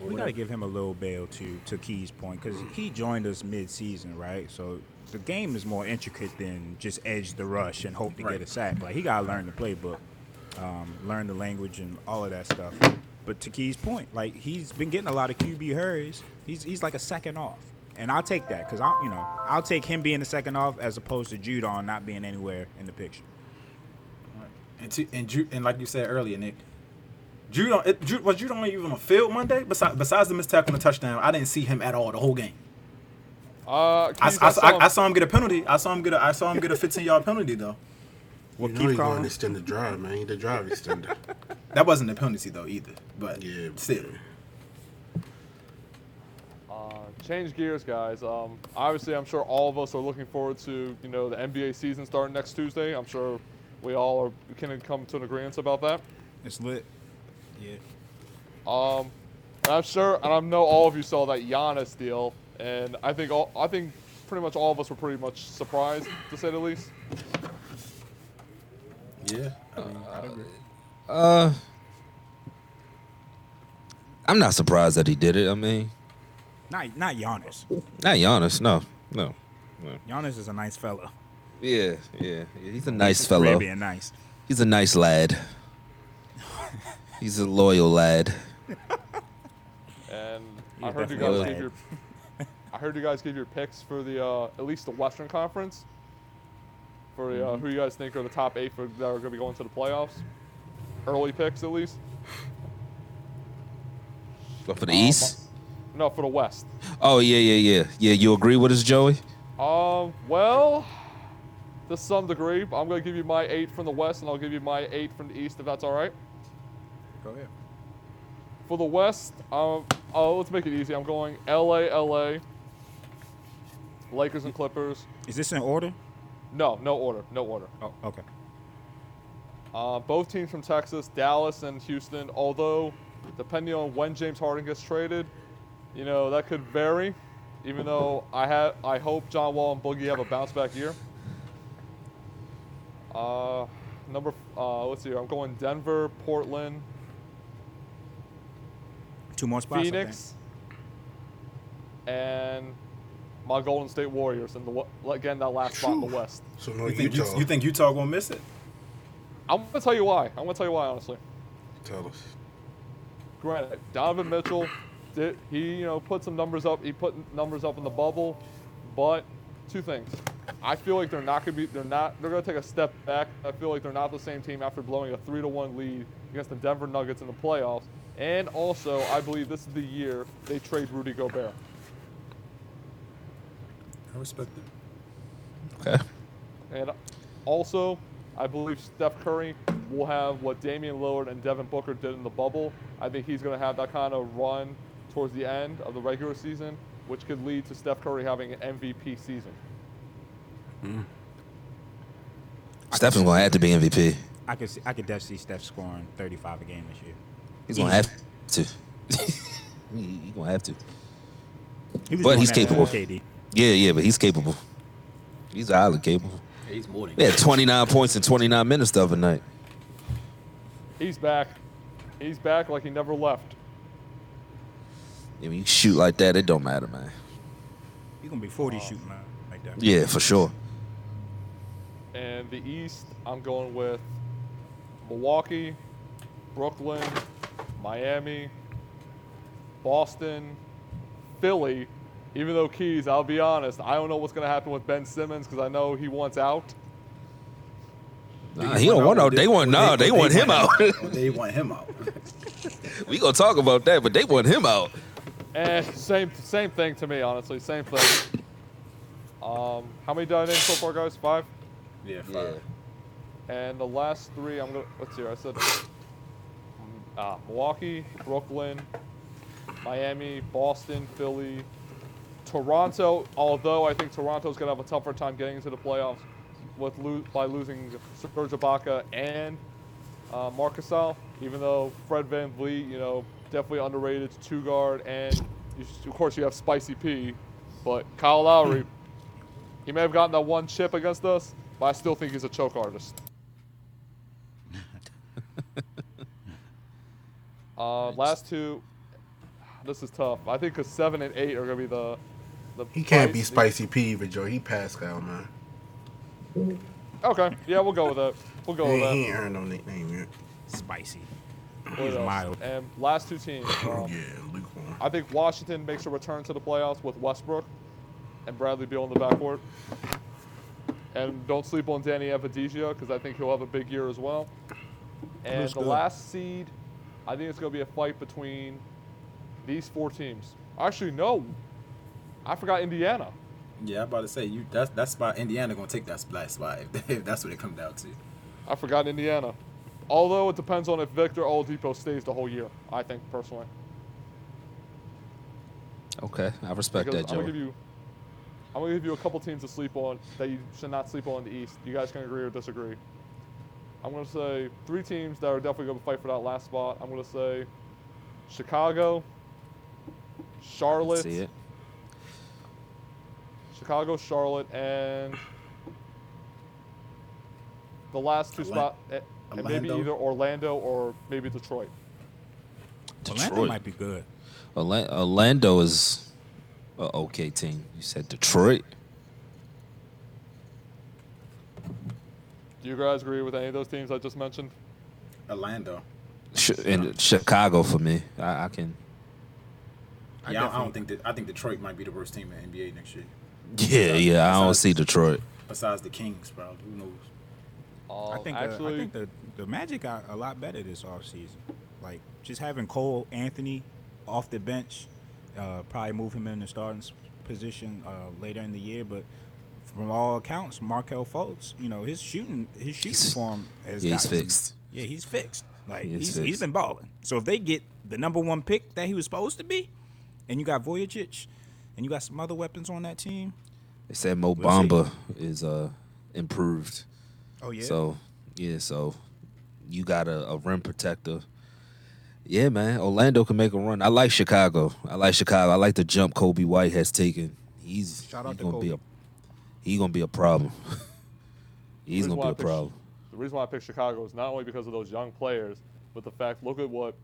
Speaker 2: We got to give him a little bail to to Key's point because he joined us mid-season, right? So the game is more intricate than just edge the rush and hope to
Speaker 5: Right.
Speaker 2: get a sack. Like he got to learn the playbook, um, learn the language, and all of that stuff. But to Key's point, like he's been getting a lot of QB hurries. He's he's like a second off, and I'll take that because I you know I'll take him being the second off as opposed to Judon not being anywhere in the picture.
Speaker 5: And to, and Ju, and like you said earlier, Nick, Judon it, Ju, was Judon even on the field Monday? Besides besides the missed tackle and the touchdown, I didn't see him at all the whole game.
Speaker 7: Uh,
Speaker 5: I,
Speaker 7: Keith,
Speaker 5: I,
Speaker 7: saw
Speaker 5: I-
Speaker 7: him-
Speaker 5: I saw him get a penalty. I saw him get a I saw him get a 15 yard penalty though.
Speaker 2: What
Speaker 3: you know
Speaker 2: Keith
Speaker 3: he's going to
Speaker 2: calling?
Speaker 3: extend the drive, man. He the drive extender.
Speaker 5: That wasn't a penalty though either. But
Speaker 3: yeah.
Speaker 5: still,
Speaker 7: Uh, change gears, guys. Um, obviously, I'm sure all of us are looking forward to you know the NBA season starting next Tuesday. I'm sure we all are, can come to an agreement about that.
Speaker 2: It's lit. Yeah.
Speaker 7: Um, and I'm sure, and I know all of you saw that Giannis deal, and I think all, I think pretty much all of us were pretty much surprised to say the least.
Speaker 5: yeah.
Speaker 1: Uh, I'm not surprised that he did it. I mean,
Speaker 2: Not not Giannis.
Speaker 1: not Giannis. No, no, no.
Speaker 2: Giannis is a nice fella.
Speaker 1: Yeah, yeah. yeah he's a nice
Speaker 2: Really
Speaker 1: fellow.
Speaker 2: being nice.
Speaker 1: He's a nice lad. He's a loyal lad.
Speaker 7: And
Speaker 2: Yeah,
Speaker 7: I heard
Speaker 2: definitely
Speaker 7: you guys
Speaker 2: a
Speaker 7: give your,
Speaker 2: lad.
Speaker 7: I heard you guys give your picks for the uh, at least the Western Conference for the, uh,
Speaker 2: Mm-hmm.
Speaker 7: who you guys think are the top eight for, that are going to be going to the playoffs. Early picks, at least.
Speaker 1: But for the East?
Speaker 7: No, for the West.
Speaker 1: Oh, yeah, yeah, yeah. Yeah, you agree with us, Joey?
Speaker 7: Um, well, to some degree, but I'm going to give you my eight from the West, and I'll give you my eight from the East, if that's all right.
Speaker 2: Go ahead.
Speaker 7: For the West, um, oh, let's make it easy. I'm going LA, LA, Lakers and Clippers.
Speaker 2: Is this in order?
Speaker 7: No, no order, no order.
Speaker 2: Oh, okay.
Speaker 7: Uh, both teams from Texas, Dallas and Houston. Although, depending on when James Harden gets traded, you know that could vary. Even though I have, I hope John Wall and Boogie have a bounce back year. Uh, number, uh, let's see here. I'm going Denver, Portland,
Speaker 2: Two more spots. I think.
Speaker 7: Phoenix, and my Golden State Warriors. And the wa- again that last spot in the
Speaker 3: Phew.
Speaker 7: West.
Speaker 3: So no
Speaker 5: You think
Speaker 3: Utah.
Speaker 5: you, you think Utah gonna miss it?
Speaker 7: I'm gonna tell you why. I'm gonna tell you why honestly.
Speaker 3: Tell us.
Speaker 7: granted, Donovan Mitchell, did, he you know put some numbers up. He put numbers up in the bubble, but two things. I feel like they're not gonna be. They're not. They're gonna take a step back. I feel like they're not the same team after blowing a three to one lead against the Denver Nuggets in the playoffs. And also, I believe this is the year they trade Rudy Gobert.
Speaker 5: I respect it.
Speaker 1: Okay.
Speaker 7: And also, I believe Steph Curry will have what Damian Lillard and Devin Booker did in the bubble. I think he's going to have that kind of run towards the end of the regular season, which could lead to Steph Curry having an MVP season.
Speaker 1: Stephen's going to have to be MVP.
Speaker 2: I could see, I could definitely see Steph scoring 35 a game this year.
Speaker 1: He's going to have to. He's going to have to.
Speaker 2: He was
Speaker 1: But
Speaker 2: doing
Speaker 1: he's
Speaker 2: that before
Speaker 1: capable.
Speaker 2: KD.
Speaker 1: Yeah, yeah, but he's capable. He's island capable.
Speaker 5: He's more than
Speaker 1: They had 29 points in 29 minutes the other night.
Speaker 7: He's back. He's back like he never left.
Speaker 1: Yeah, when you shoot like that, it don't matter, man.
Speaker 2: You're gonna be 40 shooting man, like that.
Speaker 1: Yeah, for sure.
Speaker 7: And the East, I'm going with Milwaukee, Brooklyn, Miami, Boston, Philly. Even though Keys, I'll be honest, I don't know what's going to happen with Ben Simmons because I know he wants out.
Speaker 1: Nah, he don't want out. They want nah. They want him out.
Speaker 5: they want him out.
Speaker 1: we gonna talk about that, but they want him out.
Speaker 7: Eh, same same thing to me, honestly. Same thing. Um, how many did I name so far, guys? Five.
Speaker 5: yeah, fine.
Speaker 7: And the last three, I'm gonna. Let's see. here, I said uh, Milwaukee, Brooklyn, Miami, Boston, Philly, Toronto. Although I think Toronto's gonna have a tougher time getting into the playoffs with lo- by losing Serge Ibaka and uh, Marcus even though Fred Van Vliet, you know, definitely underrated two guard, and you, of course you have Spicy P, but Kyle Lowry, he may have gotten that one chip against us, but I still think he's a choke artist. uh, last two, this is tough. I think because seven and eight are gonna be the. the
Speaker 3: He can't be
Speaker 7: price-
Speaker 3: spicy P either, Joe. He Pascal, man.
Speaker 7: Okay, yeah, we'll go with that. We'll go
Speaker 3: He,
Speaker 7: with
Speaker 3: he
Speaker 7: that.
Speaker 3: ain't earned no nickname yet.
Speaker 2: Spicy.
Speaker 7: What
Speaker 2: He's
Speaker 7: else?
Speaker 2: mild.
Speaker 7: And last two teams.
Speaker 3: Oh,
Speaker 7: um,
Speaker 3: yeah, lukewarm.
Speaker 7: I think Washington makes a return to the playoffs with Westbrook and Bradley Beal in the backcourt. And don't sleep on Danny Avadija because I think he'll have a big year as well. And
Speaker 2: Looks
Speaker 7: the
Speaker 2: good.
Speaker 7: last seed, I think it's going to be a fight between these four teams. Actually, no, I forgot Indiana.
Speaker 5: Yeah, I'm about to say you. That's that's spot. Indiana gonna take that spot spot if, if that's what it comes down to.
Speaker 7: I forgot Indiana. Although it depends on if Victor Oladipo stays the whole year. I think personally.
Speaker 1: Okay, I respect
Speaker 7: Because
Speaker 1: that,
Speaker 7: I'm
Speaker 1: Joe.
Speaker 7: gonna give you, I'm gonna give you a couple teams to sleep on that you should not sleep on in the East. You guys can agree or disagree. I'm gonna say three teams that are definitely gonna fight for that last spot. I'm gonna say Chicago, Charlotte,
Speaker 1: See it.
Speaker 7: Chicago, Charlotte, and the last two
Speaker 5: Orla-
Speaker 7: spot, eh, and maybe
Speaker 5: Orlando.
Speaker 7: either Orlando or maybe Detroit.
Speaker 2: Orlando
Speaker 1: Detroit.
Speaker 2: might be good.
Speaker 1: Orla- Orlando is a okay team. You said Detroit.
Speaker 7: Do you guys agree with any of those teams I just mentioned?
Speaker 5: Orlando.
Speaker 1: Sh- and Chicago for me. I, I can.
Speaker 5: Yeah, I, don't- I don't think that. I think Detroit might be the worst team in NBA next year.
Speaker 1: Yeah, yeah. I don't
Speaker 5: Besides-
Speaker 1: see Detroit.
Speaker 5: Besides the Kings, probably. Who knows?
Speaker 7: Um,
Speaker 2: I think uh,
Speaker 7: actually,
Speaker 2: I think the the Magic got a lot better this offseason. Like just having Cole Anthony off the bench, uh, probably move him in the starting s- position uh, later in the year. But from all accounts, Markel Fultz, you know his shooting his shooting
Speaker 1: He's-
Speaker 2: form has
Speaker 1: yeah, he's
Speaker 2: gotten-
Speaker 1: fixed.
Speaker 2: Yeah, he's fixed. Like
Speaker 1: He is
Speaker 2: he's, he's
Speaker 1: fixed.
Speaker 2: been balling. So if they get the number one pick that he was supposed to be, and you got Voyagic, and you got some other weapons on that team.
Speaker 1: They said Mo
Speaker 2: We'll see.
Speaker 1: Bamba is uh improved.
Speaker 2: Oh yeah.
Speaker 1: So yeah, so you got a, a rim protector. Yeah, man. Orlando can make a run. I like Chicago. I like Chicago. I like the jump Kobe White has taken. He's,
Speaker 2: Shout out
Speaker 1: he's
Speaker 2: to
Speaker 1: gonna be a
Speaker 2: Kobe.
Speaker 1: he's gonna be a problem. he's
Speaker 7: reason
Speaker 1: gonna
Speaker 7: why
Speaker 1: be
Speaker 7: I
Speaker 1: a
Speaker 7: picked-
Speaker 1: problem.
Speaker 7: The reason why I picked Chicago is not only because of those young players, but the fact look at what.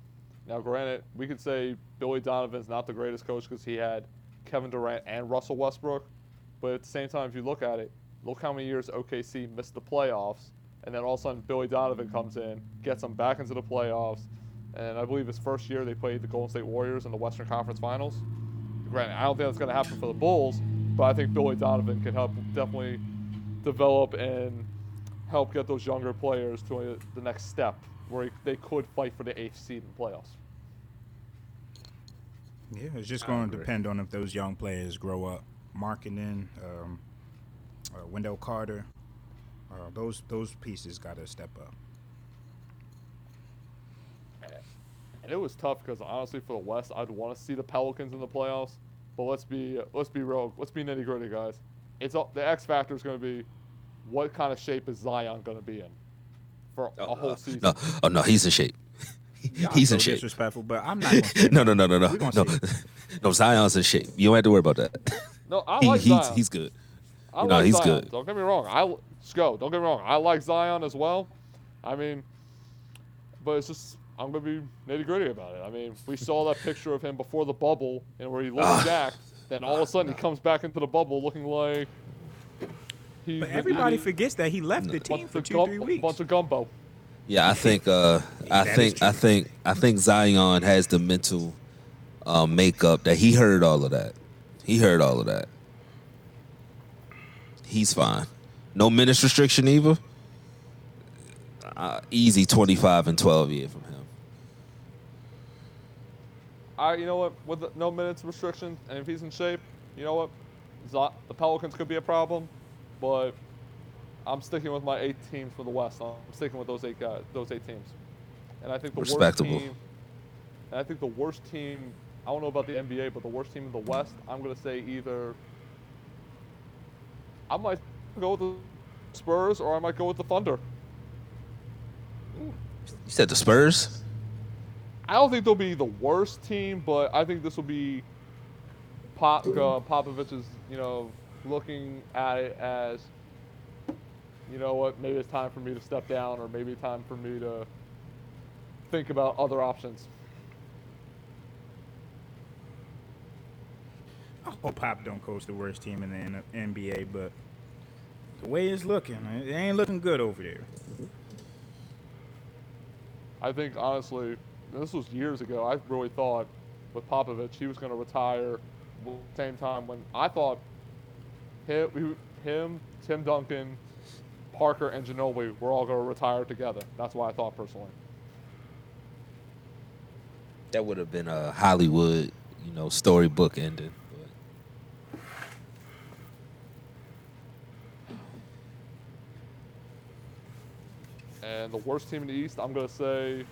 Speaker 7: Now, granted, we could say Billy Donovan's not the greatest coach because he had Kevin Durant and Russell Westbrook, but at the same time, if you look at it, look how many years OKC missed the playoffs, and then all of a sudden Billy Donovan comes in, gets them back into the playoffs, and I believe his first year they played the Golden State Warriors in the Western Conference Finals. Granted, I don't think that's going to happen for the Bulls, but I think Billy Donovan can help definitely develop and help get those younger players to uh, the next step where they could fight for the eighth seed in the playoffs.
Speaker 2: Yeah, it's just going to depend on if those young players grow up. Markkinen, um, uh, Wendell Carter, uh, those those pieces got to step up.
Speaker 7: And it was tough because honestly, for the West, I'd want to see the Pelicans in the playoffs. But let's be let's be real. Let's be nitty gritty, guys. It's all, the X factor is going to be what kind of shape is Zion going to be in for a whole season.
Speaker 1: Uh, No, oh no, he's in shape. he's
Speaker 2: so
Speaker 1: in shape.
Speaker 2: disrespectful, but I'm not. Gonna say
Speaker 1: No, no, no, no, no,
Speaker 2: We gonna
Speaker 1: no.
Speaker 2: see
Speaker 1: No, Zion's in shape. You don't have to worry about that.
Speaker 7: No, I
Speaker 1: He,
Speaker 7: like
Speaker 1: he's,
Speaker 7: Zion.
Speaker 1: he's good.
Speaker 7: I
Speaker 1: No,
Speaker 7: like
Speaker 1: he's
Speaker 7: Zion.
Speaker 1: good.
Speaker 7: Don't get me wrong. I Sco. Don't get me wrong. I like Zion as well. I mean, but it's just I'm gonna be nitty gritty about it. I mean, we saw that picture of him before the bubble and where he
Speaker 1: Ah.
Speaker 7: looked jacked. Then all of a sudden he comes back into the bubble looking like he.
Speaker 2: But everybody
Speaker 7: he-
Speaker 2: forgets that he left the
Speaker 7: a bunch
Speaker 2: team for
Speaker 7: of
Speaker 2: two,
Speaker 7: gum-
Speaker 2: three
Speaker 7: a
Speaker 2: weeks.
Speaker 7: bunch of gumbo.
Speaker 1: Yeah, I think uh, I
Speaker 2: That is
Speaker 1: think I
Speaker 2: true.
Speaker 1: think I think Zion has the mental uh, makeup that he heard all of that. He heard all of that. He's fine. No minutes restriction either. Uh, easy twenty five and twelve year from him.
Speaker 7: I, you know what, with the, no minutes restriction, and if he's in shape, you know what, Zo- the Pelicans could be a problem, but I'm sticking with my eight teams for the West. I'm sticking with those eight guys, those eight teams, and I think the
Speaker 1: Respectable.
Speaker 7: worst team. And I think the worst team. I don't know about the NBA, but the worst team in the West. I'm gonna say either. I might go with the Spurs, or I might go with the Thunder.
Speaker 1: You said the Spurs?
Speaker 7: I don't think they'll be the worst team, but I think this will be Pop uh, Popovich is you know looking at it as you know what maybe it's time for me to step down or maybe time for me to think about other options.
Speaker 2: I hope Oh, Pop don't coach the worst team in the N- NBA, but the way it's looking, it ain't looking good over there.
Speaker 7: I think honestly, this was years ago. I really thought with Popovich he was going to retire w- same time when I thought him, him Tim Duncan, Parker, and Ginobili were all going to retire together. That's why I thought personally.
Speaker 1: That would have been a Hollywood, you know, storybook ending. But
Speaker 7: And the worst team in the East, I'm gonna say.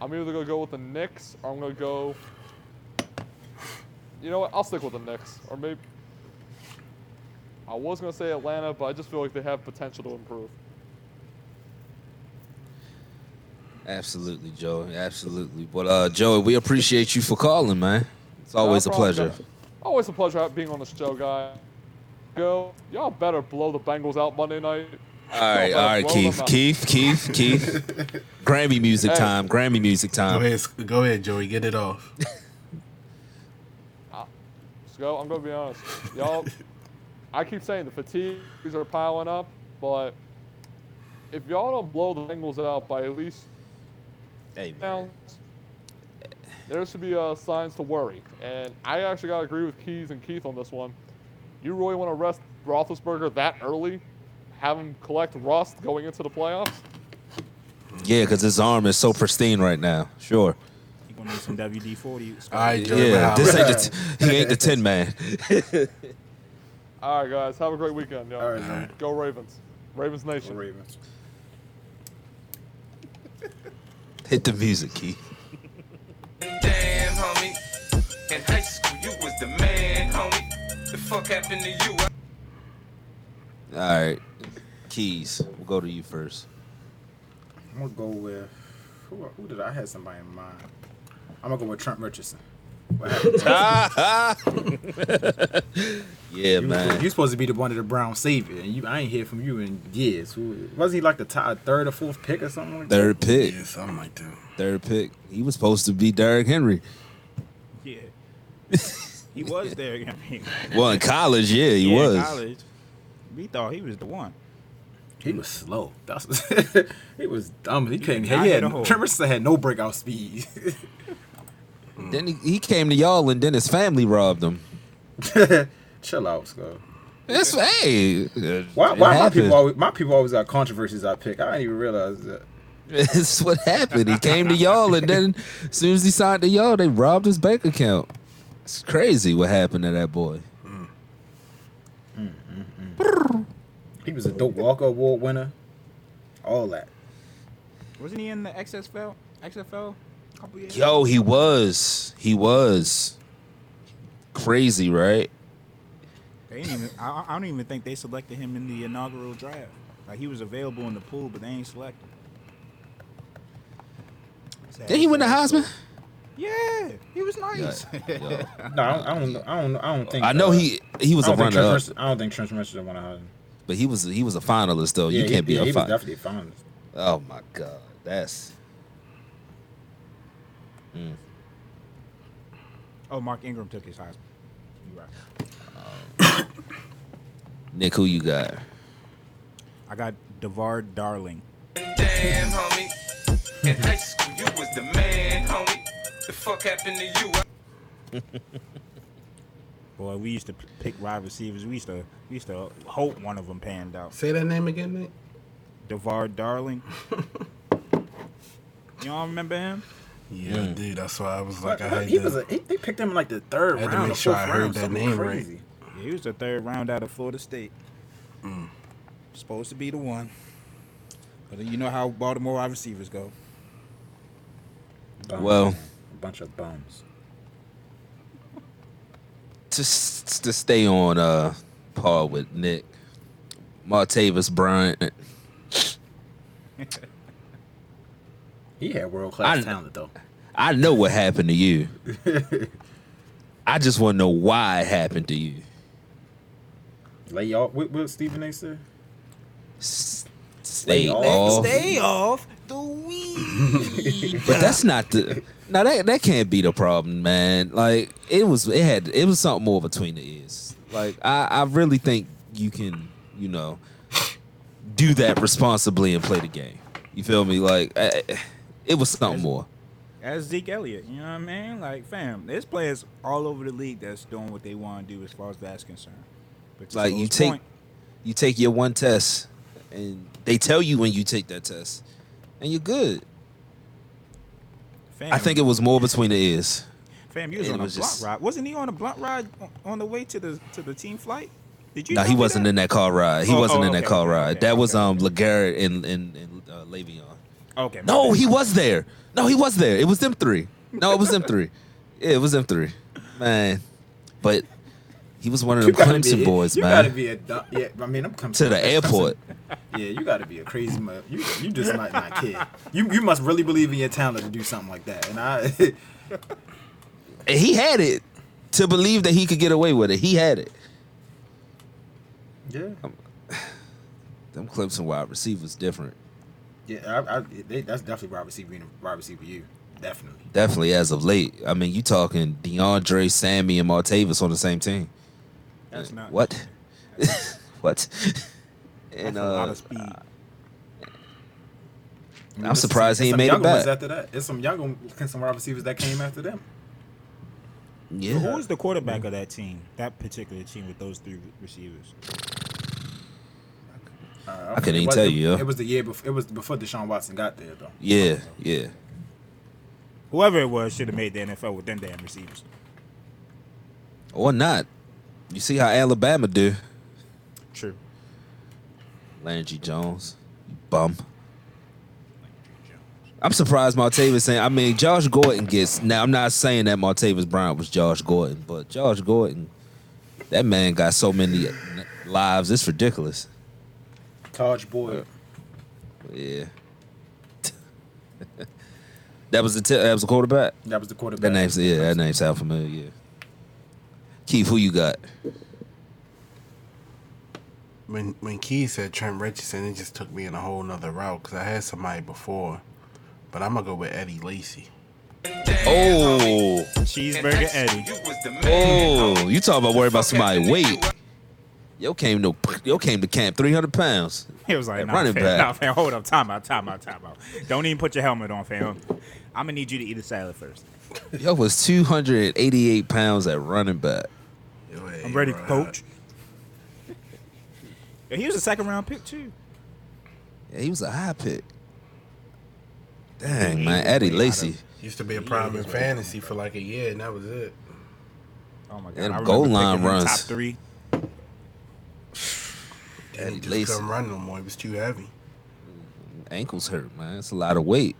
Speaker 7: I'm either gonna go with the Knicks or I'm gonna go. You know what? I'll stick with the Knicks, or maybe. I was gonna say Atlanta, but I just feel like they have potential to improve.
Speaker 1: Absolutely, Joey. Absolutely. But uh Joey, we appreciate you for calling, man. It's always a
Speaker 7: No problem,
Speaker 1: pleasure.
Speaker 7: guys. Always a pleasure being on the show, guy. Go, y'all better blow the Bengals out Monday night.
Speaker 1: All right,
Speaker 7: Y'all
Speaker 1: all right,
Speaker 7: better blow
Speaker 1: Keith,
Speaker 7: them out.
Speaker 1: Keith, Keith, Keith. Grammy music
Speaker 7: Hey.
Speaker 1: time. Grammy music
Speaker 3: Go
Speaker 1: time.
Speaker 3: ahead, go ahead, Joey. Get it off.
Speaker 7: Let's go. I'm gonna be honest, y'all. I keep saying the fatigues are piling up, but if y'all don't blow the Bengals out by at least
Speaker 1: Hey, man.
Speaker 7: now, there should be uh, signs to worry. And I actually got to agree with Keys and Keith on this one. You really want to rest Roethlisberger that early? Have him collect rust going into the playoffs?
Speaker 1: Yeah, because his arm is so pristine right now. Sure.
Speaker 2: You gonna need some WD forty.
Speaker 3: All right, Joey.
Speaker 1: Yeah,
Speaker 3: Wow.
Speaker 1: this ain't the t- he ain't the Tin Man.
Speaker 7: All right, guys. Have a great weekend. Y'all.
Speaker 5: All right, man.
Speaker 7: Go Ravens. Ravens Nation.
Speaker 5: Ravens.
Speaker 1: Hit the music, Keith.
Speaker 8: Damn, homie. In high school, you was the man, homie. The fuck happened to you?
Speaker 1: All right, Keys, we'll go to you first.
Speaker 5: I'm gonna go with who, who did I, I had somebody in mind. I'm gonna go with Trent Richardson. What happened?
Speaker 1: Yeah,
Speaker 5: You-
Speaker 1: man.
Speaker 5: You supposed to be the one of the Brown savior, and you I ain't hear from you in years. Who- Wasn't he like the top, third or fourth pick or something? Like
Speaker 1: Third pick,
Speaker 3: Yeah, something like that.
Speaker 1: third pick. He was supposed to be Derrick Henry.
Speaker 2: Yeah, he was there. I mean,
Speaker 1: Well, in college, yeah, he
Speaker 2: yeah, in
Speaker 1: was.
Speaker 2: College, we thought he was the one.
Speaker 5: that? He was slow. That's he was dumb. He couldn't. He
Speaker 2: I hit
Speaker 5: had
Speaker 2: a hole.
Speaker 5: Trent Richardson had no breakout speed.
Speaker 1: Then he, he came to y'all, and then his family robbed him.
Speaker 5: Chill out, Scott.
Speaker 1: That's hey. uh,
Speaker 5: Why,
Speaker 1: it
Speaker 5: why my
Speaker 1: happened.
Speaker 5: people always my people always got controversies I pick. I didn't even realize that.
Speaker 1: That's what happened. He came to y'all, and then as soon as he signed to y'all, they robbed his bank account. It's crazy what happened to that boy.
Speaker 5: He was a dope Walker Award winner. All that.
Speaker 2: Wasn't he in the XFL? XFL? A couple years.
Speaker 1: Yo, he was. He was. Crazy, right?
Speaker 2: They ain't even, I, I don't even think they selected him in the inaugural draft. Like he was available in the pool, but they ain't selected. him.
Speaker 1: Then he win the Heisman.
Speaker 2: Yeah, he was nice.
Speaker 5: No, I don't. I don't. know- I don't, know- I don't think.
Speaker 1: I know
Speaker 5: uh,
Speaker 1: he he was
Speaker 5: I
Speaker 1: a runner
Speaker 5: don't think Trent
Speaker 1: up,
Speaker 5: Richardson- I don't think Trent Richardson won a Heisman.
Speaker 1: but he was he was a finalist though.
Speaker 5: Yeah,
Speaker 1: you can't be
Speaker 5: he, yeah,
Speaker 1: a
Speaker 5: he was
Speaker 1: finalist.
Speaker 5: definitely a finalist.
Speaker 1: Oh my god, that's
Speaker 2: oh, Mark Ingram took his Heisman. You right.
Speaker 1: Nick. Who you got?
Speaker 2: I got Devard Darling.
Speaker 8: Damn, homie. In high school, you was the man, homie. The fuck happened to you?
Speaker 2: Boy, we used to p- pick wide receivers. We used to we used to hope one of them panned out.
Speaker 3: Say that name again, Nick.
Speaker 2: Devard Darling. you don't remember him?
Speaker 3: Yeah, dude. That's why I was like, I
Speaker 5: But
Speaker 3: had
Speaker 5: he
Speaker 3: to.
Speaker 5: was. A, he, they picked him in like the third
Speaker 3: I had to
Speaker 5: round,
Speaker 3: make
Speaker 5: or
Speaker 3: sure
Speaker 5: fourth
Speaker 3: I heard
Speaker 5: round,
Speaker 3: that
Speaker 5: something
Speaker 3: name right.
Speaker 5: crazy.
Speaker 2: Yeah, he was the third round out of Florida State. Supposed to be the one. But you know how Baltimore wide receivers go.
Speaker 5: Bums.
Speaker 1: Well,
Speaker 5: a bunch of bums.
Speaker 1: to s- to stay on uh par with Nick, Martavis Bryant.
Speaker 5: He had world
Speaker 1: I-
Speaker 5: class talent though.
Speaker 1: I know what happened to you. I just want to know why it happened to you.
Speaker 5: Lay off. What, what Stephen A. said?
Speaker 1: S- Stay
Speaker 5: Stay
Speaker 1: off.
Speaker 2: off the weed.
Speaker 1: But that's not the. Now that that can't be the problem, man. Like it was, it had, it was something more between the ears. Like I, I really think you can, you know, do that responsibly and play the game. You feel me? Like I, it was something more.
Speaker 2: That's Zeke Elliott. You know what I mean? Like, fam, there's players all over the league that's doing what they want to do as far as that's concerned. But to
Speaker 1: Like you
Speaker 2: Zoe's
Speaker 1: take,
Speaker 2: point,
Speaker 1: you take your one test, and they tell you when you take that test, and you're good.
Speaker 2: fam,
Speaker 1: I think it was more between the ears.
Speaker 2: fam, you was
Speaker 1: it
Speaker 2: on a
Speaker 1: was
Speaker 2: blunt
Speaker 1: just-
Speaker 2: ride. Wasn't he on a blunt ride on- on the way to the to the team flight? Did you?
Speaker 1: No,
Speaker 2: tell
Speaker 1: he
Speaker 2: me
Speaker 1: wasn't
Speaker 2: that?
Speaker 1: in that car ride. He
Speaker 2: Oh,
Speaker 1: wasn't
Speaker 2: oh,
Speaker 1: in that
Speaker 2: okay,
Speaker 1: car
Speaker 2: okay,
Speaker 1: ride.
Speaker 2: okay,
Speaker 1: that was
Speaker 2: okay,
Speaker 1: um Legarrette and and, and uh, Le'Veon.
Speaker 2: Okay. my
Speaker 1: No,
Speaker 2: bad.
Speaker 1: he was there. No, he was there. It was them three. No, it was them three. Yeah, it was them three. Man, but he was one of the Clemson boys,
Speaker 5: you gotta
Speaker 1: man.
Speaker 5: be a du- yeah. I mean, I'm Clemson.
Speaker 1: to the
Speaker 5: Clemson-
Speaker 1: airport.
Speaker 5: Yeah, you gotta be a crazy man. You you just might not care. You you must really believe in your talent to do something like that. And I,
Speaker 1: And he had it to believe that he could get away with it. He had it.
Speaker 5: yeah,
Speaker 1: Them Clemson wide receivers different.
Speaker 5: yeah. I, I, they, that's definitely wide receiver, and wide receiver. You definitely.
Speaker 1: Definitely as of late. I mean, you talking DeAndre, Sammy, and Martavis on the same team.
Speaker 2: That's not
Speaker 1: What? what?
Speaker 2: That's
Speaker 1: And
Speaker 2: a lot
Speaker 1: uh,
Speaker 2: of speed.
Speaker 5: I mean,
Speaker 1: I'm
Speaker 5: there's some-
Speaker 1: surprised he ain't
Speaker 5: there's
Speaker 1: made
Speaker 5: some
Speaker 1: it
Speaker 5: younger ones
Speaker 1: back.
Speaker 5: After that, there's some younger and some wide receivers that came after them.
Speaker 2: So
Speaker 1: yeah.
Speaker 2: who was the quarterback of that team? That particular team with those three receivers.
Speaker 5: Uh,
Speaker 1: I couldn't
Speaker 5: it
Speaker 1: even
Speaker 5: was-
Speaker 1: tell
Speaker 5: it-
Speaker 1: you, yeah.
Speaker 5: It was the year before. It was before Deshaun Watson got there, though.
Speaker 1: Yeah, yeah.
Speaker 2: Whoever it was should have made the NFL with them damn receivers.
Speaker 1: Or not. You see how Alabama do.
Speaker 2: True.
Speaker 1: Landry Jones. you Bum. I'm surprised Martavis ain't. I mean, Josh Gordon gets. Now, I'm not saying that Martavis Bryant was Josh Gordon, but Josh Gordon, that man got so many lives. It's ridiculous.
Speaker 5: College boy.
Speaker 1: Yeah. that was the t- that was the quarterback.
Speaker 5: That was the quarterback.
Speaker 1: That name's yeah. That name sound familiar. Yeah. Keith, who you got?
Speaker 3: when when Key said Trent Richardson, it just took me in a whole nother route because I had somebody before, but I'm gonna go with Eddie Lacy.
Speaker 1: Oh,
Speaker 2: Cheeseburger Eddie.
Speaker 1: oh, you talking about worried about somebody weight? Yo came to yo came to camp three hundred pounds.
Speaker 2: He was like,
Speaker 1: That
Speaker 2: nah,
Speaker 1: running
Speaker 2: fam,
Speaker 1: back.
Speaker 2: nah, fam, hold up, time out, time out, time out. Don't even put your helmet on, fam. I'm gonna need you to eat a salad first.
Speaker 1: Yo was two hundred and eighty eight pounds at running back.
Speaker 2: I'm ready, coach. Yeah, He was a second round pick too.
Speaker 1: Yeah, he was a high pick. Dang man, Eddie Lacy.
Speaker 3: Used to be a prime in fantasy for like a year, and that was it.
Speaker 2: Oh my god.
Speaker 1: Them
Speaker 2: I remember
Speaker 1: goal
Speaker 2: picking
Speaker 1: line
Speaker 2: him in the
Speaker 1: runs.
Speaker 2: Top three.
Speaker 3: And
Speaker 1: Eddie
Speaker 3: he just
Speaker 1: Lacy.
Speaker 3: couldn't run no more. It was too heavy.
Speaker 1: Ankles hurt, man. It's a lot of weight.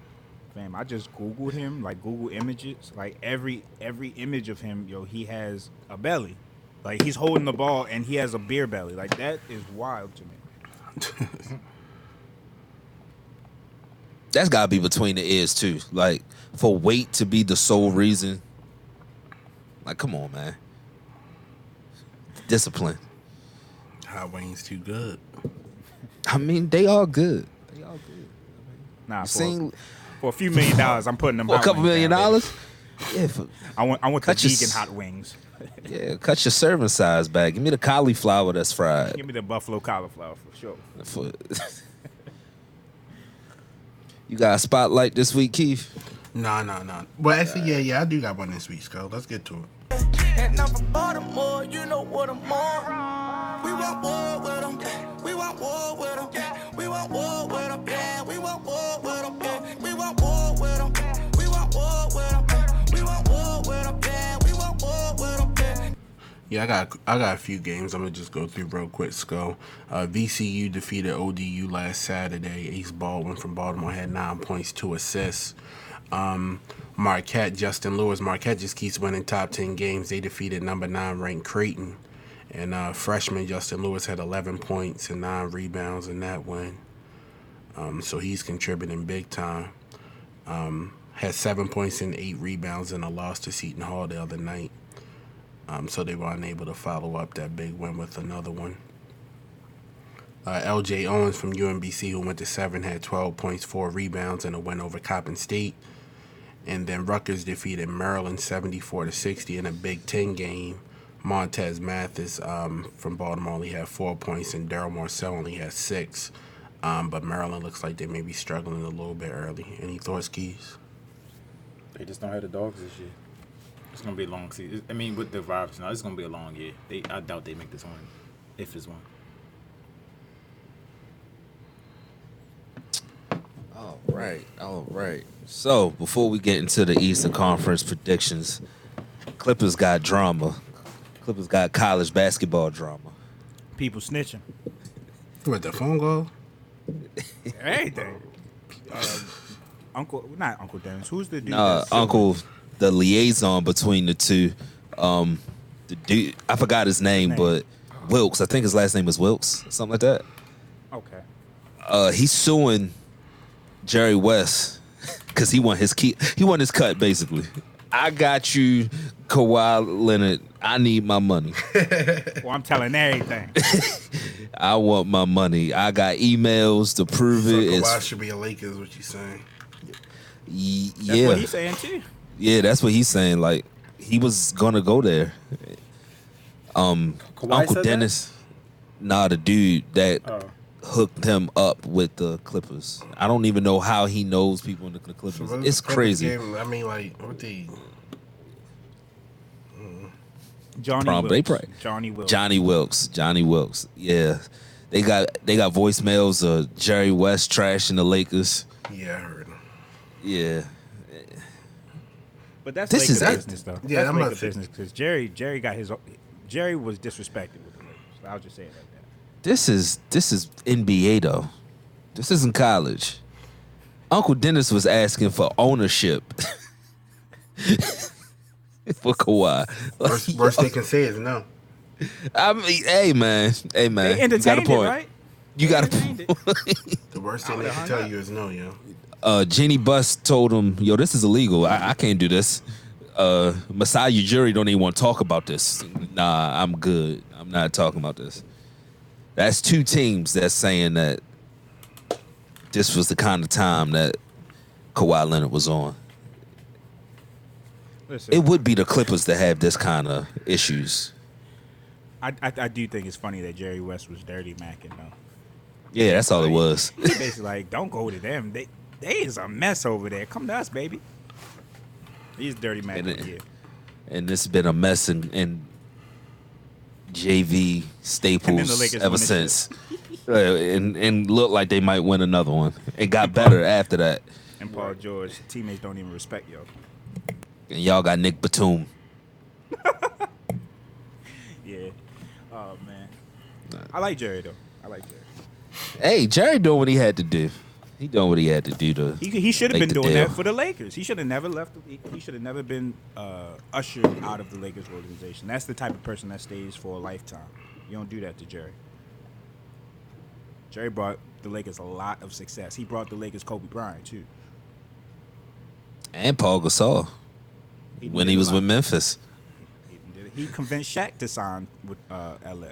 Speaker 2: Fam, I just googled him, like Google images, like every every image of him, yo, he has a belly, like he's holding the ball and he has a beer belly, like that is wild to me.
Speaker 1: that's gotta be between the ears too. Like for weight to be the sole reason. Like, come on, man. Discipline.
Speaker 3: Hot Wayne's too good.
Speaker 1: I mean, they all good. They all good.
Speaker 2: Nah, for,
Speaker 1: Seen
Speaker 2: for a few million dollars, I'm putting them.
Speaker 1: for a
Speaker 2: hot
Speaker 1: couple
Speaker 2: wings
Speaker 1: million
Speaker 2: down, baby.
Speaker 1: dollars. Yeah, for,
Speaker 2: I want I want the
Speaker 1: Cut your
Speaker 2: vegan
Speaker 1: s-
Speaker 2: hot wings.
Speaker 1: yeah. Cut your serving size back. Give me the cauliflower that's fried.
Speaker 2: Give me the buffalo cauliflower for sure.
Speaker 1: For, you got a spotlight this week, Keith.
Speaker 3: Nah, nah, nah. Well, actually, yeah, yeah, I do got one this week, Skull. Let's get to it.
Speaker 9: And I'm from Baltimore, you know what I'm on. We want war with 'em, we want war with 'em, we want war with 'em, yeah, we want war with 'em, yeah, we want war with 'em, we want war with 'em, we want war with 'em, yeah, we want war with 'em, yeah.
Speaker 3: Yeah, I got I got a few games. I'm gonna just go through real quick. Skull. Uh, VCU defeated ODU last Saturday. Ace Baldwin from Baltimore had nine points, two assists. Um, Marquette, Justin Lewis. Marquette just keeps winning top ten games. They defeated number nine ranked Creighton, and uh, freshman Justin Lewis had 11 points and nine rebounds in that win. Um, so he's contributing big time. Um, had seven points and eight rebounds in a loss to Seton Hall the other night. Um, so they were unable to follow up that big win with another one. Uh, LJ Owens from UMBC, who went to seven, had 12 points, four rebounds, and a win over Coppin State. And then Rutgers defeated Maryland 74 to 60 in a Big Ten game. Montez Mathis um, from Baltimore only had four points, and Daryl Morcel only had six. Um, but Maryland looks like they may be struggling a little bit early. Any thoughts, Keys?
Speaker 5: They just don't have the dogs this year. It's gonna be a long season. I mean, with the vibes now, it's gonna be a long year. They, I doubt they make this one, if it's one.
Speaker 1: All right, all right. So before we get into the Eastern Conference predictions, Clippers got drama. Clippers got college basketball drama.
Speaker 2: People snitching.
Speaker 3: What, the phone call?
Speaker 2: Everything. Uh, Uncle, not Uncle Dennis. Who's the dude?
Speaker 1: Uh,
Speaker 2: that's suing?
Speaker 1: Uncle, the liaison between the two, um, the dude I forgot his name,
Speaker 2: Name.
Speaker 1: but Wilkes. I think his last name is Wilkes, something like that.
Speaker 2: Okay.
Speaker 1: Uh, he's suing Jerry West because he won his key. He won his cut basically. I got you, Kawhi Leonard. I need my money.
Speaker 2: Well, I'm telling everything.
Speaker 1: I want my money. I got emails to prove it.
Speaker 3: Kawhi
Speaker 1: It's,
Speaker 3: should be a Laker, is what you saying.
Speaker 1: y-
Speaker 2: That's
Speaker 1: yeah,
Speaker 2: what he's saying too.
Speaker 1: yeah, that's what he's saying. Like he was gonna go there. Um,
Speaker 5: Kawhi
Speaker 1: Uncle
Speaker 5: said that?
Speaker 1: Dennis, nah, the dude that
Speaker 5: Oh.
Speaker 1: hooked him up with the Clippers. I don't even know how he knows people in the Clippers.
Speaker 3: So what
Speaker 1: it's
Speaker 3: the fuck
Speaker 1: crazy.
Speaker 3: game- I mean, like, what the
Speaker 2: Johnny
Speaker 1: Prob- they
Speaker 2: Wilkes.
Speaker 1: probably-
Speaker 2: Johnny Wilkes.
Speaker 1: Johnny Wilkes. Johnny Wilkes. Yeah, they got they got voicemails of Jerry West trashing the Lakers.
Speaker 3: yeah, I heard. him.
Speaker 1: Yeah,
Speaker 2: But that's
Speaker 1: This
Speaker 2: Laker
Speaker 1: is- that-
Speaker 2: business, though.
Speaker 3: yeah,
Speaker 2: that's
Speaker 3: I'm
Speaker 2: Laker
Speaker 3: about to-
Speaker 2: business because Jerry, Jerry got his. Jerry was disrespected with the Lakers. I'll just say it like
Speaker 1: Uh,
Speaker 2: that.
Speaker 1: This is this is NBA though. This isn't college. Uncle Dennis was asking for ownership for Kawhi.
Speaker 3: Worst, worst they can say is no.
Speaker 1: I mean, hey man, hey man,
Speaker 2: They
Speaker 1: you got a
Speaker 2: entertained it,
Speaker 1: point.
Speaker 2: right?
Speaker 1: You got a
Speaker 2: Entertained
Speaker 1: point.
Speaker 2: it.
Speaker 3: The worst thing they can tell you is no, yo.
Speaker 1: Uh, Jenny Buss told him, "Yo, this is illegal. I, I can't do this." Uh, Masai Ujiri don't even want to talk about this. Nah, I'm good. I'm not talking about this. That's two teams that's saying that this was the kind of time that Kawhi Leonard was on.
Speaker 2: Listen,
Speaker 1: It would be the Clippers that have this kind of issues.
Speaker 2: I, I, I do think it's funny that Jerry West was dirty macking though.
Speaker 1: Yeah, that's all it was.
Speaker 2: He basically like, don't go to them. They they is a mess over there. Come to us, baby. He's dirty
Speaker 1: And
Speaker 2: macking.
Speaker 1: it-
Speaker 2: Yeah.
Speaker 1: And it's been a mess in, in JV
Speaker 2: And then the
Speaker 1: Staples
Speaker 2: Lakers
Speaker 1: ever
Speaker 2: won this year.
Speaker 1: since. Uh, and and looked like they might win another one. It got better after that.
Speaker 2: And Paul George teammates don't even respect yo.
Speaker 1: And y'all got Nick Batum.
Speaker 2: Yeah. Oh man. I like Jerry though. I like Jerry.
Speaker 1: Hey, Jerry doing what he had to do. He doing what he had to do to
Speaker 2: He, he should have
Speaker 1: make
Speaker 2: been
Speaker 1: the
Speaker 2: doing
Speaker 1: deal.
Speaker 2: that for the Lakers. He should have never left. the- He, he should have never been uh, ushered out of the Lakers organization. That's the type of person that stays for a lifetime. You don't do that to Jerry. Jerry brought the Lakers a lot of success. He brought the Lakers Kobe Bryant too.
Speaker 1: And Paul Gasol when
Speaker 2: did
Speaker 1: he
Speaker 2: a
Speaker 1: was
Speaker 2: lot.
Speaker 1: with Memphis.
Speaker 2: He did it. He convinced Shaq to sign with uh, LA.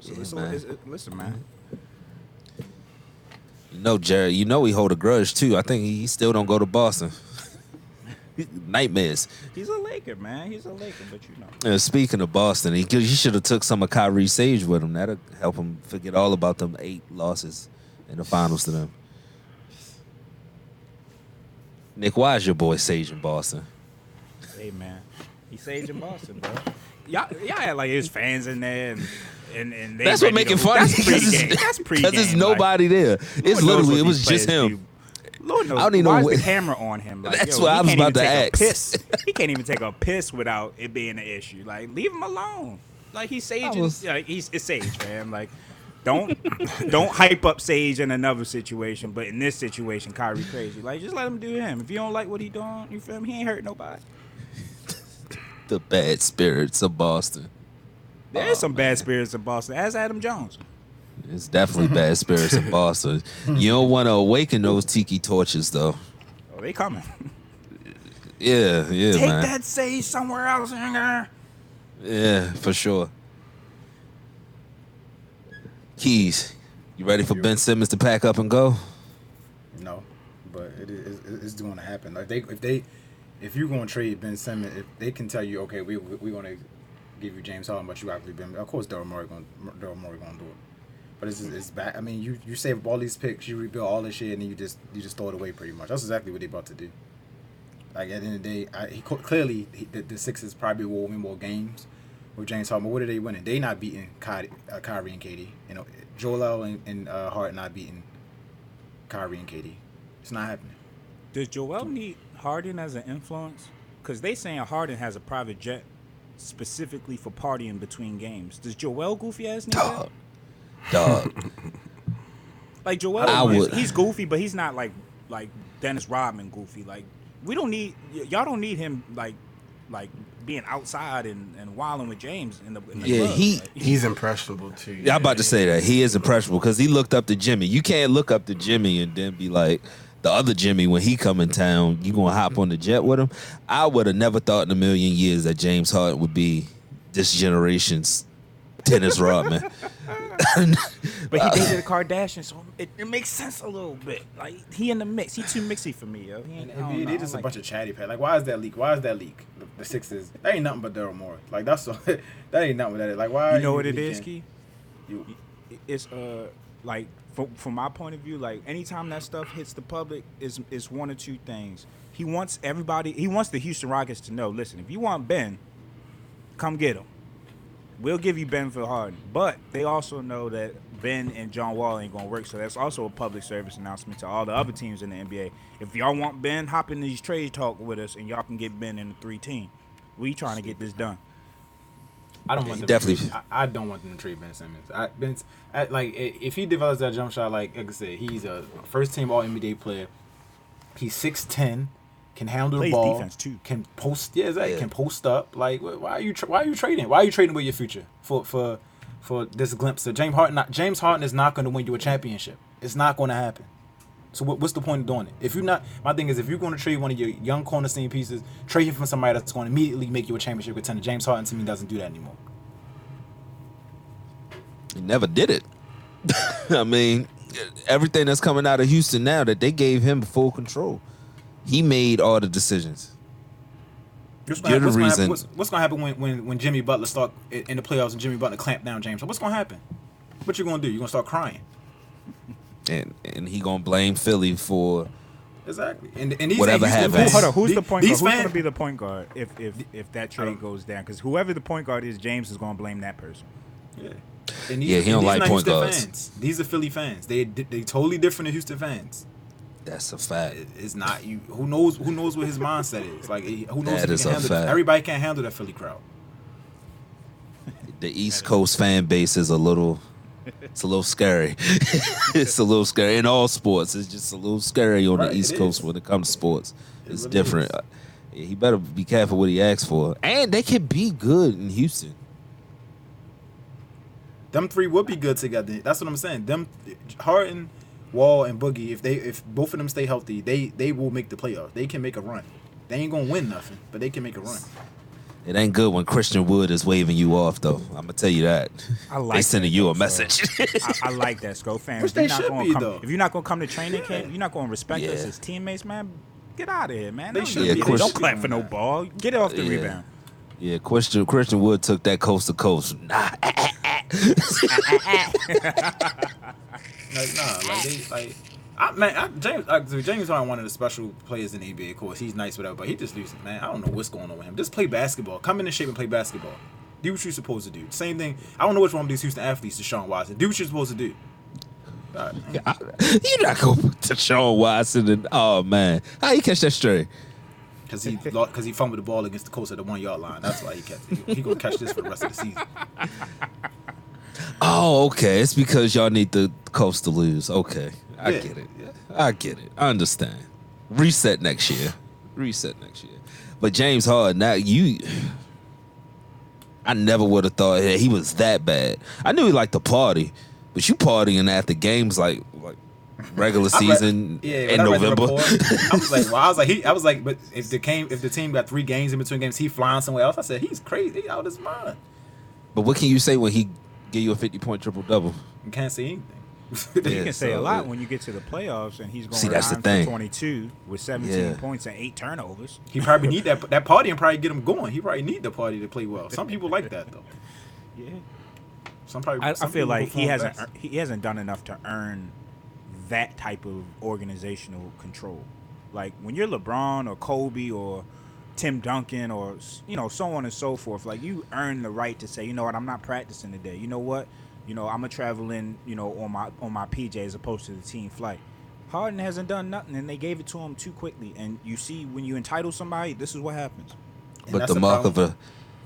Speaker 2: So
Speaker 1: Yeah,
Speaker 2: listen,
Speaker 1: man.
Speaker 2: listen- listen, man.
Speaker 1: You know, Jared, you know he hold a grudge too. I think he still don't go to Boston. Nightmares.
Speaker 2: He's a Laker, man. He's a Laker, but you know.
Speaker 1: And speaking of Boston, he, could- he should have took some of Kyrie Sage with him. That'll help him forget all about them eight losses in the finals to them. Nick, why is your boy Sage in Boston?
Speaker 2: Hey man, he saved in Boston, bro. Y'all, y'all had like his fans in there, and and, and they
Speaker 1: That's what
Speaker 2: ready
Speaker 1: make
Speaker 2: to-
Speaker 1: it funny.
Speaker 2: That's
Speaker 1: 'cause
Speaker 2: pregame.
Speaker 1: it's-
Speaker 2: That's pregame.
Speaker 1: Because it's
Speaker 2: like,
Speaker 1: nobody there. It's
Speaker 2: Lord knows
Speaker 1: literally,
Speaker 2: what
Speaker 1: it
Speaker 2: these
Speaker 1: was just
Speaker 2: players
Speaker 1: him.
Speaker 2: do. Lord knows.
Speaker 1: I don't even
Speaker 2: why
Speaker 1: know
Speaker 2: is
Speaker 1: what-
Speaker 2: the camera on him. Like,
Speaker 1: That's
Speaker 2: yo,
Speaker 1: what
Speaker 2: he
Speaker 1: I was
Speaker 2: can't
Speaker 1: about
Speaker 2: even
Speaker 1: to
Speaker 2: take a
Speaker 1: ask.
Speaker 2: Piss. he can't even take a piss without it being an issue. Like leave him alone. Like he's Sage.
Speaker 1: was-
Speaker 2: Like he's it's Sage, fam. Like. Don't don't hype up Sage in another situation, but in this situation, Kyrie crazy. Like just let him do him. If you don't like what he doing, you feel me? He ain't hurt nobody.
Speaker 1: The bad spirits of Boston.
Speaker 2: There is some bad spirits in Boston. As Adam Jones.
Speaker 1: It's definitely bad spirits in Boston. You don't want to awaken those tiki torches, though.
Speaker 2: Oh, they coming.
Speaker 1: Yeah, yeah,
Speaker 2: Take
Speaker 1: man.
Speaker 2: that say somewhere else, nigga.
Speaker 1: Yeah, for sure. Keys, you ready for Ben Simmons to pack up and go?
Speaker 5: No, but it is it's- it's going to happen. Like they if they if you're going to trade Ben Simmons, if they can tell you, okay, we we we going to give you James Harden, but you actually Ben. Of course, Daryl Murray going Daryl Murray going to do it. But it's it's bad. I mean, you you save all these picks, you rebuild all this shit, and then you just you just throw it away pretty much. That's exactly what they about to do. Like at the end of the day, I, he co- clearly he, the, the Sixers probably will win more games with James Harden. But what are they winning? They not beating Ky, uh, Kyrie and Katie. You know, Joel and, and uh, Hart not beating Kyrie and Katie. It's not happening.
Speaker 2: Does Joel need Harden as an influence? Because they saying Harden has a private jet specifically for partying between games. Does Joel goofy ass need that?
Speaker 1: Dog. Dog.
Speaker 2: Like Joel,
Speaker 1: I
Speaker 2: is-
Speaker 1: would-
Speaker 2: he's goofy, but he's not like like Dennis Rodman goofy. Like we don't need y- y'all don't need him like like being outside and and wilding with James in the, in the
Speaker 1: Yeah,
Speaker 2: club.
Speaker 1: he-
Speaker 2: Like,
Speaker 3: He's impressionable too.
Speaker 1: Yeah, I'm about to say that. He is impressionable because he looked up to Jimmy. You can't look up to Jimmy and then be like, the other Jimmy, when he come in town, you going to hop on the jet with him? I would have never thought in a million years that James Harden would be this generation's Dennis Rodman.
Speaker 2: But he dated a Kardashian, so it, it makes sense a little bit. Like he in the mix, he too mixy for me, yo. He
Speaker 5: And
Speaker 2: ain't, I don't
Speaker 5: NBA,
Speaker 2: know,
Speaker 5: they just
Speaker 2: I don't
Speaker 5: a bunch
Speaker 2: like
Speaker 5: of chatty pad. Like, why is that leak? Why is that leak? The, the Sixers. That ain't nothing but Daryl Moore. Like that's all, that ain't nothing but that. Is. Like why?
Speaker 2: it. You know what it is,
Speaker 5: leaking?
Speaker 2: Key?
Speaker 5: You,
Speaker 2: It's uh like from from my point of view, like anytime that stuff hits the public, is is one or two things. He wants everybody. He wants the Houston Rockets to know. Listen, if you want Ben, come get him. We'll give you Ben for Harden, but they also know that Ben and John Wall ain't gonna work. So that's also a public service announcement to all the other teams in the NBA. If y'all want Ben, hop in these trade talk with us, and y'all can get Ben in the three team. We trying to get this done.
Speaker 5: I don't want them
Speaker 1: Definitely.
Speaker 5: To trade, I, I don't want them to trade Ben Simmons. I, ben, I, like i- if he develops that jump shot, like, like I said, he's a first team All NBA player. He's six ten, can handle
Speaker 2: Plays
Speaker 5: the ball,
Speaker 2: defense, too.
Speaker 5: can post. Yeah, exactly,
Speaker 1: Yeah.
Speaker 5: can post up. Like, wh- why are you tra- why are you trading? Why are you trading with your future for for for this glimpse of James Harden? Not, James Harden is not going to win you a championship. It's not going to happen. So what, what's the point of doing it? If you're not, my thing is, if you're going to trade one of your young cornerstone pieces, trade him from somebody that's going to immediately make you a championship contender. James Harden to me doesn't do that anymore.
Speaker 1: He never did it. I mean, everything that's coming out of Houston now that they gave him full control. He made all the decisions.
Speaker 5: What's
Speaker 1: You're
Speaker 5: gonna,
Speaker 1: the
Speaker 5: what's gonna
Speaker 1: reason.
Speaker 5: happen, what's, what's gonna happen when, when, when Jimmy Butler start in in the playoffs and Jimmy Butler clamp down James? What's gonna happen? What you gonna do? You gonna start crying?
Speaker 1: And and he gonna blame Philly for
Speaker 5: Exactly. And, and these
Speaker 1: Whatever
Speaker 5: ain't Houston
Speaker 1: happens.
Speaker 5: fans.
Speaker 2: Hold on, who's
Speaker 5: The-
Speaker 2: the point guard?
Speaker 5: these
Speaker 2: Who's going
Speaker 5: fans-
Speaker 2: to be the point guard if if if that trade goes down? Because whoever the point guard is, James is going to blame that person.
Speaker 5: Yeah. And these,
Speaker 1: Yeah, he
Speaker 5: and
Speaker 1: don't
Speaker 5: these
Speaker 1: like
Speaker 5: not
Speaker 1: point
Speaker 5: Houston
Speaker 1: guards.
Speaker 5: Fans. These are Philly fans. They they totally different than Houston fans.
Speaker 1: that's a fact.
Speaker 5: It's not you. Who knows? Who knows what his mindset is? Like he- who knows?
Speaker 1: That
Speaker 5: if he
Speaker 1: is
Speaker 5: can
Speaker 1: a
Speaker 5: handle-
Speaker 1: fact.
Speaker 5: Everybody can't handle that Philly crowd.
Speaker 1: The East Coast fan base is a little it's a little scary. it's a little scary in all sports. It's just a little scary on
Speaker 5: Right,
Speaker 1: the
Speaker 5: it
Speaker 1: East Coast
Speaker 5: is.
Speaker 1: when it comes to sports. It's
Speaker 5: really
Speaker 1: different.
Speaker 5: is.
Speaker 1: Uh, yeah, He better be careful what he asks for. And they can be good in Houston.
Speaker 5: Them three would be good together. That's what I'm saying. Them Harden, Wall and Boogie, if they if both of them stay healthy, they they will make the playoffs. They can make a run. They ain't gonna win nothing, but they can make a run.
Speaker 1: It ain't good when Christian Wood is waving you off, though. I'm gonna tell you that.
Speaker 2: I like
Speaker 1: they sending
Speaker 2: that,
Speaker 1: you a
Speaker 2: though,
Speaker 1: message.
Speaker 2: I, I like that, Sco fam.
Speaker 5: Which
Speaker 2: If you're
Speaker 5: they
Speaker 2: not
Speaker 5: should
Speaker 2: gonna
Speaker 5: be,
Speaker 2: come-
Speaker 5: though.
Speaker 2: If you're not gonna come to training camp, you're not gonna respect us
Speaker 1: Yeah.
Speaker 2: as teammates, man. Get out of here, man.
Speaker 5: They
Speaker 2: Don't,
Speaker 5: should
Speaker 2: do
Speaker 1: be.
Speaker 2: that. don't
Speaker 1: Christian-
Speaker 2: clap for no ball. Get off the
Speaker 1: Yeah.
Speaker 2: rebound.
Speaker 1: yeah, Christian Christian Wood took that coast to coast. Nah,
Speaker 5: Like nah, like they like. I, man, I, James like, so James Harden one of the special players in the NBA. Of course, he's nice, whatever. But he just loses, man. I don't know what's going on with him. Just play basketball. Come into shape and play basketball. Do what you're supposed to do. Same thing. I don't know which one of these Houston athletes, Deshaun Watson. Do what you're supposed to do. God, man.
Speaker 1: you not gonna put Deshaun Watson and oh man, how you catch that stray?
Speaker 5: Cause he because he fumbled the ball against the Colts at the one yard line. That's why he kept. He, he gonna catch this for the rest of the season.
Speaker 1: Oh, okay. It's because y'all need the coast to lose. Okay, I
Speaker 5: Yeah,
Speaker 1: get it. I get it. I understand. Reset next year. Reset next year. But James Harden, now you. I never would have thought that he was that bad. I knew he liked to party, but you partying after games like like regular
Speaker 5: I read-
Speaker 1: season
Speaker 5: yeah, when
Speaker 1: in
Speaker 5: I read the
Speaker 1: November.
Speaker 5: report, I was like, well, I was like, he, I was like, but if the game, if the team got three games in between games, he flying somewhere else. I said, he's crazy, he out of his mind.
Speaker 1: But what can you say when he give you a fifty point triple double?
Speaker 5: You can't see anything.
Speaker 1: Yeah,
Speaker 2: you can say
Speaker 1: so
Speaker 2: a lot
Speaker 1: it-
Speaker 2: when you get to the playoffs, and he's going
Speaker 1: See,
Speaker 2: to
Speaker 1: that's the
Speaker 2: for
Speaker 1: thing.
Speaker 2: 22 with 17
Speaker 1: Yeah.
Speaker 2: points and eight turnovers.
Speaker 5: he probably need that that party and probably get him going. He probably need the party to play well. Some people like that though.
Speaker 2: Yeah,
Speaker 5: Some probably.
Speaker 2: I, I
Speaker 5: some
Speaker 2: feel
Speaker 5: people
Speaker 2: like he
Speaker 5: perform
Speaker 2: hasn't
Speaker 5: best.
Speaker 2: ear- he hasn't done enough to earn that type of organizational control. Like when you're LeBron or Kobe or Tim Duncan or s- you know so on and so forth. Like you earn the right to say, you know what, I'm not practicing today. You know what, you know I'm gonna travel in, you know, on my on my PJ as opposed to the team flight. Harden hasn't done nothing, and they gave it to him too quickly. And you see, when you entitle somebody, this is what happens.
Speaker 5: And
Speaker 1: But
Speaker 5: that's
Speaker 1: the mark of
Speaker 5: problem.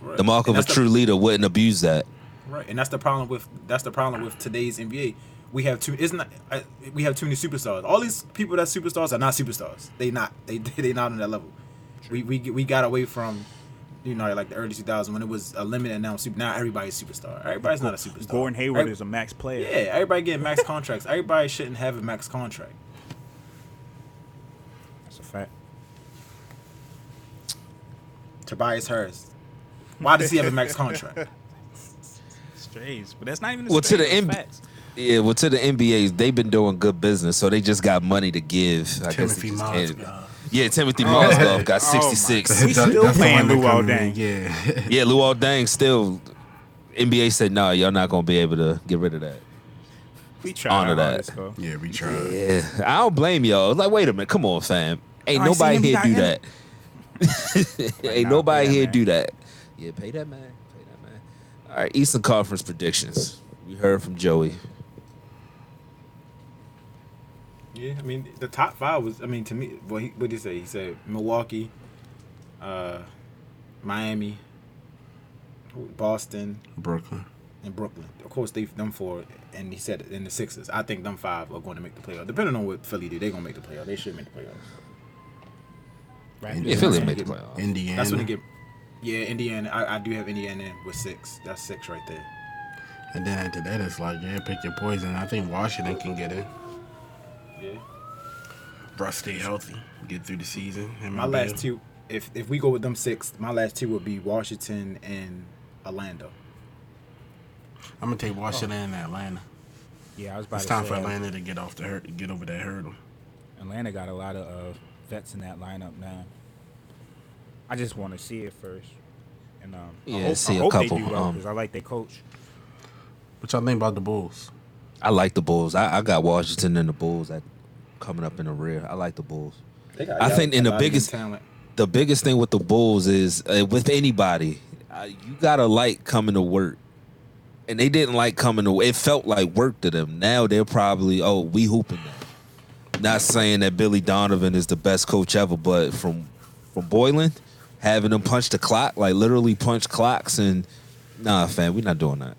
Speaker 1: a
Speaker 5: Right.
Speaker 1: the mark
Speaker 5: And
Speaker 1: of a
Speaker 5: that's the-
Speaker 1: true leader wouldn't abuse that.
Speaker 5: Right, and that's the problem with that's the problem with today's NBA. We have too it's not I, we have too many superstars. All these people that superstars are not superstars. They not they they not on that level. We we we got away from you know like the early 2000s when it was a limit and now super. Now everybody's a superstar. Everybody's not a superstar.
Speaker 2: Gordon Hayward
Speaker 5: Every-
Speaker 2: is a max player.
Speaker 5: yeah. Everybody getting max contracts. Everybody shouldn't have a max contract.
Speaker 2: That's a fact.
Speaker 5: Tobias Harris. Why does he have a max contract?
Speaker 2: Strays, but that's not even. A
Speaker 1: Well, to
Speaker 2: strays,
Speaker 1: the
Speaker 2: it's
Speaker 1: NBA
Speaker 2: facts.
Speaker 1: Yeah, well, to the NBA, they've been doing good business, so they just got money to give. I guess
Speaker 3: Timothy
Speaker 1: they just
Speaker 3: Mozgov.
Speaker 1: can't- Yeah, Timothy Mozgov got
Speaker 2: oh my
Speaker 1: 66.
Speaker 2: We still
Speaker 3: the
Speaker 2: playing
Speaker 3: one that
Speaker 2: Luol
Speaker 3: come in,
Speaker 2: Deng.
Speaker 3: Yeah.
Speaker 1: yeah, Luol Dang still. NBA said, nah, y'all not going to be able to get rid of that.
Speaker 2: We try
Speaker 1: Honor
Speaker 2: our
Speaker 1: that.
Speaker 2: hardest, though.
Speaker 3: yeah, we tried.
Speaker 1: Yeah, I don't blame y'all. Like, wait a minute. Come on, fam. Ain't
Speaker 2: I see
Speaker 1: nobody
Speaker 2: him,
Speaker 1: here
Speaker 2: got
Speaker 1: do
Speaker 2: him.
Speaker 1: that. Ain't
Speaker 2: nah,
Speaker 1: nobody
Speaker 2: pay that
Speaker 1: here
Speaker 2: man.
Speaker 1: do that. Yeah, pay that man. Pay that man. All right, Eastern Conference predictions. We heard from Joey.
Speaker 5: Yeah, I mean the top five was. I mean to me, what he what did he say? He said Milwaukee, uh, Miami, Boston,
Speaker 3: Brooklyn.
Speaker 5: and Brooklyn. Of course, they them four, and he said in the Sixers. I think them five are going to make the playoff. Depending on what Philly do, they're gonna make the playoff. They should make the playoff.
Speaker 1: Yeah, Philly made the playoffs.
Speaker 3: Indiana.
Speaker 5: That's when they get. Yeah, Indiana. I, I do have Indiana in with six. That's six right there.
Speaker 3: And then after that, it's like, yeah, pick your poison. I think Washington can get in.
Speaker 5: Yeah.
Speaker 3: Russ stay healthy, get through the season. and
Speaker 5: My last two, if if we go with them six, my last two would be Washington and Orlando.
Speaker 3: I'm gonna take Washington and Atlanta.
Speaker 2: Yeah, I was about
Speaker 3: It's
Speaker 2: to
Speaker 3: time
Speaker 2: say
Speaker 3: for Atlanta to get off the hurt, get over that hurdle.
Speaker 2: Atlanta got a lot of uh, vets in that lineup now. I just want to see it first, and um, I
Speaker 1: Yeah,
Speaker 2: hope,
Speaker 1: see
Speaker 2: I
Speaker 1: a
Speaker 2: hope
Speaker 1: couple,
Speaker 2: they do well
Speaker 1: um,
Speaker 2: because I like their coach.
Speaker 3: What y'all think about the Bulls?
Speaker 1: I like the Bulls. I, I got Washington and the Bulls at, coming up in the rear. I like the Bulls.
Speaker 5: They got-
Speaker 1: I
Speaker 5: got
Speaker 1: think in the
Speaker 5: a lot of young
Speaker 1: biggest-
Speaker 5: talent.
Speaker 1: the biggest thing with the Bulls is uh, with anybody, uh, you gotta like coming to work. And they didn't like coming to. It felt like work to them. Now they're probably oh we hooping. Now. Not saying that Billy Donovan is the best coach ever, but from from Boylan, having them punch the clock like literally punch clocks and nah fam, we're not doing that.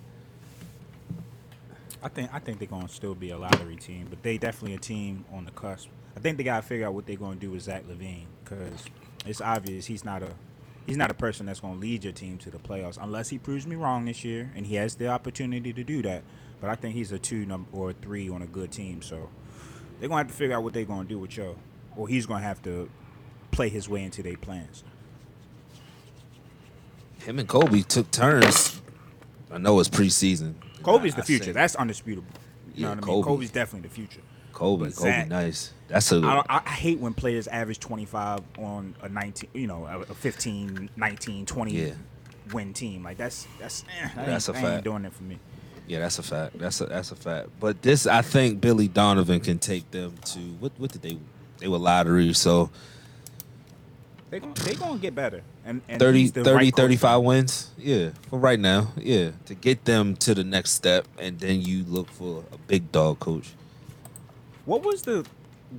Speaker 2: I think I think they're gonna still be a lottery team, but they definitely a team on the cusp. I think they gotta figure out what they're gonna do with Zach Levine because it's obvious he's not a he's not a person that's gonna lead your team to the playoffs unless he proves me wrong this year and he has the opportunity to do that. But I think he's a two number or a three on a good team, so They're gonna have to figure out what they're gonna do with Joe, or he's gonna have to play his way into their plans.
Speaker 1: Him and Kobe took turns. I know it's preseason.
Speaker 2: Kobe's
Speaker 1: I-
Speaker 2: the
Speaker 1: I
Speaker 2: future.
Speaker 1: said
Speaker 2: That's undisputable. You
Speaker 1: Yeah,
Speaker 2: know what I mean?
Speaker 1: Kobe.
Speaker 2: Kobe's definitely the future.
Speaker 1: Kobe.
Speaker 2: Zach.
Speaker 1: Kobe, nice. That's a.
Speaker 2: I, don't- I, I hate when players average 25 on a 19, you know, a- a 15, 19, 20
Speaker 1: Yeah.
Speaker 2: win team. Like that's that's eh, that
Speaker 1: That's
Speaker 2: ain't,
Speaker 1: a
Speaker 2: that ain't
Speaker 1: fact.
Speaker 2: doing it for me.
Speaker 1: yeah, that's a fact. That's a that's a fact. But this, I think Billy Donovan can take them to what? What did they? They were lottery, so
Speaker 2: They gon- they gonna get better. And, and
Speaker 1: 30,
Speaker 2: he's the
Speaker 1: 30
Speaker 2: right coach.
Speaker 1: 35 wins. Yeah, for right now. Yeah, to get them to the next step, and then you look for a big dog coach.
Speaker 2: What was the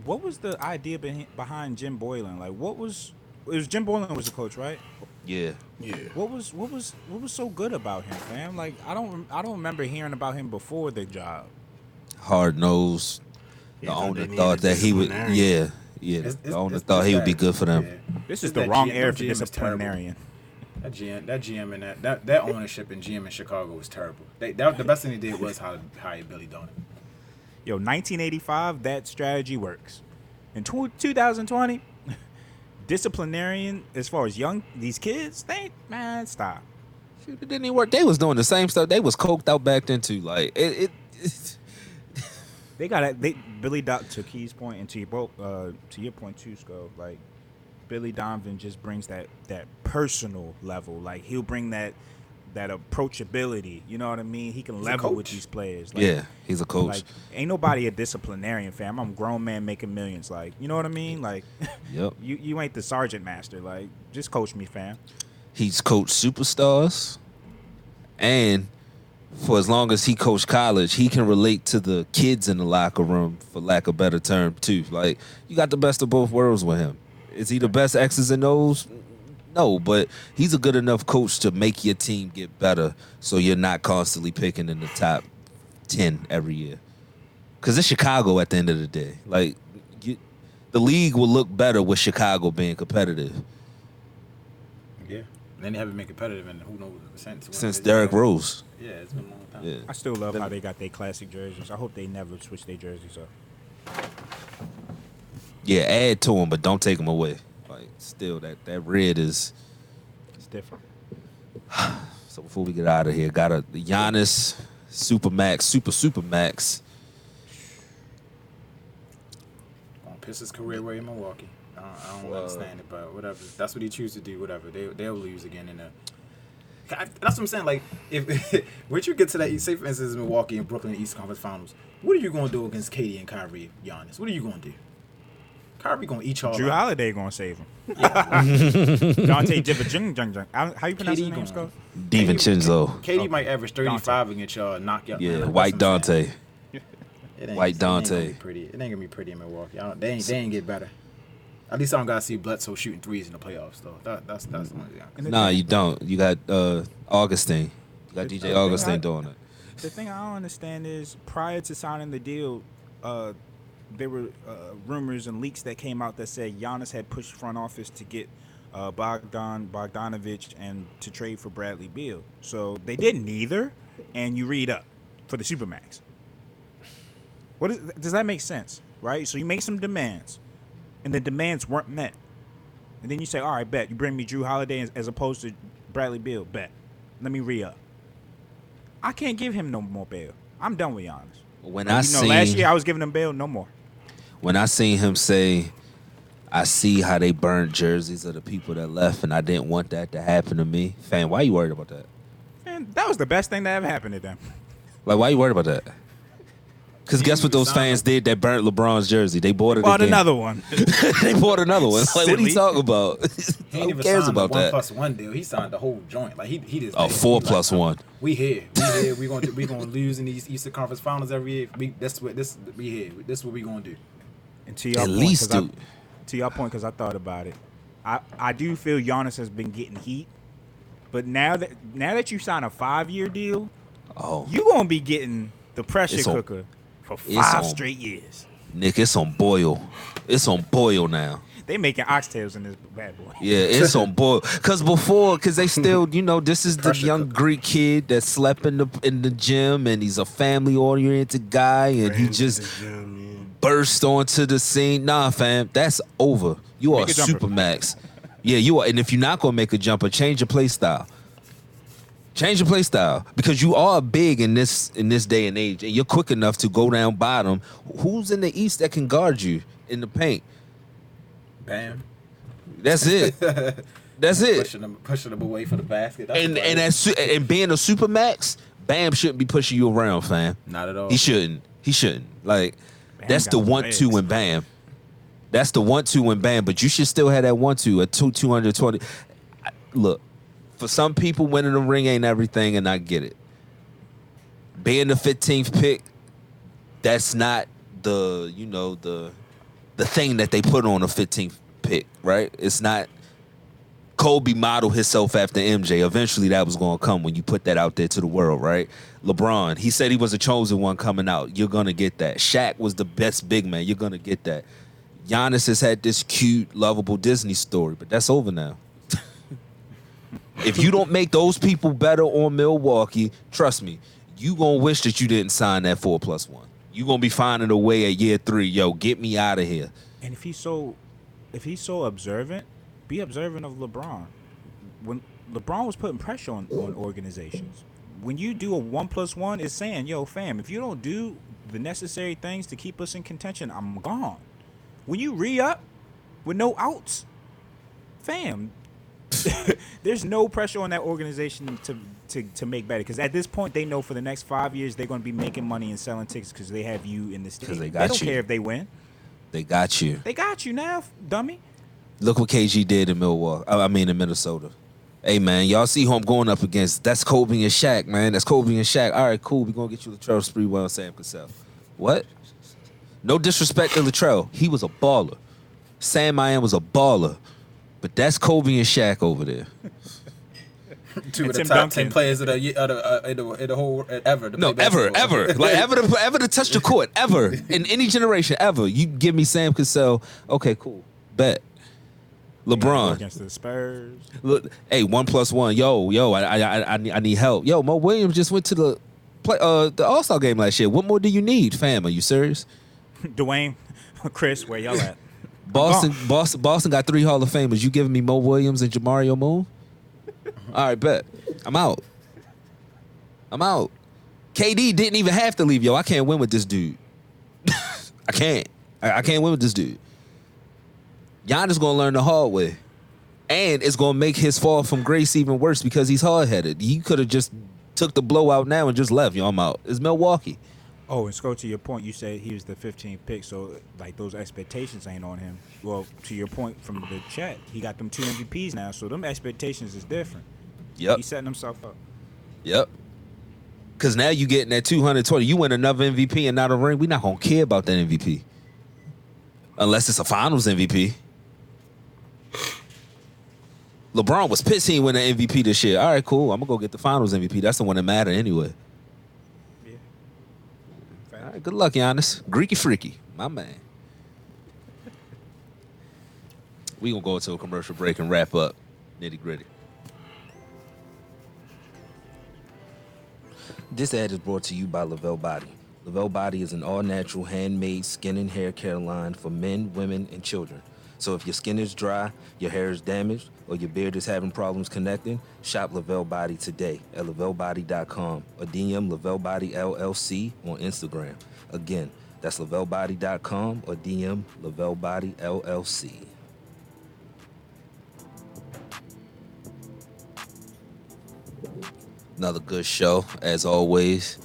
Speaker 2: what was the idea behi- behind Jim Boylan? Like what was it was Jim Boylan was the coach, right?
Speaker 1: Yeah,
Speaker 3: Yeah.
Speaker 2: What was what was what was so good about him, fam? Like I don't rem- I don't remember hearing about him before the job.
Speaker 1: hard nose. The
Speaker 3: Yeah,
Speaker 1: owner
Speaker 3: they need
Speaker 1: thought
Speaker 3: a
Speaker 1: that he would.
Speaker 3: disciplinarian.
Speaker 1: Yeah, yeah.
Speaker 5: It's- it's-
Speaker 1: the owner
Speaker 5: it's-
Speaker 1: thought
Speaker 5: it's
Speaker 1: he would be
Speaker 5: that-
Speaker 1: good for them.
Speaker 5: yeah.
Speaker 2: This
Speaker 5: It's
Speaker 2: is the
Speaker 5: that
Speaker 2: wong
Speaker 5: GM
Speaker 2: era for
Speaker 5: is terrible.
Speaker 2: disciplinarian.
Speaker 5: That GM, that GM, and that, that that ownership and GM in Chicago was terrible. They that, the best thing they did was hire, hire Billy Donovan.
Speaker 2: Yo, 1985, that strategy works. In tw 2020, disciplinarian as far as young these kids, they man stop.
Speaker 1: Shoot, it didn't even work. They was doing the same stuff. They was coked out back then too. Like it, it, it's
Speaker 2: They got to They Billy Doc to Key's point and to your bo- uh, to your point too, Sco. Like Billy Donovan just brings that that personal level. Like he'll bring that that approachability. You know what I mean? He can level with
Speaker 5: coach.
Speaker 2: these players. Like,
Speaker 1: yeah. He's a coach.
Speaker 2: Like ain't nobody a disciplinarian, fam. I'm a grown man making millions. Like you know what I mean? Like
Speaker 1: yep.
Speaker 2: you you ain't the sergeant master. Like just coach me, fam.
Speaker 1: He's coached superstars, and for as long as he coached college, he can relate to the kids in the locker room, for lack of better term, too. Like you got the best of both worlds with him. Is he the best X's and O's? No, but he's a good enough coach to make your team get better, so you're not constantly picking in the top ten every year. Because it's Chicago at the end of the day. Like, you, the league will look better with Chicago being competitive
Speaker 5: Yeah, and then they haven't been competitive, and who knows since when
Speaker 1: since
Speaker 5: they-
Speaker 1: Derrick Rose.
Speaker 5: Yeah, it's been a long time.
Speaker 1: Yeah.
Speaker 2: I still love how they got their classic jerseys. I hope they never switch their jerseys up.
Speaker 1: Yeah, add to him, but don't take him away. Like, still, that, that red is.
Speaker 2: It's different.
Speaker 1: So before we get out of here, got a Giannis, Supermax, Super Supermax.
Speaker 5: Gonna piss his career away in Milwaukee. I don't, I don't understand it, but whatever. That's what he choose to do. Whatever they they'll lose again in the. I- That's what I'm saying. Like, if once you get to that, say for instance, Milwaukee and Brooklyn East Conference Finals, what are you gonna do against Katie and Kyrie, Giannis? What are you gonna do? Kyrie gonna eat y'all.
Speaker 2: Drew
Speaker 5: up.
Speaker 2: Holiday gonna save him. Dante Jibba Jung Jung. How how you pronounce
Speaker 5: KD
Speaker 2: his name,
Speaker 5: gone.
Speaker 2: Sco?
Speaker 1: DiVincenzo.
Speaker 5: Katie might average 35 against y'all, and knock y'all.
Speaker 1: Yeah,
Speaker 5: That's
Speaker 1: White
Speaker 5: what I'm saying.
Speaker 1: Dante.
Speaker 5: It ain't-
Speaker 1: White
Speaker 5: it ain't gonna be
Speaker 1: Dante.
Speaker 5: Pretty. It ain't gonna be pretty in Milwaukee. I don't, they ain't. They ain't get better. At least I don't gotta see Bledsoe shooting threes in the playoffs though. That, that's that's the only thing. I can-
Speaker 1: Nah, you don't. You got uh Augustine. You got DJ Augustine doing it.
Speaker 2: The thing I don't understand is prior to signing the deal, uh, there were uh, rumors and leaks that came out that said Giannis had pushed front office to get uh, Bogdan Bogdanovich and to trade for Bradley Beal. So they didn't either, and you read up for the supermax. What is, does that make sense? Right. So you make some demands, and the demands weren't met, and then you say, "All right, bet you bring me Drew Holiday as, as opposed to Bradley Beal. Bet, let me re up." I can't give him no more bail. I'm done with Giannis.
Speaker 1: When
Speaker 2: you
Speaker 1: I
Speaker 2: know,
Speaker 1: seen
Speaker 2: last year I was giving him bail, no more.
Speaker 1: when I seen him say, I see how they burned jerseys of the people that left, and I didn't want that to happen to me. Fan, why you worried about that?
Speaker 2: Man, that was the best thing that ever happened to them.
Speaker 1: Like, why you worried about that? Because guess what those fans did that burnt LeBron's jersey? They bought it
Speaker 2: Bought
Speaker 1: again.
Speaker 2: another one.
Speaker 1: they bought another one. Like, what are
Speaker 2: Silly.
Speaker 1: you talking about?
Speaker 5: He ain't
Speaker 1: Who
Speaker 5: even
Speaker 1: cares
Speaker 5: signed the
Speaker 1: about
Speaker 5: one
Speaker 1: that?
Speaker 5: plus one deal. He signed the whole joint. Like he he just
Speaker 1: Oh,
Speaker 5: he
Speaker 1: four
Speaker 5: like,
Speaker 1: plus one.
Speaker 5: We here. We here. We gonna we gonna lose in these Eastern Conference Finals every year. We that's what this we here. This is what we gonna do.
Speaker 2: And to y'all
Speaker 1: At
Speaker 2: point,
Speaker 1: least,
Speaker 2: 'cause I-
Speaker 1: dude.
Speaker 2: to y'all point, because I thought about it, I, I do feel Giannis has been getting heat, but now that now that you sign a five year deal,
Speaker 1: Oh,
Speaker 2: you gonna be getting the pressure
Speaker 1: It's on-
Speaker 2: cooker for
Speaker 1: it's on.
Speaker 2: five straight years.
Speaker 1: Nick, it's on boil. It's on boil now.
Speaker 2: They making oxtails in this bad boy.
Speaker 1: Yeah, it's on boil. Cause before, cause they still, you know, this is the
Speaker 5: Pressure
Speaker 1: young
Speaker 5: cooker.
Speaker 1: Greek kid that slept in the in the gym, and he's a family oriented guy, and he
Speaker 3: Friends at
Speaker 1: just
Speaker 3: the gym,
Speaker 1: burst onto the scene. Nah, fam, that's over. You are
Speaker 2: Make a jumper.
Speaker 1: supermax. Yeah, you are. And if you're not gonna make a jumper, change your play style. Change your play style because you are big in this in this day and age, and you're quick enough to go down bottom. Who's in the East that can guard you in the paint?
Speaker 5: Bam.
Speaker 1: That's it. That's it.
Speaker 5: Pushing them, pushing them away for the basket. That's
Speaker 1: And
Speaker 5: about
Speaker 1: and
Speaker 5: it.
Speaker 1: as, su- and being a supermax, Bam shouldn't be pushing you around, fam.
Speaker 5: not at all.
Speaker 1: He shouldn't. He shouldn't. Like
Speaker 2: Bam
Speaker 1: that's
Speaker 2: got
Speaker 1: the one
Speaker 2: legs.
Speaker 1: two and bam. That's the one two and bam. But you should still have that one two at two two hundred twenty. Look, for some people, winning the ring ain't everything, and I get it. Being the fifteenth pick, that's not the you know the the thing that they put on a fifteenth pick, right? It's not. Kobe modeled himself after MJ. Eventually, that was going to come when you put that out there to the world, right? LeBron, he said he was a chosen one coming out. You're going to get that. Shaq was the best big man. You're going to get that. Giannis has had this cute, lovable Disney story, but that's over now. if you don't make those people better on Milwaukee, trust me, you going to wish that you didn't sign that four plus one. you going to be finding a way at year three, yo, get me out of here.
Speaker 2: And if he's so, if he's so observant, be observant of LeBron. When LeBron was putting pressure on, on organizations, when you do a one plus one, it's saying, "Yo, fam, if you don't do the necessary things to keep us in contention, I'm gone." When you re up with no outs, fam, there's no pressure on that organization to to, to make better. Because at this point, they know for the next five years they're going to be making money and selling tickets because they have you in
Speaker 1: they
Speaker 2: the stadium.
Speaker 1: got
Speaker 2: don't
Speaker 1: you.
Speaker 2: care if they win.
Speaker 1: They got you.
Speaker 2: They got you now, f- dummy.
Speaker 1: Look what KG did in Milwaukee. I I mean, in Minnesota. Hey, man, y'all see who I'm going up against. That's Kobe and Shaq, man. That's Kobe and Shaq. All right, cool. We're going to get you Latrell Sprewell and Sam Cassell. What? No disrespect to Latrell. He was a baller. Sam I am was a baller. But that's Kobe and Shaq over there.
Speaker 5: Two
Speaker 2: And
Speaker 5: of the
Speaker 2: Tim
Speaker 5: top
Speaker 2: Duncan.
Speaker 5: ten players of the, ye- of the, uh, in, the in the whole uh, ever. to
Speaker 1: No,
Speaker 5: play
Speaker 1: ever,
Speaker 5: basketball.
Speaker 1: ever. Like, ever to, ever to touch the court, ever. In any generation, ever. You give me Sam Cassell. Okay, cool. Bet. LeBron.
Speaker 2: against the Spurs.
Speaker 1: Look, hey, one plus one. Yo, yo, I, I, I, I need, I need help. Yo, Mo Williams just went to the play, uh, the All Star game last year. What more do you need, fam? Are you serious?
Speaker 2: Dwayne, Chris, where y'all at?
Speaker 1: Boston, Boston, Boston got three Hall of Famers. You giving me Mo Williams and Jamario Moon? All right, bet. I'm out. I'm out. KD didn't even have to leave. Yo, I can't win with this dude. I can't. I, I can't win with this dude. Giannis gonna learn the hard way, and it's gonna make his fall from grace even worse because he's hard headed. He could have just took the blowout now and just left. Yo, I'm out. It's Milwaukee.
Speaker 2: Oh, and Scott, to your point, you said he was the 15th pick, so like those expectations ain't on him. Well, to your point from the chat, he got them two MVPs now, so them expectations is different.
Speaker 1: Yep.
Speaker 2: He's setting himself up.
Speaker 1: Yep. Cause now you getting that 220. You win another MVP and not a ring. we not gonna care about that MVP. Unless it's a finals MVP. LeBron was pissed he didn't win an MVP this year. All right, cool. I'm gonna go get the finals MVP. That's the one that matter anyway. All right, good luck, Giannis. Greeky freaky, my man. We gonna go into a commercial break and wrap up. Nitty gritty. This ad is brought to you by Lavelle Body. Lavelle Body is an all natural handmade skin and hair care line for men, women, and children. So if your skin is dry, your hair is damaged, or your beard is having problems connecting, shop Lavelle Body today at lavellebody.com or DM Lavelle Body LLC on Instagram. Again, that's lavellebody.com or DM Lavelle Body LLC. Another good show, as always.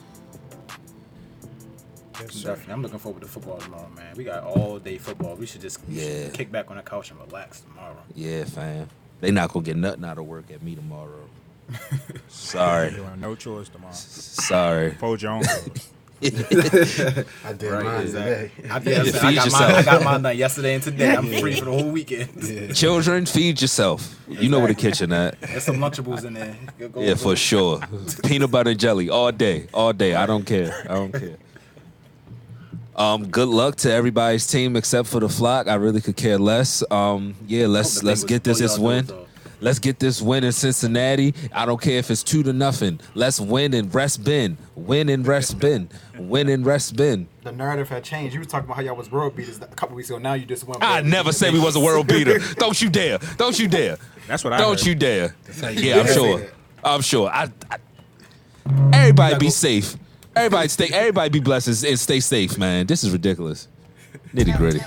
Speaker 5: Definitely. I'm looking forward to football tomorrow, man. We got all day football. We should just we should
Speaker 1: Yeah.
Speaker 5: kick back on the couch and relax tomorrow.
Speaker 1: Yeah, fam. They not gonna get nothing out of work at me tomorrow. Sorry,
Speaker 2: You have no choice tomorrow.
Speaker 1: sorry.
Speaker 2: Fold your own. clothes.
Speaker 3: I did mine today.
Speaker 5: I, yeah, I, said, I,
Speaker 1: feed
Speaker 5: got mine, I
Speaker 1: yourself.
Speaker 5: got mine done yesterday and today. I'm free for the whole weekend.
Speaker 1: Children, feed yourself. You know where the kitchen at.
Speaker 5: There's some Lunchables in there. Go- go-
Speaker 1: Yeah,
Speaker 5: go.
Speaker 1: for sure. Peanut butter and jelly all day, all day. I don't care. I don't care. Um, good luck to everybody's team except for the flock. I really could care less. Um, yeah,
Speaker 5: Hope
Speaker 1: let's
Speaker 5: the
Speaker 1: let's
Speaker 5: Bengals
Speaker 1: get this
Speaker 5: blow
Speaker 1: this
Speaker 5: y'all
Speaker 1: win.
Speaker 5: doors off.
Speaker 1: Let's get this win in Cincinnati. I don't care if it's two to nothing. Let's win and rest Ben. Win and rest Ben. Win and rest Ben.
Speaker 10: The narrative had changed. You were talking about how y'all was world beaters a couple weeks ago. Now you just went.
Speaker 1: I never said we was a world beater. Don't you dare. Don't you dare.
Speaker 2: That's what I
Speaker 1: Don't
Speaker 2: heard.
Speaker 1: you dare.
Speaker 10: you
Speaker 1: Yeah, I'm
Speaker 10: did.
Speaker 1: sure. I'm sure. I, I everybody be safe. Everybody stay everybody be blessed and- and stay safe, man. This is ridiculous. Nitty gritty.